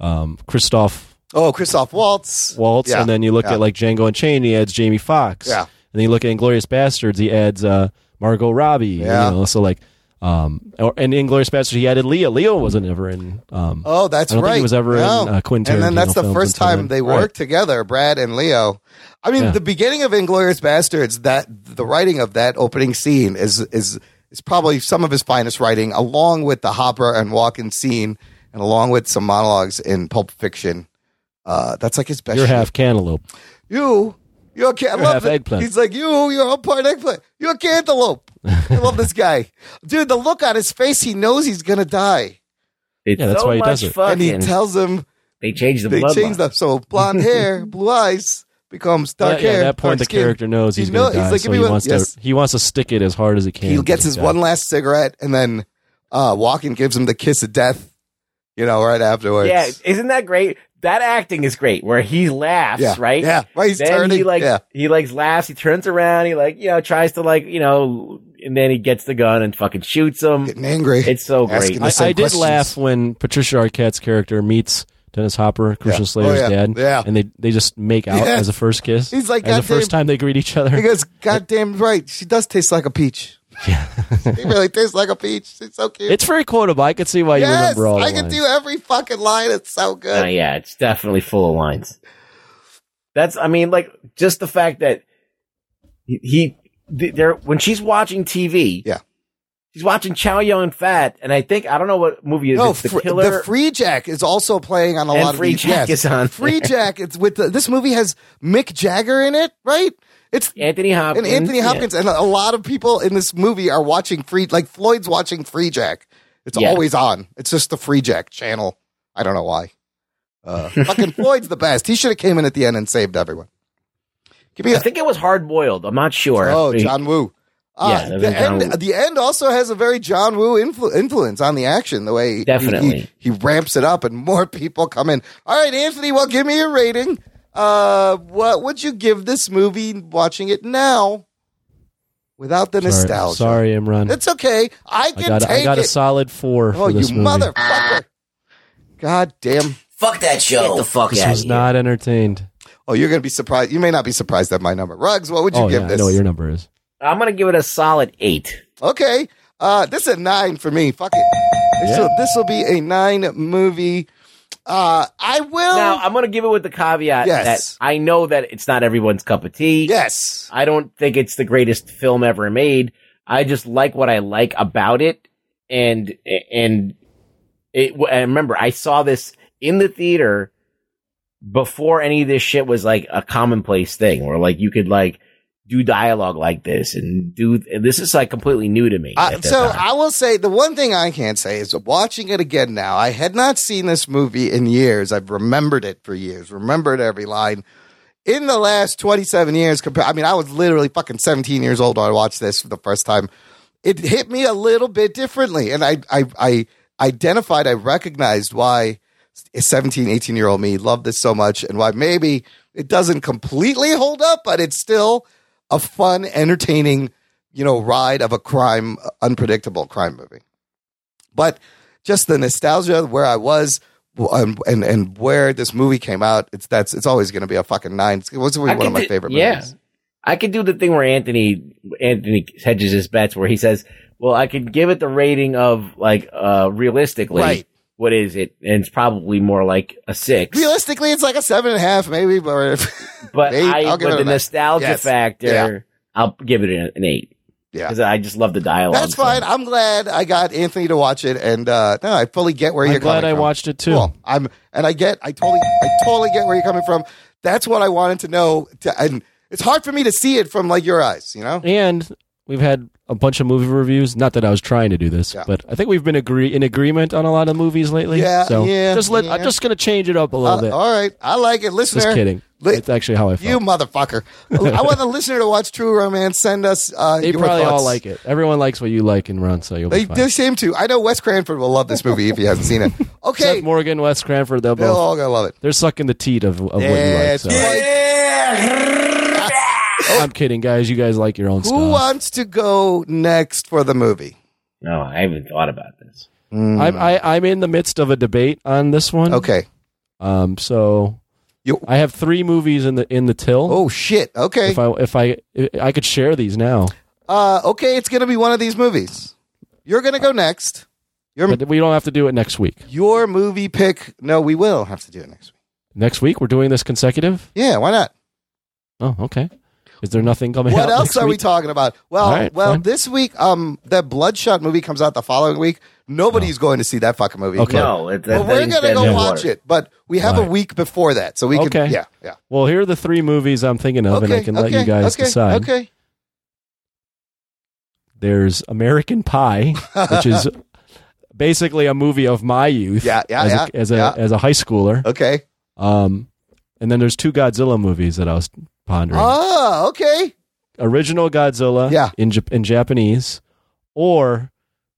S5: um Christoph
S1: Oh, Christoph Waltz.
S5: Waltz,
S1: Yeah,
S5: and then you look
S1: yeah.
S5: at like Django Unchained, he adds Jamie Foxx.
S1: Yeah.
S5: And then you look at Inglorious Bastards, he adds uh, Margot Robbie.
S1: Yeah.
S5: You know, so like, um, or, and Inglorious Bastards, he added Leo. Leo wasn't ever in. Um,
S1: Oh, that's
S5: I don't
S1: right.
S5: Think he was ever in
S1: No.
S5: uh, Quentin.
S1: And then that's
S5: Tarantino
S1: the
S5: films
S1: first
S5: until
S1: time
S5: then.
S1: they
S5: Right.
S1: worked together, Brad and Leo. I mean,
S5: Yeah.
S1: the beginning of Inglorious Bastards, that the writing of that opening scene is is is probably some of his finest writing, along with the Hopper and Walken scene, and along with some monologues in Pulp Fiction. Uh, that's like his best.
S5: You're
S1: shit.
S5: half cantaloupe.
S1: you, you're a can- I
S5: You're half
S1: love it.
S5: eggplant.
S1: He's like, you, you're a part eggplant. You're a cantaloupe. I love this guy. *laughs* Dude, the look on his face, he knows he's going to die.
S6: It's
S5: Yeah, that's
S6: so
S5: why he
S6: much
S5: does it.
S1: and he
S6: Fucking,
S1: tells him
S6: they changed the
S1: they
S6: bloodline.
S1: changed up. So
S5: *laughs*
S1: blonde hair, blue eyes becomes dark
S5: Yeah, yeah,
S1: hair.
S5: at that point,
S1: dark
S5: the
S1: skin.
S5: character knows
S1: He
S5: he's
S1: know-
S5: going to die,
S1: like,
S5: so
S1: "Give me
S5: he
S1: one-
S5: wants
S1: yes."
S5: to he wants to stick it as hard as he can.
S1: He gets
S5: till
S1: his
S5: dies.
S1: one last cigarette, and then uh, Walken gives him the kiss of death. You know, right afterwards.
S6: Yeah, isn't that great? That acting is great, where he laughs,
S1: Yeah,
S6: right?
S1: yeah, right, he's
S6: then
S1: turning,
S6: he like
S1: yeah.
S6: he like laughs. He turns around. He like you know tries to like you know, and then he gets the gun and fucking shoots him.
S1: Getting angry.
S6: It's so great.
S1: Asking
S5: I,
S1: the same
S5: I did
S1: questions.
S5: laugh when Patricia Arquette's character meets Dennis Hopper, Christian
S1: Oh,
S5: Slater's
S1: yeah.
S5: dad,
S1: Yeah.
S5: and they they just make out
S1: Yeah.
S5: as a first kiss.
S1: He's like,
S5: as the
S1: "God damn."
S5: first time they greet each other.
S1: *laughs* He
S5: *laughs*
S1: goes, "God damn right, she does taste like a peach. Yeah, *laughs* she really tastes like a peach. She's
S5: *laughs*
S1: so cute.
S5: It's very quotable. I could see why you
S1: yes,
S5: remember all.
S1: I
S5: the
S1: can
S5: lines.
S1: do every fucking line. It's so
S6: Uh,
S1: good.
S6: yeah, it's definitely full of lines. That's, I mean, like just the fact that he, he th- there when she's watching TV,
S1: Yeah.
S6: she's watching Chow Yun Fat, and I think I don't know what movie it is
S1: No,
S6: it's the
S1: Fr-
S6: killer.
S1: the Free Jack is also playing on a
S6: And
S1: lot
S6: Free
S1: of these.
S6: Jack
S1: yes.
S6: is on
S1: Free
S6: there.
S1: Jack. It's with the, this movie has Mick Jagger in it, right? It's
S6: Anthony Hopkins
S1: and Anthony
S6: yeah.
S1: Hopkins and a lot of people in this movie are watching Free. Like Floyd's watching Free Jack. It's
S6: Yeah.
S1: always on. It's just the Free Jack channel. I don't know why. Uh,
S6: *laughs*
S1: fucking Floyd's the best. He should have came in at the end and saved everyone. Give me
S6: I
S1: a
S6: think it was Hard Boiled. I'm not sure.
S1: Oh,
S6: He-
S1: John Woo. Uh,
S6: Yeah, that was
S1: the,
S6: John
S1: end,
S6: Woo.
S1: the end also has a very John Woo influ- influence on the action, the way he-
S6: Definitely.
S1: He, he ramps it up and more *laughs* people come in. All right, Anthony, well, give me your rating. Uh, what would you give this movie watching it now? without the
S5: Sorry-
S1: nostalgia.
S5: Sorry, Imran.
S1: It's okay. I
S5: I
S1: can
S5: got, a-
S1: take
S5: I got
S1: it.
S5: a solid four.
S1: oh,
S5: for this
S1: you
S5: movie.
S1: motherfucker! God damn.
S3: Fuck that
S1: show.
S3: Get the fuck
S5: This
S3: out
S5: was
S3: of
S5: not entertained.
S1: Oh, you're gonna be surprised. You may not be surprised at my number. Rugs, what would you
S5: oh,
S1: give
S5: yeah, I
S1: this?
S5: know what your number is.
S6: I'm gonna give it a solid eight.
S1: Okay. Uh, this is a nine for me. Fuck it. This will this will be a nine movie. Uh, I will.
S6: Now I'm gonna give it with the caveat
S1: Yes.
S6: that I know that it's not everyone's cup of tea.
S1: Yes,
S6: I don't think it's the greatest film ever made. I just like what I like about it, and and it. And remember, I saw this in the theater before any of this shit was like a commonplace thing, where like you could like do dialogue like this and do. This is like completely new to me.
S1: Uh,
S6: at that
S1: so
S6: time.
S1: I will say the one thing I can say is watching it again now. I had not seen this movie in years. I've remembered it for years. Remembered every line. In the last 27 years, compared, I mean, I was literally fucking 17 years old when I watched this for the first time. It hit me a little bit differently, and I, I, I identified, I recognized why 17, 18 year old me loved this so much, and why maybe it doesn't completely hold up, but it's still a fun, entertaining you know, ride of a crime, unpredictable crime movie. But just the nostalgia of where I was and and, and where this movie came out, it's that's it's always going to be a fucking nine. It was
S6: I
S1: one of
S6: could
S1: my
S6: do-
S1: favorite
S6: yeah.
S1: movies.
S6: I could do the thing where Anthony Anthony hedges his bets, where he says, "Well, I could give it the rating of like uh realistically,
S1: Right.
S6: what is it?" And it's probably more like a six.
S1: Realistically, it's like a seven and a half, maybe, but *laughs*
S6: But
S1: Eight,
S6: I,
S1: I'll give
S6: but
S1: it
S6: the
S1: a nine.
S6: nostalgia
S1: Yes.
S6: factor,
S1: Yeah.
S6: I'll give it an, an eight.
S1: Yeah,
S6: because I just love the dialogue.
S1: that's fine. I'm glad I got Anthony to watch it, and uh, no, I fully get where
S5: I'm
S1: you're
S5: glad
S1: coming
S5: I
S1: from.
S5: watched it too.
S1: Cool. I'm and I get I totally I totally get where you're coming from. That's what I wanted to know, to, and it's hard for me to see it from like your eyes, you know.
S5: And we've had a bunch of movie reviews. Not that I was trying to do this, but I think we've been agree in agreement on a lot of movies lately.
S1: Yeah,
S5: so
S1: yeah,
S5: Just let, I'm
S1: yeah.
S5: just gonna change it up a little
S1: Uh,
S5: bit.
S1: All right, I like it. Listener,
S5: Just kidding.
S1: Li-
S5: It's actually how I felt.
S1: *laughs* You motherfucker! I want the listener to watch True Romance. Send us. Uh,
S5: they
S1: your
S5: probably
S1: thoughts.
S5: all like it. Everyone likes what you like and run, so you'll
S1: They,
S5: be fine.
S1: they seem to. I know Wes Cranford will love this movie if he hasn't
S5: *laughs*
S1: seen it. Okay,
S5: Seth Morgan, Wes Cranford, they'll
S1: They're
S5: both-
S1: all gonna love it.
S5: They're sucking the teat of, of
S1: That's
S5: what uh, you like. So. I'm kidding, guys. You guys like your own
S1: Who
S5: stuff.
S1: wants to go next for the movie?
S6: No, I haven't thought about this.
S5: I'm I, I'm in the midst of a debate on this one.
S1: Hmm. Okay.
S5: Um. So
S1: you,
S5: I have three movies in the in the till.
S1: Oh shit. Okay.
S5: If I if I I could share these now,
S1: Uh, okay, it's gonna be one of these movies. You're gonna go next. Your
S5: but we don't have to do it next week.
S1: your movie pick. No, we will have to do it next
S5: Next week we're doing this consecutive.
S1: week. Yeah, why
S5: *laughs*
S1: not?
S5: Oh, okay. Is there nothing coming?
S1: What
S5: out
S1: else
S5: next
S1: are we
S5: week?
S1: talking about? Well,
S5: All right,
S1: well,
S5: fine.
S1: this week, um, that Bloodshot movie comes out the following week. Nobody's going to see that fucking movie.
S5: Oh. Okay.
S6: No, it- that-
S1: but we're
S6: that-
S1: gonna
S6: that-
S1: go
S6: that-
S1: watch
S6: water.
S1: it. But we have a
S5: Right.
S1: week before that, so we
S5: Okay.
S1: can. Yeah, yeah.
S5: Well, here are the three movies I'm thinking of, and I can let you guys
S1: okay,
S5: decide.
S1: Okay.
S5: There's American Pie,
S1: *laughs*
S5: which is basically a movie of my youth.
S1: Yeah, yeah,
S5: as
S1: yeah,
S5: a, as, a
S1: yeah.
S5: as a high schooler.
S1: Okay.
S5: Um, and then there's two Godzilla movies that I was pondering:
S1: Oh, okay.
S5: original Godzilla,
S1: Yeah.
S5: in Jap- in Japanese, or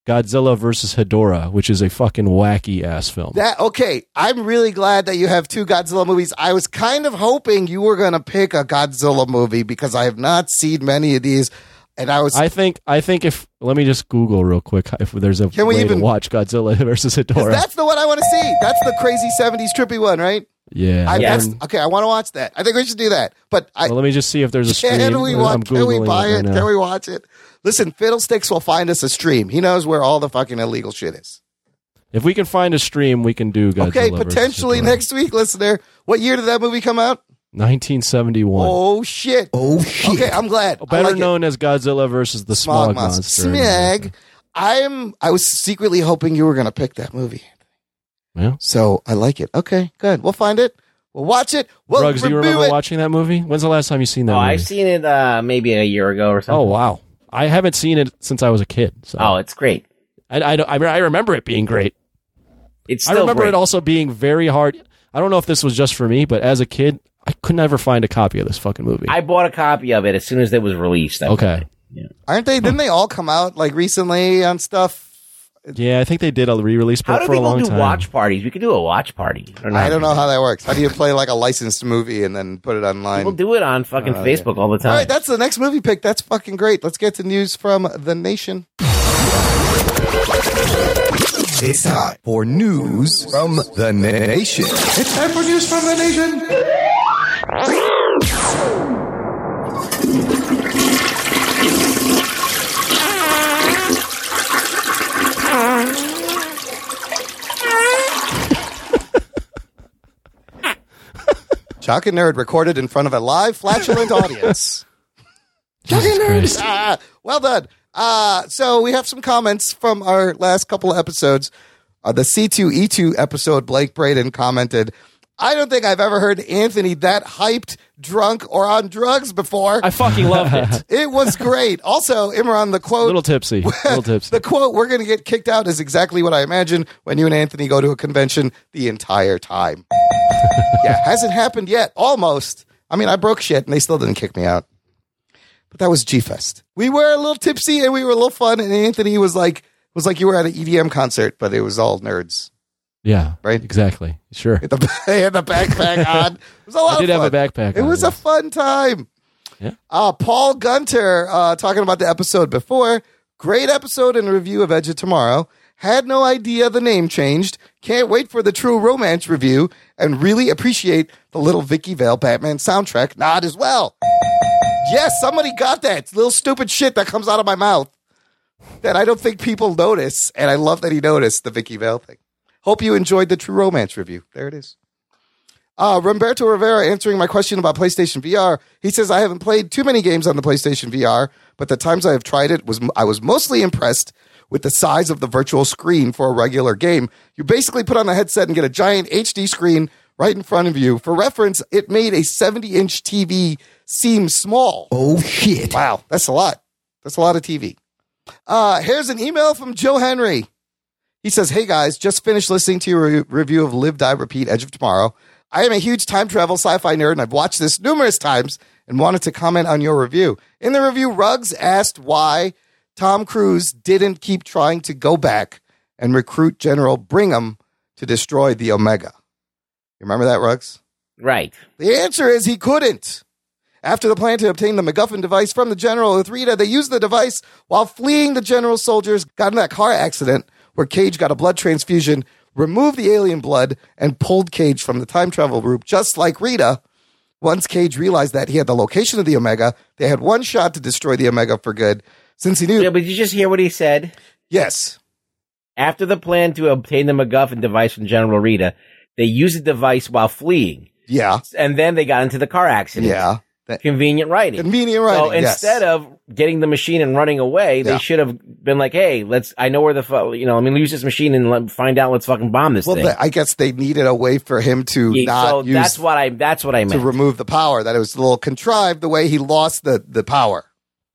S5: Godzilla versus Hedorah, which is a fucking wacky ass film.
S1: That okay. I'm really glad that you have two Godzilla movies. I was kind of hoping you were gonna pick a Godzilla movie because I have not seen many of these, and I was.
S5: I think I think if let me just Google real quick if there's a
S1: Can we
S5: way
S1: even-
S5: to watch Godzilla *laughs* versus
S1: 'cause
S5: Hedorah.
S1: that's the one I want to see. That's the crazy '70s trippy one, right?
S5: yeah,
S1: I,
S5: I'm-
S1: that's, okay, I want to watch that. I think we should do that. But I,
S5: well, let me just see if there's a stream.
S1: can we
S5: I'm
S1: watch? Can we
S5: Googling
S1: buy
S5: right
S1: it?
S5: now.
S1: Can we watch it? Listen, Fiddlesticks will find us a stream. He knows where all the fucking illegal shit is.
S5: If we can find a stream, we can do Godzilla.
S1: okay,
S5: versus
S1: potentially
S5: Hedorah.
S1: next week, listener. What year did that movie come out?
S5: 1971.
S1: Oh shit! Oh shit! Okay, I'm glad. I
S5: Better
S1: like it.
S5: known as Godzilla versus the Smog,
S1: Smog
S5: Monster.
S1: Smeg. I'm. I was secretly hoping you were going to pick that movie.
S5: Yeah.
S1: So I like it. Okay, good. We'll find it. We'll watch it. We'll
S5: Rugs, do you
S1: review
S5: remember
S1: it.
S5: watching that movie? When's the last time you seen that
S6: Oh,
S5: movie?
S6: I've seen it uh, maybe a year ago or
S5: oh,
S6: something.
S5: wow. I haven't seen it since I was a kid. So
S6: Oh, it's great.
S5: I, I, don't- I, I remember it being great.
S6: It's
S5: I
S6: still
S5: remember
S6: great.
S5: it also being very hard. I don't know if this was just for me, but as a kid, I could never find a copy of this fucking movie.
S6: I bought a copy of it as soon as it was released. I-
S5: okay.
S1: Aren't they? Didn't they all come out like recently on stuff?
S5: Yeah, I think they did a re-release,
S6: How
S5: but
S6: do
S5: for a
S6: people
S5: long
S6: do
S5: time. *laughs*
S6: watch parties? We could do a watch party.
S1: I don't know how that works. How do you play like a licensed movie and then put it online?
S6: People do it on fucking
S1: Oh, yeah.
S6: Facebook all the time.
S1: All right, that's the next movie pick. That's fucking great. Let's get to news from The Nation. It's time for news from The Nation. It's time for news from The Nation. Jock and Nerd recorded in front of a live flatulent audience. Jock and Nerd. Ah, well done. Uh, so we have some comments from our last couple of episodes. Uh, the C2E2 episode, Blake Braden commented, I don't think I've ever heard Anthony that hyped, drunk, or on drugs before. I
S5: fucking loved *laughs* it.
S1: It was great. Also, Imran, the quote.
S5: Little tipsy. Little tipsy.
S1: The quote, we're going to get kicked out, is exactly what I imagine when you and Anthony go to a convention the entire
S5: *laughs*
S1: time. yeah, hasn't happened yet. Almost. I mean, I broke shit and they still didn't kick me out. But that was G Fest. We were a little tipsy and we were a little fun. And Anthony was like, was like you were at an EDM concert, but it was all nerds.
S5: Yeah.
S1: Right.
S5: Exactly.
S1: *laughs*
S5: Sure.
S1: they had the
S5: *laughs*
S1: backpack on. It was a lot
S5: I did
S1: of
S5: have a
S1: fun.
S5: backpack
S1: It
S5: on,
S1: was a fun time.
S5: Yeah.
S1: Uh, Paul Gunter, uh, talking about the episode before, great episode and review of Edge of Tomorrow. Had no idea the name changed. Can't wait for the True Romance review and really appreciate the little Vicky Vale Batman soundtrack nod as well. Yes, somebody got that little stupid shit that comes out of my mouth that I don't think people notice, and I love that he noticed the Vicky Vale thing. Hope you enjoyed the True Romance review. There it is. Uh, Roberto Rivera answering my question about PlayStation VR. He says I haven't played too many games on the PlayStation VR, but the times I have tried it was I was mostly impressed with the size of the virtual screen for a regular game. You basically put on the headset and get a giant HD screen right in front of you. For reference, it made a 70-inch TV seem small. Oh shit! Wow, that's a lot. That's a lot of TV. Uh, here's an email from Joe Henry. He says, Hey guys, just finished listening to your re- review of Live, Die, Repeat, Edge of Tomorrow. I am a huge time travel sci fi nerd and I've watched this numerous times and wanted to comment on your review. In the review, Ruggs asked why Tom Cruise didn't keep trying to go back and recruit General Brigham to destroy the Omega. You remember that, Ruggs?
S6: Right.
S1: The answer is he couldn't. After the plan to obtain the MacGuffin device from the general with Rita, they used the device while fleeing the general's soldiers, got in that car accident where Cage got a blood transfusion, removed the alien blood, and pulled Cage from the time travel loop, just like Rita. Once Cage realized that he had the location of the Omega, they had one shot to destroy the Omega for good. Since he knew.
S6: Yeah, but did you just hear what he said?
S1: Yes.
S6: After the plan to obtain the MacGuffin device from General Rita, they used the device while fleeing.
S1: Yeah.
S6: And then they got into the car accident.
S1: Yeah.
S6: convenient writing.
S1: Convenient
S6: So
S1: writing, yes.
S6: instead of getting the machine and running away, they
S1: Yeah.
S6: should have been like, "Hey, let's. I know where the fu- you know. I mean, use this machine and let, find out. Let's fucking bomb this
S1: Well,
S6: thing."
S1: the- I guess they needed a way for him to
S6: Yeah,
S1: not
S6: so
S1: use
S6: that's what I. That's what I
S1: to
S6: meant.
S1: remove the power. That it was a little contrived the way he lost the, the power.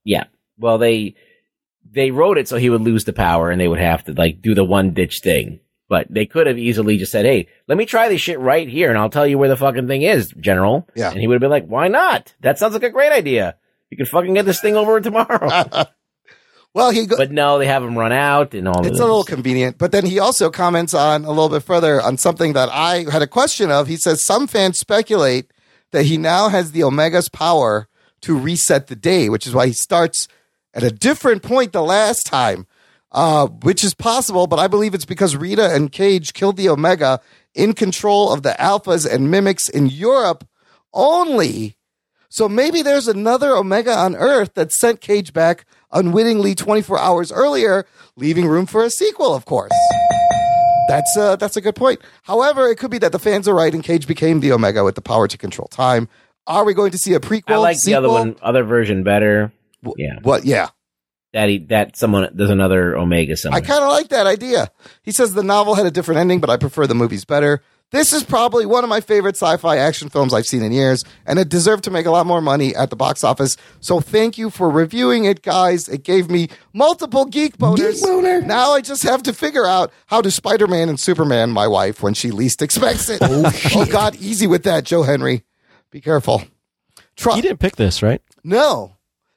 S6: yeah. Well, they they wrote it so he would lose the power and they would have to like do the one ditch thing. But they could have easily just said, "Hey, let me try this shit right here, and I'll tell you where the fucking thing is, General."
S1: Yeah.
S6: And he would have been like, "Why not? That sounds like a great idea. You can fucking get this thing over
S1: *laughs*
S6: tomorrow."
S1: well, he.
S6: but no, they have him run out and all.
S1: It's
S6: this.
S1: a little convenient. But then he also comments on a little bit further on something that I had a question of. He says some fans speculate that he now has the Omega's power to reset the day, which is why he starts at a different point the last time, uh, which is possible. But I believe it's because Rita and Cage killed the Omega in control of the Alphas and Mimics in Europe only. So maybe there's another Omega on Earth that sent Cage back unwittingly 24 hours earlier, leaving room for a sequel, of course. That's uh, that's a good point. However, it could be that the fans are right and Cage became the Omega with the power to control time. Are we going to see a prequel?
S6: I like the other
S1: sequel?
S6: one, other version better. yeah.
S1: What? Yeah.
S6: That he, that someone there's another Omega
S1: I
S6: somewhere.
S1: kind of like that idea. He says the novel had a different ending, but I prefer the movies better. This is probably one of my favorite sci fi action films I've seen in years, and it deserved to make a lot more money at the box office. So thank you for reviewing it, guys. It gave me multiple geek boners. Now I just have to figure out how to Spider Man and Superman my wife when she least expects it. oh, God, easy with that, Joe Henry. Be careful. Tru-
S5: He didn't pick this, right?
S1: no.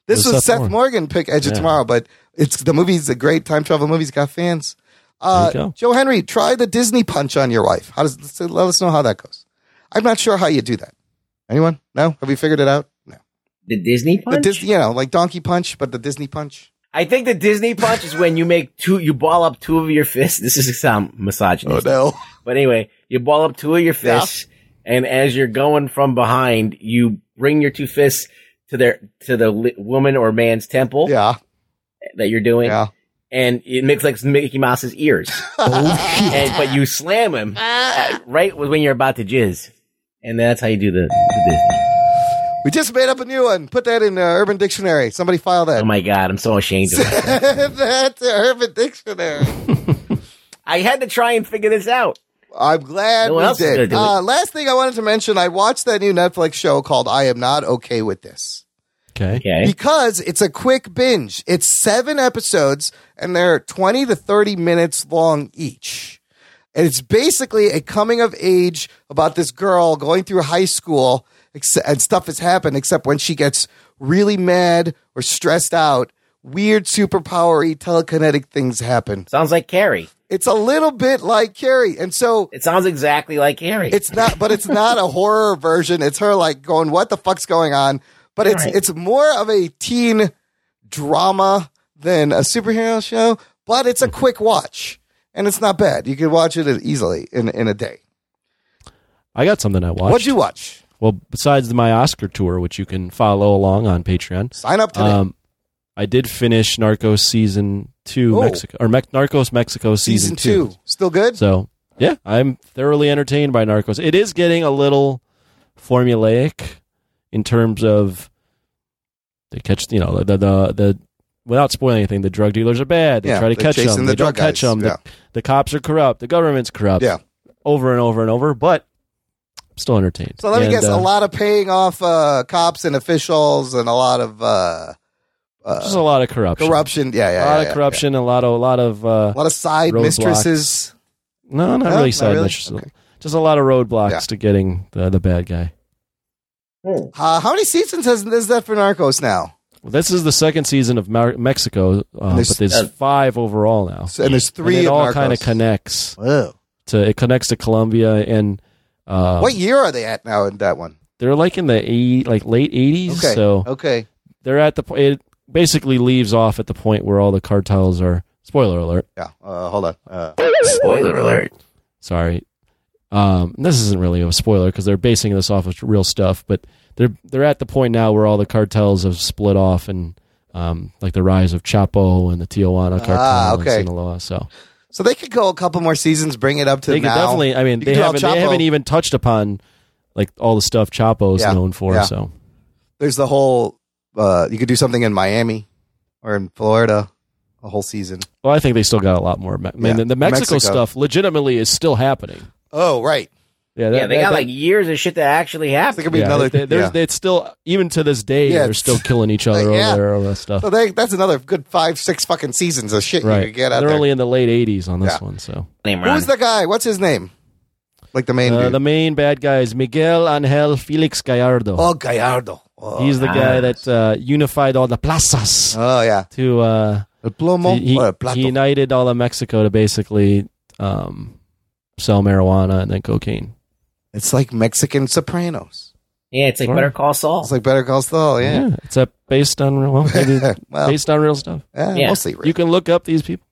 S1: This
S5: It was
S1: was
S5: Seth
S1: Seth Morgan pick Edge of
S5: Yeah.
S1: Tomorrow, but it's the movie's a great time travel movie's got fans. Uh,
S5: There you go.
S1: Joe Henry, try the Disney punch on your wife. How does let's- let us know how that goes? I'm not sure how you do that. Anyone? No? Have we figured it out? No.
S6: The Disney
S1: punch? The Disney, you know, like Donkey Punch, but the Disney punch.
S6: I think the Disney punch is when you make two, you ball up two of your fists. *laughs* This is some misogynist.
S1: Oh no!
S6: But anyway, you ball up two of your fists, and as you're going from behind, you bring your two fists to their to the li- woman or man's
S1: *laughs*
S6: temple.
S1: Yeah,
S6: that you're doing. Yeah, and it makes like Mickey Mouse's ears. and, but you slam him uh, right when you're about to jizz, and that's how you do the, the Disney.
S1: We just made up a new one. Put that in uh, Urban Dictionary. Somebody file that.
S6: Oh my god, I'm so ashamed
S1: *laughs*
S6: of myself.
S1: That's a Urban Dictionary.
S6: I had to try and figure this out.
S1: I'm glad
S6: No one
S1: we
S6: else is gonna
S1: did.
S6: do it.
S1: Uh, last thing I wanted to mention, I watched that new Netflix show called "I Am Not Okay with This."
S5: Okay.
S1: Because it's a quick binge. It's seven episodes and they're 20 to 30 minutes long each. And it's basically a coming of age about this girl going through high school ex- and stuff has happened, except when she gets really mad or stressed out, weird superpowery telekinetic things happen.
S6: Sounds like Carrie.
S1: It's a little bit like Carrie. And so
S6: it sounds exactly like Carrie.
S1: *laughs* It's not, but it's not a horror version. It's her like going, what the fuck's going on? But it's,
S6: Right.
S1: it's more of a teen drama than a superhero show, but it's
S5: Mm-hmm.
S1: a quick watch and it's not bad. You can watch it easily in, in a day.
S5: I got something I watched.
S1: What'd you watch?
S5: Well, besides my Oscar tour, which you can follow along on Patreon,
S1: sign up today.
S5: Um, I did finish Narcos season two,
S1: Oh.
S5: Mexico or Me- Narcos Mexico season,
S1: Season two. Still good?
S5: So yeah, I'm thoroughly entertained by Narcos. It is getting a little formulaic in terms of they catch you know the the the without spoiling anything, the drug dealers are bad. They
S1: Yeah,
S5: try to
S1: they're
S5: catch
S1: chasing
S5: them.
S1: the
S5: they don't
S1: drug
S5: catch
S1: guys.
S5: them.
S1: Yeah.
S5: The, the cops are corrupt. The government's corrupt.
S1: Yeah.
S5: Over and over and over, but I'm still entertained.
S1: So let me
S5: And,
S1: guess
S5: uh,
S1: a lot of paying off, uh, cops and officials and a lot of, uh, uh,
S5: Just a lot of corruption.
S1: corruption. Yeah. Yeah.
S5: a lot
S1: yeah,
S5: of
S1: yeah,
S5: corruption. A lot of a lot of uh, a
S1: lot of side mistresses.
S5: No, not
S1: No?
S5: really
S1: Not
S5: side
S1: really?
S5: mistresses. Just a lot of roadblocks to getting the the bad guy.
S1: yeah. Uh, how many seasons has, is that for Narcos now?
S5: Well, this is the second season of Mar- Mexico, uh,
S1: there's-
S5: but there's
S1: uh,
S5: five overall now.
S1: and there's three
S5: And it
S1: of
S5: all
S1: Narcos.
S5: kind of connects.
S1: Wow.
S5: To it connects to Colombia and uh,
S1: what year are they at now in that one?
S5: They're like in the eight, like late eighties.
S1: Okay. Oh.
S5: So
S1: okay.
S5: they're at the po- it basically leaves off at the point where all the cartels are. Spoiler alert.
S1: Yeah. Uh, hold on. Uh,
S5: Spoiler alert. Sorry. Um, this isn't really a spoiler because they're basing this off of real stuff, but they're they're at the point now where all the cartels have split off and um, like the rise of Chapo and the Tijuana cartel
S1: Ah, okay.
S5: and Sinaloa. So
S1: So they could go a couple more seasons, bring it up to
S5: they
S1: now.
S5: could definitely. I mean,
S1: You
S5: they
S1: could do El
S5: haven't they
S1: Chapo.
S5: haven't even touched upon like all the stuff Chapo is
S1: Yeah,
S5: known for.
S1: yeah.
S5: So
S1: There's the whole. Uh, you could do something in Miami or in Florida, a whole season.
S5: well, I think they still got a lot more. I mean,
S1: Yeah,
S5: the, the Mexico,
S1: Mexico.
S5: stuff legitimately is still happening.
S1: Oh, right.
S5: Yeah,
S6: yeah, they got like years of shit that actually happened. There
S1: could be another-
S5: They, there's-
S1: yeah.
S5: they- it's still even to this day
S1: Yeah,
S5: they're still killing each other
S1: yeah.
S5: over there over that stuff.
S1: So they, that's another good five, six fucking seasons of shit you
S5: right.
S1: could get out
S5: They're
S1: there.
S5: only in the late '80s on this
S1: Yeah.
S5: one. So
S1: Who's the guy? What's his name? Like the main
S5: uh,
S1: dude.
S5: the main bad guy is Miguel Angel Felix Gallardo.
S1: oh, Gallardo. Oh,
S5: He's the guy
S1: ah.
S5: that uh, unified all the plazas.
S1: Oh yeah.
S5: To uh,
S1: El plomo
S5: he,
S1: or el plato.
S5: he united all of Mexico to basically um, sell marijuana and then cocaine.
S1: It's like Mexican Sopranos.
S6: Yeah, it's like Better Call Saul.
S1: It's like Better Call Saul. Yeah.
S5: it's a based on real, well, maybe
S1: *laughs* Well, eh,
S5: based on real stuff.
S1: yeah,
S6: Yeah.
S1: mostly.
S5: You can look up these people.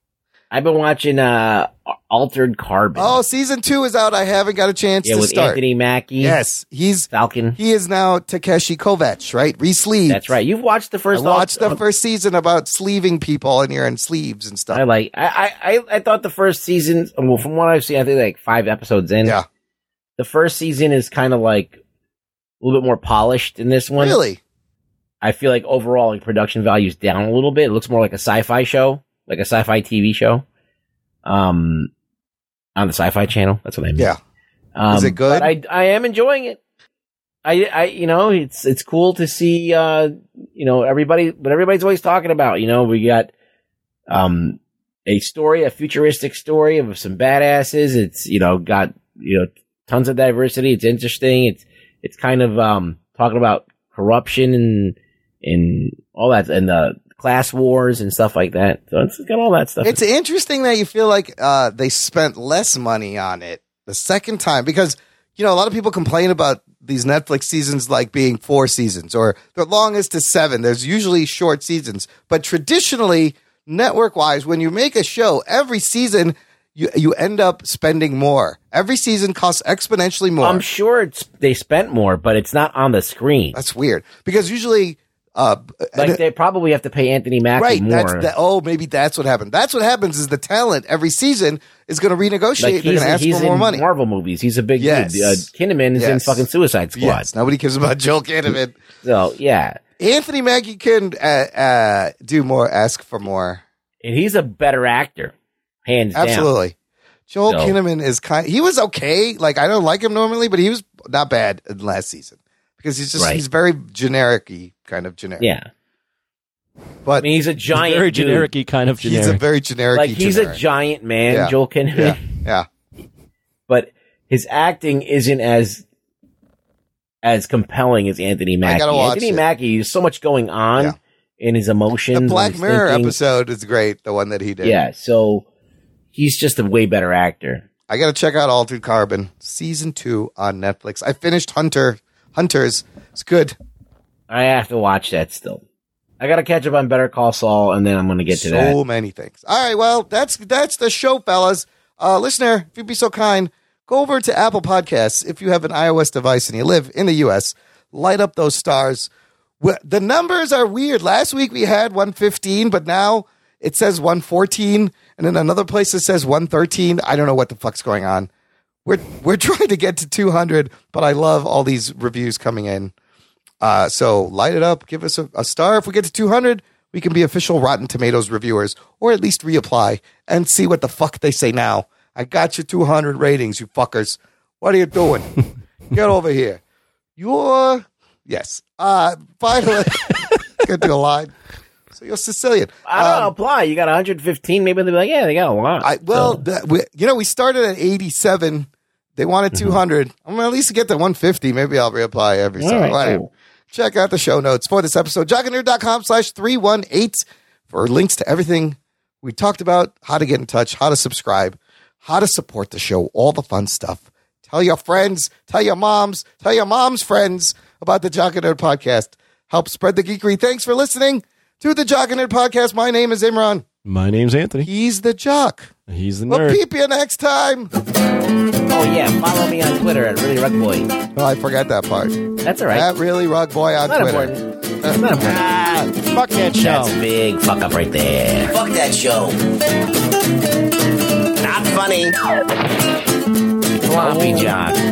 S6: I've been watching uh Altered Carbon.
S1: Oh, season two is out. I haven't got a chance
S6: yeah,
S1: to
S6: with
S1: start.
S6: Anthony Mackie.
S1: Yes, he's
S6: Falcon.
S1: He is now Takeshi Kovacs, right? Resleeve.
S6: That's right. You've watched the first. um,
S1: I watched the first season about sleeving people and you're in sleeves and stuff.
S6: I like. I, I I- I thought the first season. Well, from what I've seen, I think like five episodes in.
S1: Yeah.
S6: The first season is kind of like a little bit more polished than this one.
S1: Really?
S6: I feel like overall, like production value's down a little bit. It looks more like a sci-fi show, like a sci-fi TV show. Um, on the Sci-Fi Channel. That's what I mean.
S1: Yeah.
S6: Um,
S1: Is it good?
S6: but I I am enjoying it. I I you know it's it's cool to see uh you know everybody but everybody's always talking about you know we got um a story a futuristic story of some badasses it's you know got you know tons of diversity it's interesting it's it's kind of um talking about corruption and and all that and the class wars and stuff like that. So it's got all that stuff.
S1: It's interesting that you feel like uh, they spent less money on it the second time because you know a lot of people complain about these Netflix seasons like being four seasons or the longest is seven. There's usually short seasons, but traditionally, network wise, when you make a show, every season you you end up spending more. Every season costs exponentially more.
S6: I'm sure it's they spent more, but it's not on the screen.
S1: That's weird because usually. Uh,
S6: like they probably have to pay Anthony Mackie
S1: right,
S6: more.
S1: that's the, oh, maybe that's what happened. That's what happens is the talent every season is going to renegotiate.
S6: Like,
S1: They're
S6: he's,
S1: going to ask
S6: he's
S1: for more
S6: in
S1: money.
S6: Marvel movies. He's a big
S1: Yes.
S6: dude. Uh, Kinnaman is in
S1: Yes.
S6: fucking Suicide Squad.
S1: Yes, nobody cares about Joel Kinnaman.
S6: So yeah,
S1: Anthony Mackie can uh, uh, do more, ask for more.
S6: and he's a better actor, hands down.
S1: Absolutely. Joel
S6: So-
S1: Kinnaman is kind. He was okay. Like I don't like him normally, but he was not bad in last season because he's just
S6: Right.
S1: he's very generic-y, kind of generic.
S6: Yeah.
S1: but
S6: I mean, he's a giant,
S5: very
S6: dude.
S5: generic-y kind of
S1: He's a
S5: generic.
S1: very generic.
S6: Like he's a giant man,
S1: Yeah.
S6: Joel Kinnaman.
S1: Yeah. Yeah.
S6: *laughs* but his acting isn't as as compelling as Anthony Mackie.
S1: gotta watch
S6: Anthony
S1: it.
S6: Mackie, there's so much going on in his emotions.
S1: The
S6: and
S1: Black
S6: his
S1: Mirror
S6: thinking.
S1: episode is great. The one that he did.
S6: Yeah, so he's just a way better actor.
S1: I gotta check out Altered Carbon season two on Netflix. I finished Hunter. Hunters. It's good.
S6: I have to watch that still. I got to catch up on Better Call Saul, and then I'm going to get to
S1: so
S6: that.
S1: many things. All right, well, that's that's the show, fellas. Uh, listener, if you'd be so kind, go over to Apple Podcasts if you have an iOS device and you live in the U.S. Light up those stars. Wh- The numbers are weird. Last week we had 115, but now it says 114, and then another place it says 113. I don't know what the fuck's going on. We're we're *laughs* trying to get to 200, but I love all these reviews coming in. Uh, so light it up. Give us a, a star. If we get to 200, we can be official Rotten Tomatoes reviewers, or at least reapply and see what the fuck they say now. I got you 200 ratings, you fuckers. What are you doing? get over here. You're yes. Uh, finally, get to the line. So you're Sicilian. Um,
S6: I don't apply. You got 115. Maybe they'll be like, yeah, they got a lot.
S1: I well, that, we, you know, we started at 87. They wanted
S6: Mm-hmm.
S1: 200. I'm gonna at least get to 150. Maybe I'll reapply every
S6: All
S1: summer.
S6: right,
S1: Whatever.
S6: cool.
S1: Check out the show notes for this episode. Joggingerd.com slash 318 for links to everything we talked about, how to get in touch, how to subscribe, how to support the show, all the fun stuff. Tell your friends, tell your moms, tell your mom's friends about the Jock and Nerd podcast. Help spread the geekery. Thanks for listening to the Jock and Nerd podcast. My name is Imran.
S5: My name's Anthony.
S1: He's the jock.
S5: He's the
S1: We'll
S5: nerd.
S1: peep you next time.
S6: Oh yeah, follow me on Twitter at Really Rug Boy.
S1: Oh, I forgot that part.
S6: That's all right.
S1: That really rug boy on
S6: Not
S1: Twitter. Ah.
S6: important.
S1: *laughs*
S6: Not important.
S5: fuck that show.
S6: That's a big fuck up right there.
S3: Fuck that show. Not funny.
S6: Floppy John.